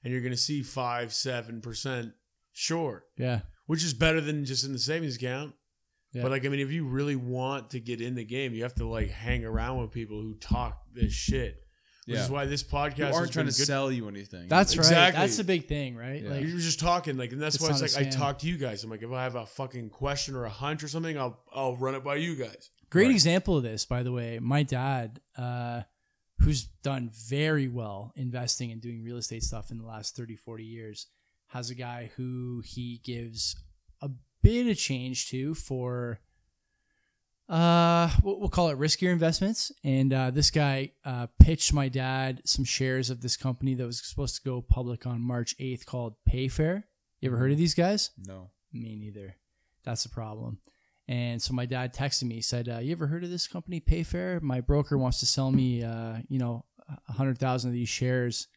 S1: and you're gonna see five seven percent short,
S3: Yeah.
S1: which is better than just in the savings account.
S3: Yeah.
S1: But like I mean, if you really want to get in the game, you have to like hang around with people who talk this shit. Which
S2: yeah.
S1: is why this podcast
S2: You
S1: has
S2: aren't trying
S1: been
S2: to
S1: good
S2: sell you anything.
S3: That's right.
S1: Exactly.
S3: That's the big thing, right?
S2: Yeah.
S3: Like,
S1: you were just talking, like, and that's
S3: It's
S1: why
S3: not
S1: it's
S3: a
S1: like I
S3: scam.
S1: talk to you guys. I'm like, if I have a fucking question or a hunch or something, I'll I'll run it by you guys.
S3: Great
S2: Right.
S3: example of this, by the way. My dad, uh, who's done very well investing and doing real estate stuff in the last 30, 40 years, has a guy who he gives a bit of change to for, uh, we'll we'll call it riskier investments. And uh, this guy uh, pitched my dad some shares of this company that was supposed to go public on March 8th called Payfair. You ever heard of these guys?
S2: no.
S3: Me neither. That's the problem. And so my dad texted me, said, uh, "You ever heard of this company, Payfair? My broker wants to sell me, uh, you know, a hundred thousand of these shares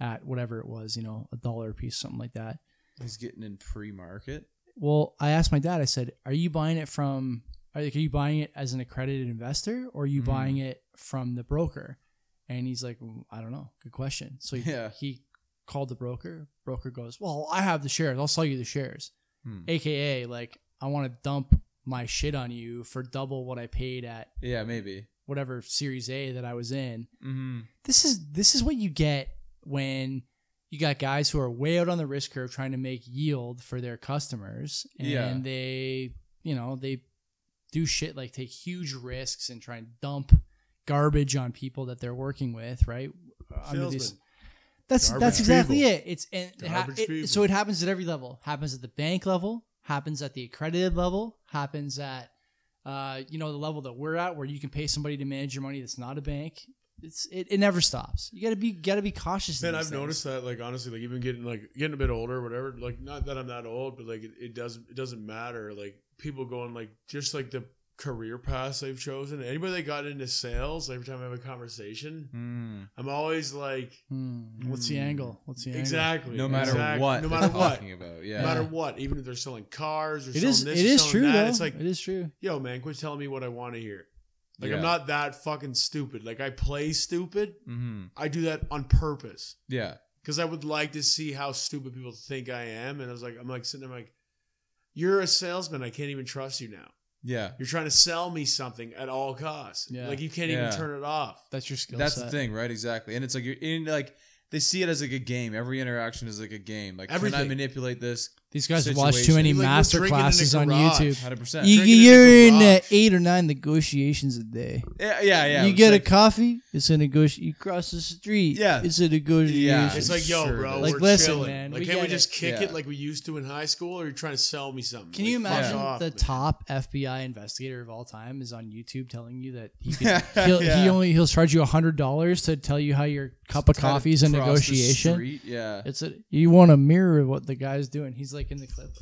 S3: at whatever it was, you know, a dollar a piece, something like that."
S2: He's getting in pre-market.
S3: Well, I asked my dad. I said, "Are you buying it from? Are, like, are you buying it as an accredited investor, or are you
S2: Mhm.
S3: buying it from the broker?" And he's like, "Mm, "I don't know. Good question." So he,
S2: Yeah.
S3: he called the broker. Broker goes, "Well, I have the shares. I'll sell you the shares."
S2: Hmm.
S3: AKA, like, I want to dump my shit on you for double what I paid at
S2: Yeah, maybe.
S3: whatever Series A that I was in
S2: Mm-hmm.
S3: this is this is what you get when you got guys who are way out on the risk curve trying to make yield for their customers and
S2: Yeah.
S3: they you know they do shit like take huge risks and try and dump garbage on people that they're working with right Uh, Under these-
S1: Salesman.
S3: that's
S1: Garbage
S3: that's exactly
S1: people.
S3: it it's and it ha-
S1: Garbage
S3: it-
S1: people.
S3: so it happens at every level happens at the bank level happens at the accredited level happens at uh, you know the level that we're at where you can pay somebody to manage your money that's not a bank it's it, it never stops you gotta be gotta be cautious in
S1: Man, I've
S3: these things.
S1: noticed that, like, honestly, like even getting like getting a bit older, whatever. Like, not that I'm that old, but like it, it doesn't it doesn't matter. Like people going like just like the career paths they've chosen. Anybody that got into sales, every time I have a conversation,
S2: Mm.
S1: I'm always like,
S3: Hmm, what's the
S2: Hmm.
S3: angle what's the angle
S1: exactly,
S2: No matter
S1: exact-
S2: what.
S1: no matter
S2: they're
S1: what,
S2: Talking about.
S1: no matter
S2: Yeah.
S1: what, even if they're selling cars or
S3: it
S1: selling
S3: is
S1: this,
S3: it
S1: or
S3: is
S1: selling
S3: true
S1: that,
S3: though
S1: it's like
S3: it is true
S1: yo man quit telling me what i want to hear like
S2: Yeah.
S1: i'm not that fucking stupid like i play stupid
S2: Mm-hmm.
S1: i do that on purpose
S2: Yeah.
S1: because i would like to see how stupid people think i am and i was like i'm like sitting there I'm like you're a salesman i can't even trust you now
S2: Yeah.
S1: you're trying to sell me something at all costs
S3: Yeah.
S1: like you can't
S2: Yeah.
S1: even turn it off
S3: that's your skill
S2: That's
S3: set.
S2: the thing, right? Exactly. And it's like you're in like they see it as like a game. Every interaction is like a game. Like can I
S1: Everything.
S2: manipulate this?
S3: these guys watch too
S2: Situation.
S3: many
S1: Like, we're
S3: master
S1: drinking in a
S3: classes on
S1: garage.
S3: youtube
S2: Hundred percent.
S3: you,
S1: drinking in a
S3: you're in uh,
S1: garage.
S3: eight or nine negotiations a day
S2: Yeah, yeah, yeah.
S3: you
S2: It's
S3: get
S2: like-
S3: a coffee, it's a negotiation. You cross the street,
S2: Yeah.
S3: it's a negotiation.
S2: Yeah.
S1: it's like yo
S2: Sure
S1: bro
S2: does.
S3: Like,
S1: we're
S3: listen,
S1: chilling
S3: man,
S1: like
S3: we
S1: can't we
S3: get it.
S1: just kick
S2: Yeah.
S1: it like we used to in high school or you're trying to sell me something
S3: Can you
S1: Like, fuck
S3: imagine
S1: off,
S3: the
S1: man.
S3: top FBI investigator of all time is on YouTube telling you that he could, he'll,
S2: Yeah.
S3: he only he'll charge you hundred dollars to tell you how your cup of
S2: Try to
S3: coffee is a
S2: cross the
S3: negotiation?
S2: street, Yeah.
S3: It's a you want to mirror what the guy's doing. He's like in the clip.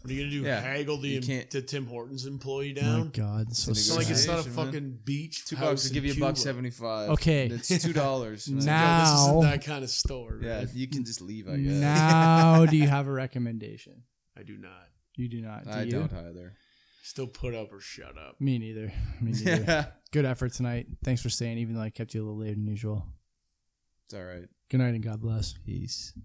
S1: what are you gonna do
S2: Yeah.
S1: haggle the,
S2: You can't-
S1: the tim hortons employee
S3: Oh my
S1: down
S3: God, so
S2: It's
S1: So like it's not a
S2: Negotiation, man.
S1: fucking beach.
S2: Two
S1: house
S2: bucks to
S1: in
S2: give you a
S1: Cuba.
S2: buck seventy five.
S3: Okay.
S2: It's two dollars.
S1: Yo,
S3: Now-
S1: this
S3: Ow.
S1: isn't that kind of store.
S2: yeah,
S1: man.
S2: you can just leave, I guess.
S3: now do you have a recommendation?
S1: I do not.
S3: You do not. Do
S2: I
S3: you?
S2: don't either.
S1: Still put up or shut up.
S3: Me neither. Me neither.
S2: Yeah.
S3: Good effort tonight. Thanks for staying, even though I kept you a little later than usual.
S2: It's all right.
S3: Good night and God bless.
S2: Peace.